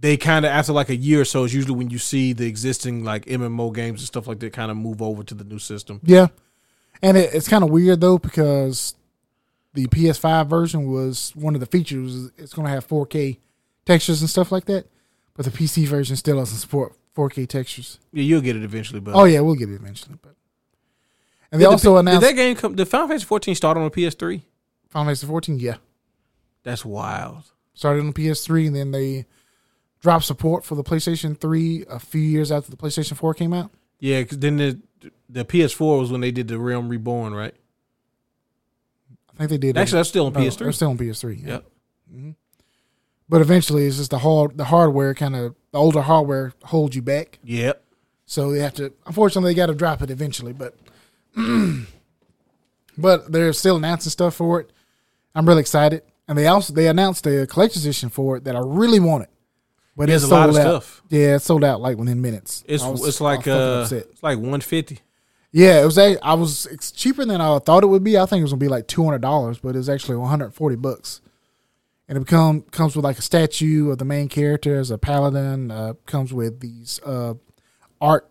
Speaker 1: they kind of after like a year or so is usually when you see the existing like MMO games and stuff like that kind of move over to the new system.
Speaker 2: yeah. And it, it's kind of weird though because the PS5 version was one of the features. It's going to have 4K textures and stuff like that, but the PC version still doesn't support 4K textures.
Speaker 1: Yeah, you'll get it eventually, but
Speaker 2: Oh yeah, we'll get it eventually. But and they
Speaker 1: Did Uh. the
Speaker 2: also
Speaker 1: P-
Speaker 2: announced
Speaker 1: did that game come. Did Final Fantasy 14 start on a PS3?
Speaker 2: Final Fantasy 14. Yeah.
Speaker 1: That's wild.
Speaker 2: started on the PS3, and then they dropped support for the PlayStation 3 a few years after the PlayStation 4 came out.
Speaker 1: Yeah, 'cause then the the PS4 was when they did the Realm Reborn, right?
Speaker 2: I think they did.
Speaker 1: Actually, that's still on
Speaker 2: no,
Speaker 1: PS3.
Speaker 2: they're still on PS3. Yeah. Mm-hmm.
Speaker 1: Yep.
Speaker 2: But eventually, it's just the hard, the hardware kind of the older hardware holds you back,
Speaker 1: Yep.
Speaker 2: so they have to. Unfortunately, they got to drop it eventually, but but they're still announcing stuff for it. I'm really excited, and they also they announced a collector's edition for it that I really wanted. But
Speaker 1: There's
Speaker 2: it's
Speaker 1: a lot of
Speaker 2: sold out.
Speaker 1: stuff.
Speaker 2: Yeah, it's sold out like within minutes.
Speaker 1: It's
Speaker 2: I was-
Speaker 1: it's
Speaker 2: I was
Speaker 1: like
Speaker 2: fucking
Speaker 1: uh, it's like 150.
Speaker 2: Yeah, it was. a- I was it's cheaper than I thought it would be. I think it was gonna be like two hundred dollars, but it was actually one hundred forty bucks. And it become comes with like a statue of the main character as a paladin. Uh, comes with these uh, art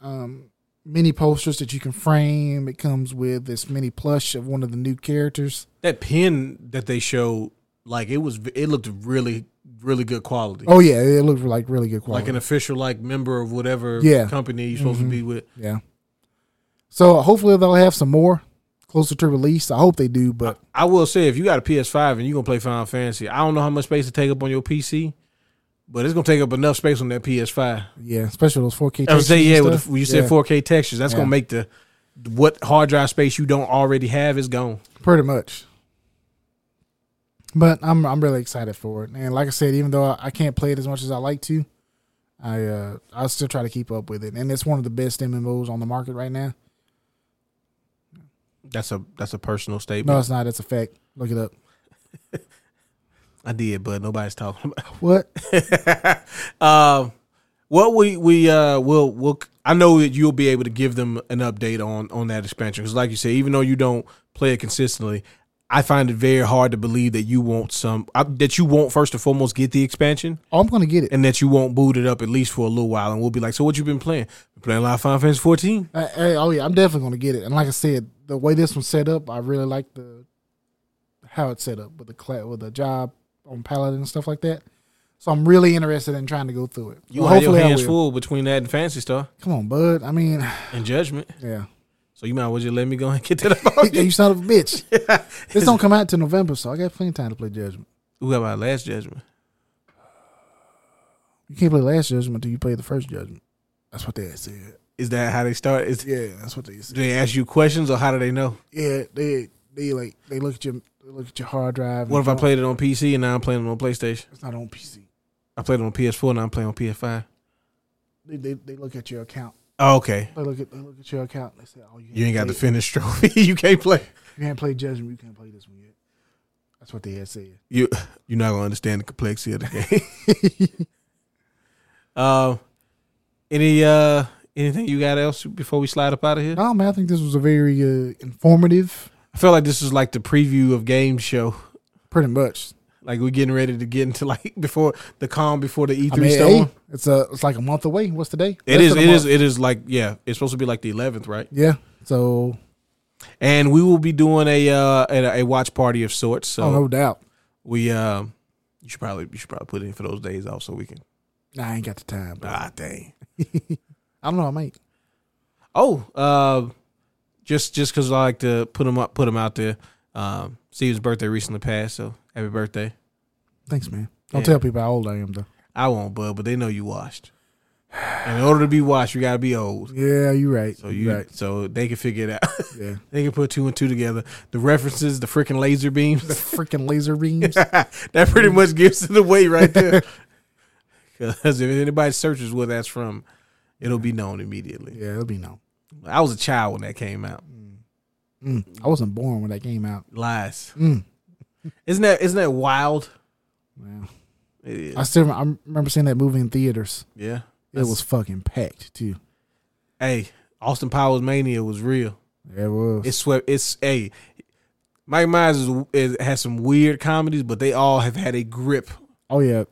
Speaker 2: um, mini posters that you can frame. It comes with this mini plush of one of the new characters.
Speaker 1: That pin that they showed, like it was, it looked really, really good quality.
Speaker 2: Oh yeah, it looked like really good quality.
Speaker 1: Like an official, like member of whatever
Speaker 2: Yeah. Mm-hmm.
Speaker 1: company you're supposed to be with.
Speaker 2: yeah. So uh, hopefully they'll have some more closer to release. I hope they do, but
Speaker 1: I will say, if you got a PS5 and you're gonna play Final Fantasy, I don't know how much space to take up on your PC, but it's gonna take up enough space on that PS5.
Speaker 2: yeah, especially those four K.
Speaker 1: I would say, yeah, with the, when you said 4K textures, that's
Speaker 2: Yeah.
Speaker 1: gonna make the what hard drive space you don't already have is gone.
Speaker 2: Pretty much. But I'm I'm really excited for it, and like I said, even though I, I can't play it as much as I like to, I uh I still try to keep up with it, and it's one of the best MMOs on the market right now.
Speaker 1: That's a that's a personal statement.
Speaker 2: No, it's not. It's a fact. Look it up.
Speaker 1: I did, but nobody's talking about.
Speaker 2: What?
Speaker 1: um, what we we uh will will I know that you'll be able to give them an update on on that expansion because, like you said, even though you don't play it consistently, I find it very hard to believe that you won't some uh, that you won't first and foremost get the expansion
Speaker 2: Oh, I'm gonna get it.
Speaker 1: and that you won't boot it up at least for a little while, and we'll be like, so what you been playing? Been playing a lot of Final Fantasy fourteen.
Speaker 2: Uh, hey, oh yeah, I'm definitely gonna get it. And like I said, the way this one's set up, I really like the how it's set up with the cla- with the job on Paladin and stuff like that. So I'm really interested in trying to go through it.
Speaker 1: You
Speaker 2: Well,
Speaker 1: had your
Speaker 2: I
Speaker 1: hands
Speaker 2: will.
Speaker 1: full between that and Fantasy Star
Speaker 2: Come on, bud. I mean,
Speaker 1: and Judgment,
Speaker 2: yeah.
Speaker 1: so you might as well just let me go ahead and get that up. on
Speaker 2: Yeah,
Speaker 1: you.
Speaker 2: you son of a bitch. This don't come out till November, so I got plenty of time to play Judgment.
Speaker 1: Who got my last Judgment?
Speaker 2: You can't play Last Judgment until you play the first Judgment. That's what they said.
Speaker 1: Is that how they start? Is, do
Speaker 2: Yeah, that's what they said.
Speaker 1: they ask you questions or how do they know?
Speaker 2: Yeah, they they like they look at your they look at your hard drive. and
Speaker 1: What if I
Speaker 2: don't-
Speaker 1: played it on PC and now I'm playing it on PlayStation?
Speaker 2: It's not on PC.
Speaker 1: I played it on PS4 and now I'm playing on PS5.
Speaker 2: They, they they look at your account.
Speaker 1: Oh, okay.
Speaker 2: They look at they look at your account. and They say, "Oh, you,
Speaker 1: You ain't got the
Speaker 2: play-
Speaker 1: finished trophy. you can't play.
Speaker 2: You can't play Judgment. You can't play this one yet." That's what they had said.
Speaker 1: You you're not gonna understand the complexity of the game. um, any uh anything you got else before we slide up out of here?
Speaker 2: No man, I think this was a very uh, informative.
Speaker 1: I feel like this is like the preview of game show.
Speaker 2: Pretty much.
Speaker 1: Like we're getting ready to get into like before the calm before the E
Speaker 2: I
Speaker 1: three
Speaker 2: mean,
Speaker 1: storm.
Speaker 2: hey, it's a it's like a month away. What's today?
Speaker 1: It
Speaker 2: Less
Speaker 1: is.
Speaker 2: than a
Speaker 1: It
Speaker 2: month.
Speaker 1: is. It is like yeah. It's supposed to be like the eleventh, right?
Speaker 2: Yeah. So
Speaker 1: And we will be doing a uh a, a watch party of sorts. So
Speaker 2: Oh, no doubt.
Speaker 1: we um you should probably you should probably put in for those days off so we can
Speaker 2: Nah, I ain't got the time. But
Speaker 1: ah dang
Speaker 2: I don't know. I might.
Speaker 1: oh uh just just because I like to put them up put them out there um Steve's birthday recently passed so happy birthday
Speaker 2: Thanks, man. Don't
Speaker 1: Yeah.
Speaker 2: tell people how old I am, though.
Speaker 1: I won't bud but they know you washed in order to be washed you gotta be old
Speaker 2: Yeah, you're right.
Speaker 1: so you
Speaker 2: right.
Speaker 1: so they can figure it out
Speaker 2: Yeah.
Speaker 1: they can put two and two together the references the freaking laser
Speaker 2: The
Speaker 1: beams
Speaker 2: freaking laser beams.
Speaker 1: that pretty much gives it away right there because if anybody searches where that's from it'll be known immediately.
Speaker 2: yeah, it'll be no.
Speaker 1: I was a child when that came out.
Speaker 2: Mm. I wasn't born when that came out.
Speaker 1: Lies.
Speaker 2: Mm.
Speaker 1: Isn't that isn't that wild?
Speaker 2: Wow.
Speaker 1: It is.
Speaker 2: I still rem- I remember seeing that movie in theaters.
Speaker 1: yeah.
Speaker 2: It was fucking packed too.
Speaker 1: Hey, Austin Powers mania was real.
Speaker 2: Yeah, it was.
Speaker 1: It swept. It's hey, Mike Myers is, is has some weird comedies, but they all have had a grip.
Speaker 2: oh yeah.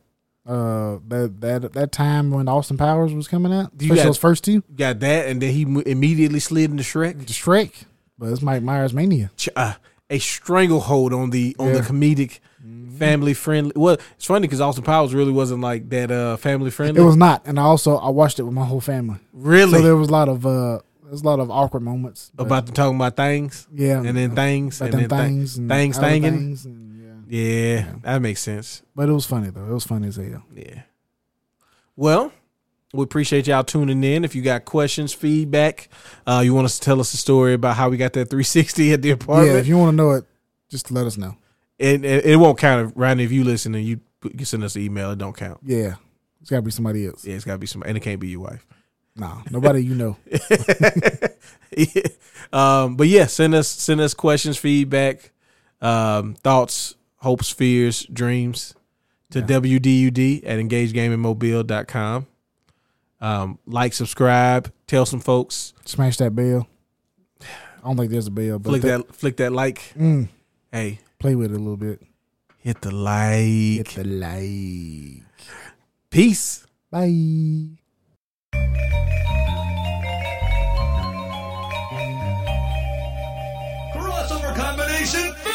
Speaker 2: Uh, that that that time when Austin Powers was coming out,
Speaker 1: You
Speaker 2: especially
Speaker 1: got-
Speaker 2: those first two,
Speaker 1: You got that, and then he mo- immediately slid into Shrek.
Speaker 2: the Shrek, but it's Mike Myers mania.
Speaker 1: Ch- Uh, a stranglehold on the on the
Speaker 2: Yeah. Mm-hmm.
Speaker 1: comedic, family friendly. Well, it's funny because Austin Powers really wasn't like that. Uh, family
Speaker 2: It
Speaker 1: friendly.
Speaker 2: was not, and I also I watched it with my whole family,
Speaker 1: really
Speaker 2: so there was a lot of uh, there's a lot of awkward moments but-
Speaker 1: about them talking about things,
Speaker 2: yeah,
Speaker 1: and then things, and
Speaker 2: But them
Speaker 1: then things.
Speaker 2: things, and
Speaker 1: things
Speaker 2: other
Speaker 1: thangin'.
Speaker 2: things and, yeah.
Speaker 1: Yeah, that makes sense.
Speaker 2: But it was funny though. It was funny as hell.
Speaker 1: Yeah. Well, we appreciate y'all tuning in. If you got questions, feedback, uh, you want us to tell us a story about how we got that 360 at the
Speaker 2: yeah, if
Speaker 1: apartment,
Speaker 2: you want to know it, just let us know.
Speaker 1: and, and it won't count. Rodney, if you listen and you, put- you send us an email, it don't count.
Speaker 2: Yeah, it's got to be somebody else.
Speaker 1: Yeah, it's got to be somebody, and it can't be your wife.
Speaker 2: Nah, nobody you know.
Speaker 1: um, but yeah, send us send us questions, feedback, um, thoughts, hopes, fears, dreams to WDUD at engagegamingmobile.com. Um, like, subscribe, tell some folks.
Speaker 2: Smash that bell. I don't think there's a bell, but
Speaker 1: Flick
Speaker 2: the-
Speaker 1: that, flick that like.
Speaker 2: mm,
Speaker 1: Hey,
Speaker 2: play with it a little bit.
Speaker 1: hit the
Speaker 2: Hit
Speaker 1: like.
Speaker 2: the like.
Speaker 1: Peace.
Speaker 2: Bye.
Speaker 3: crossover combination.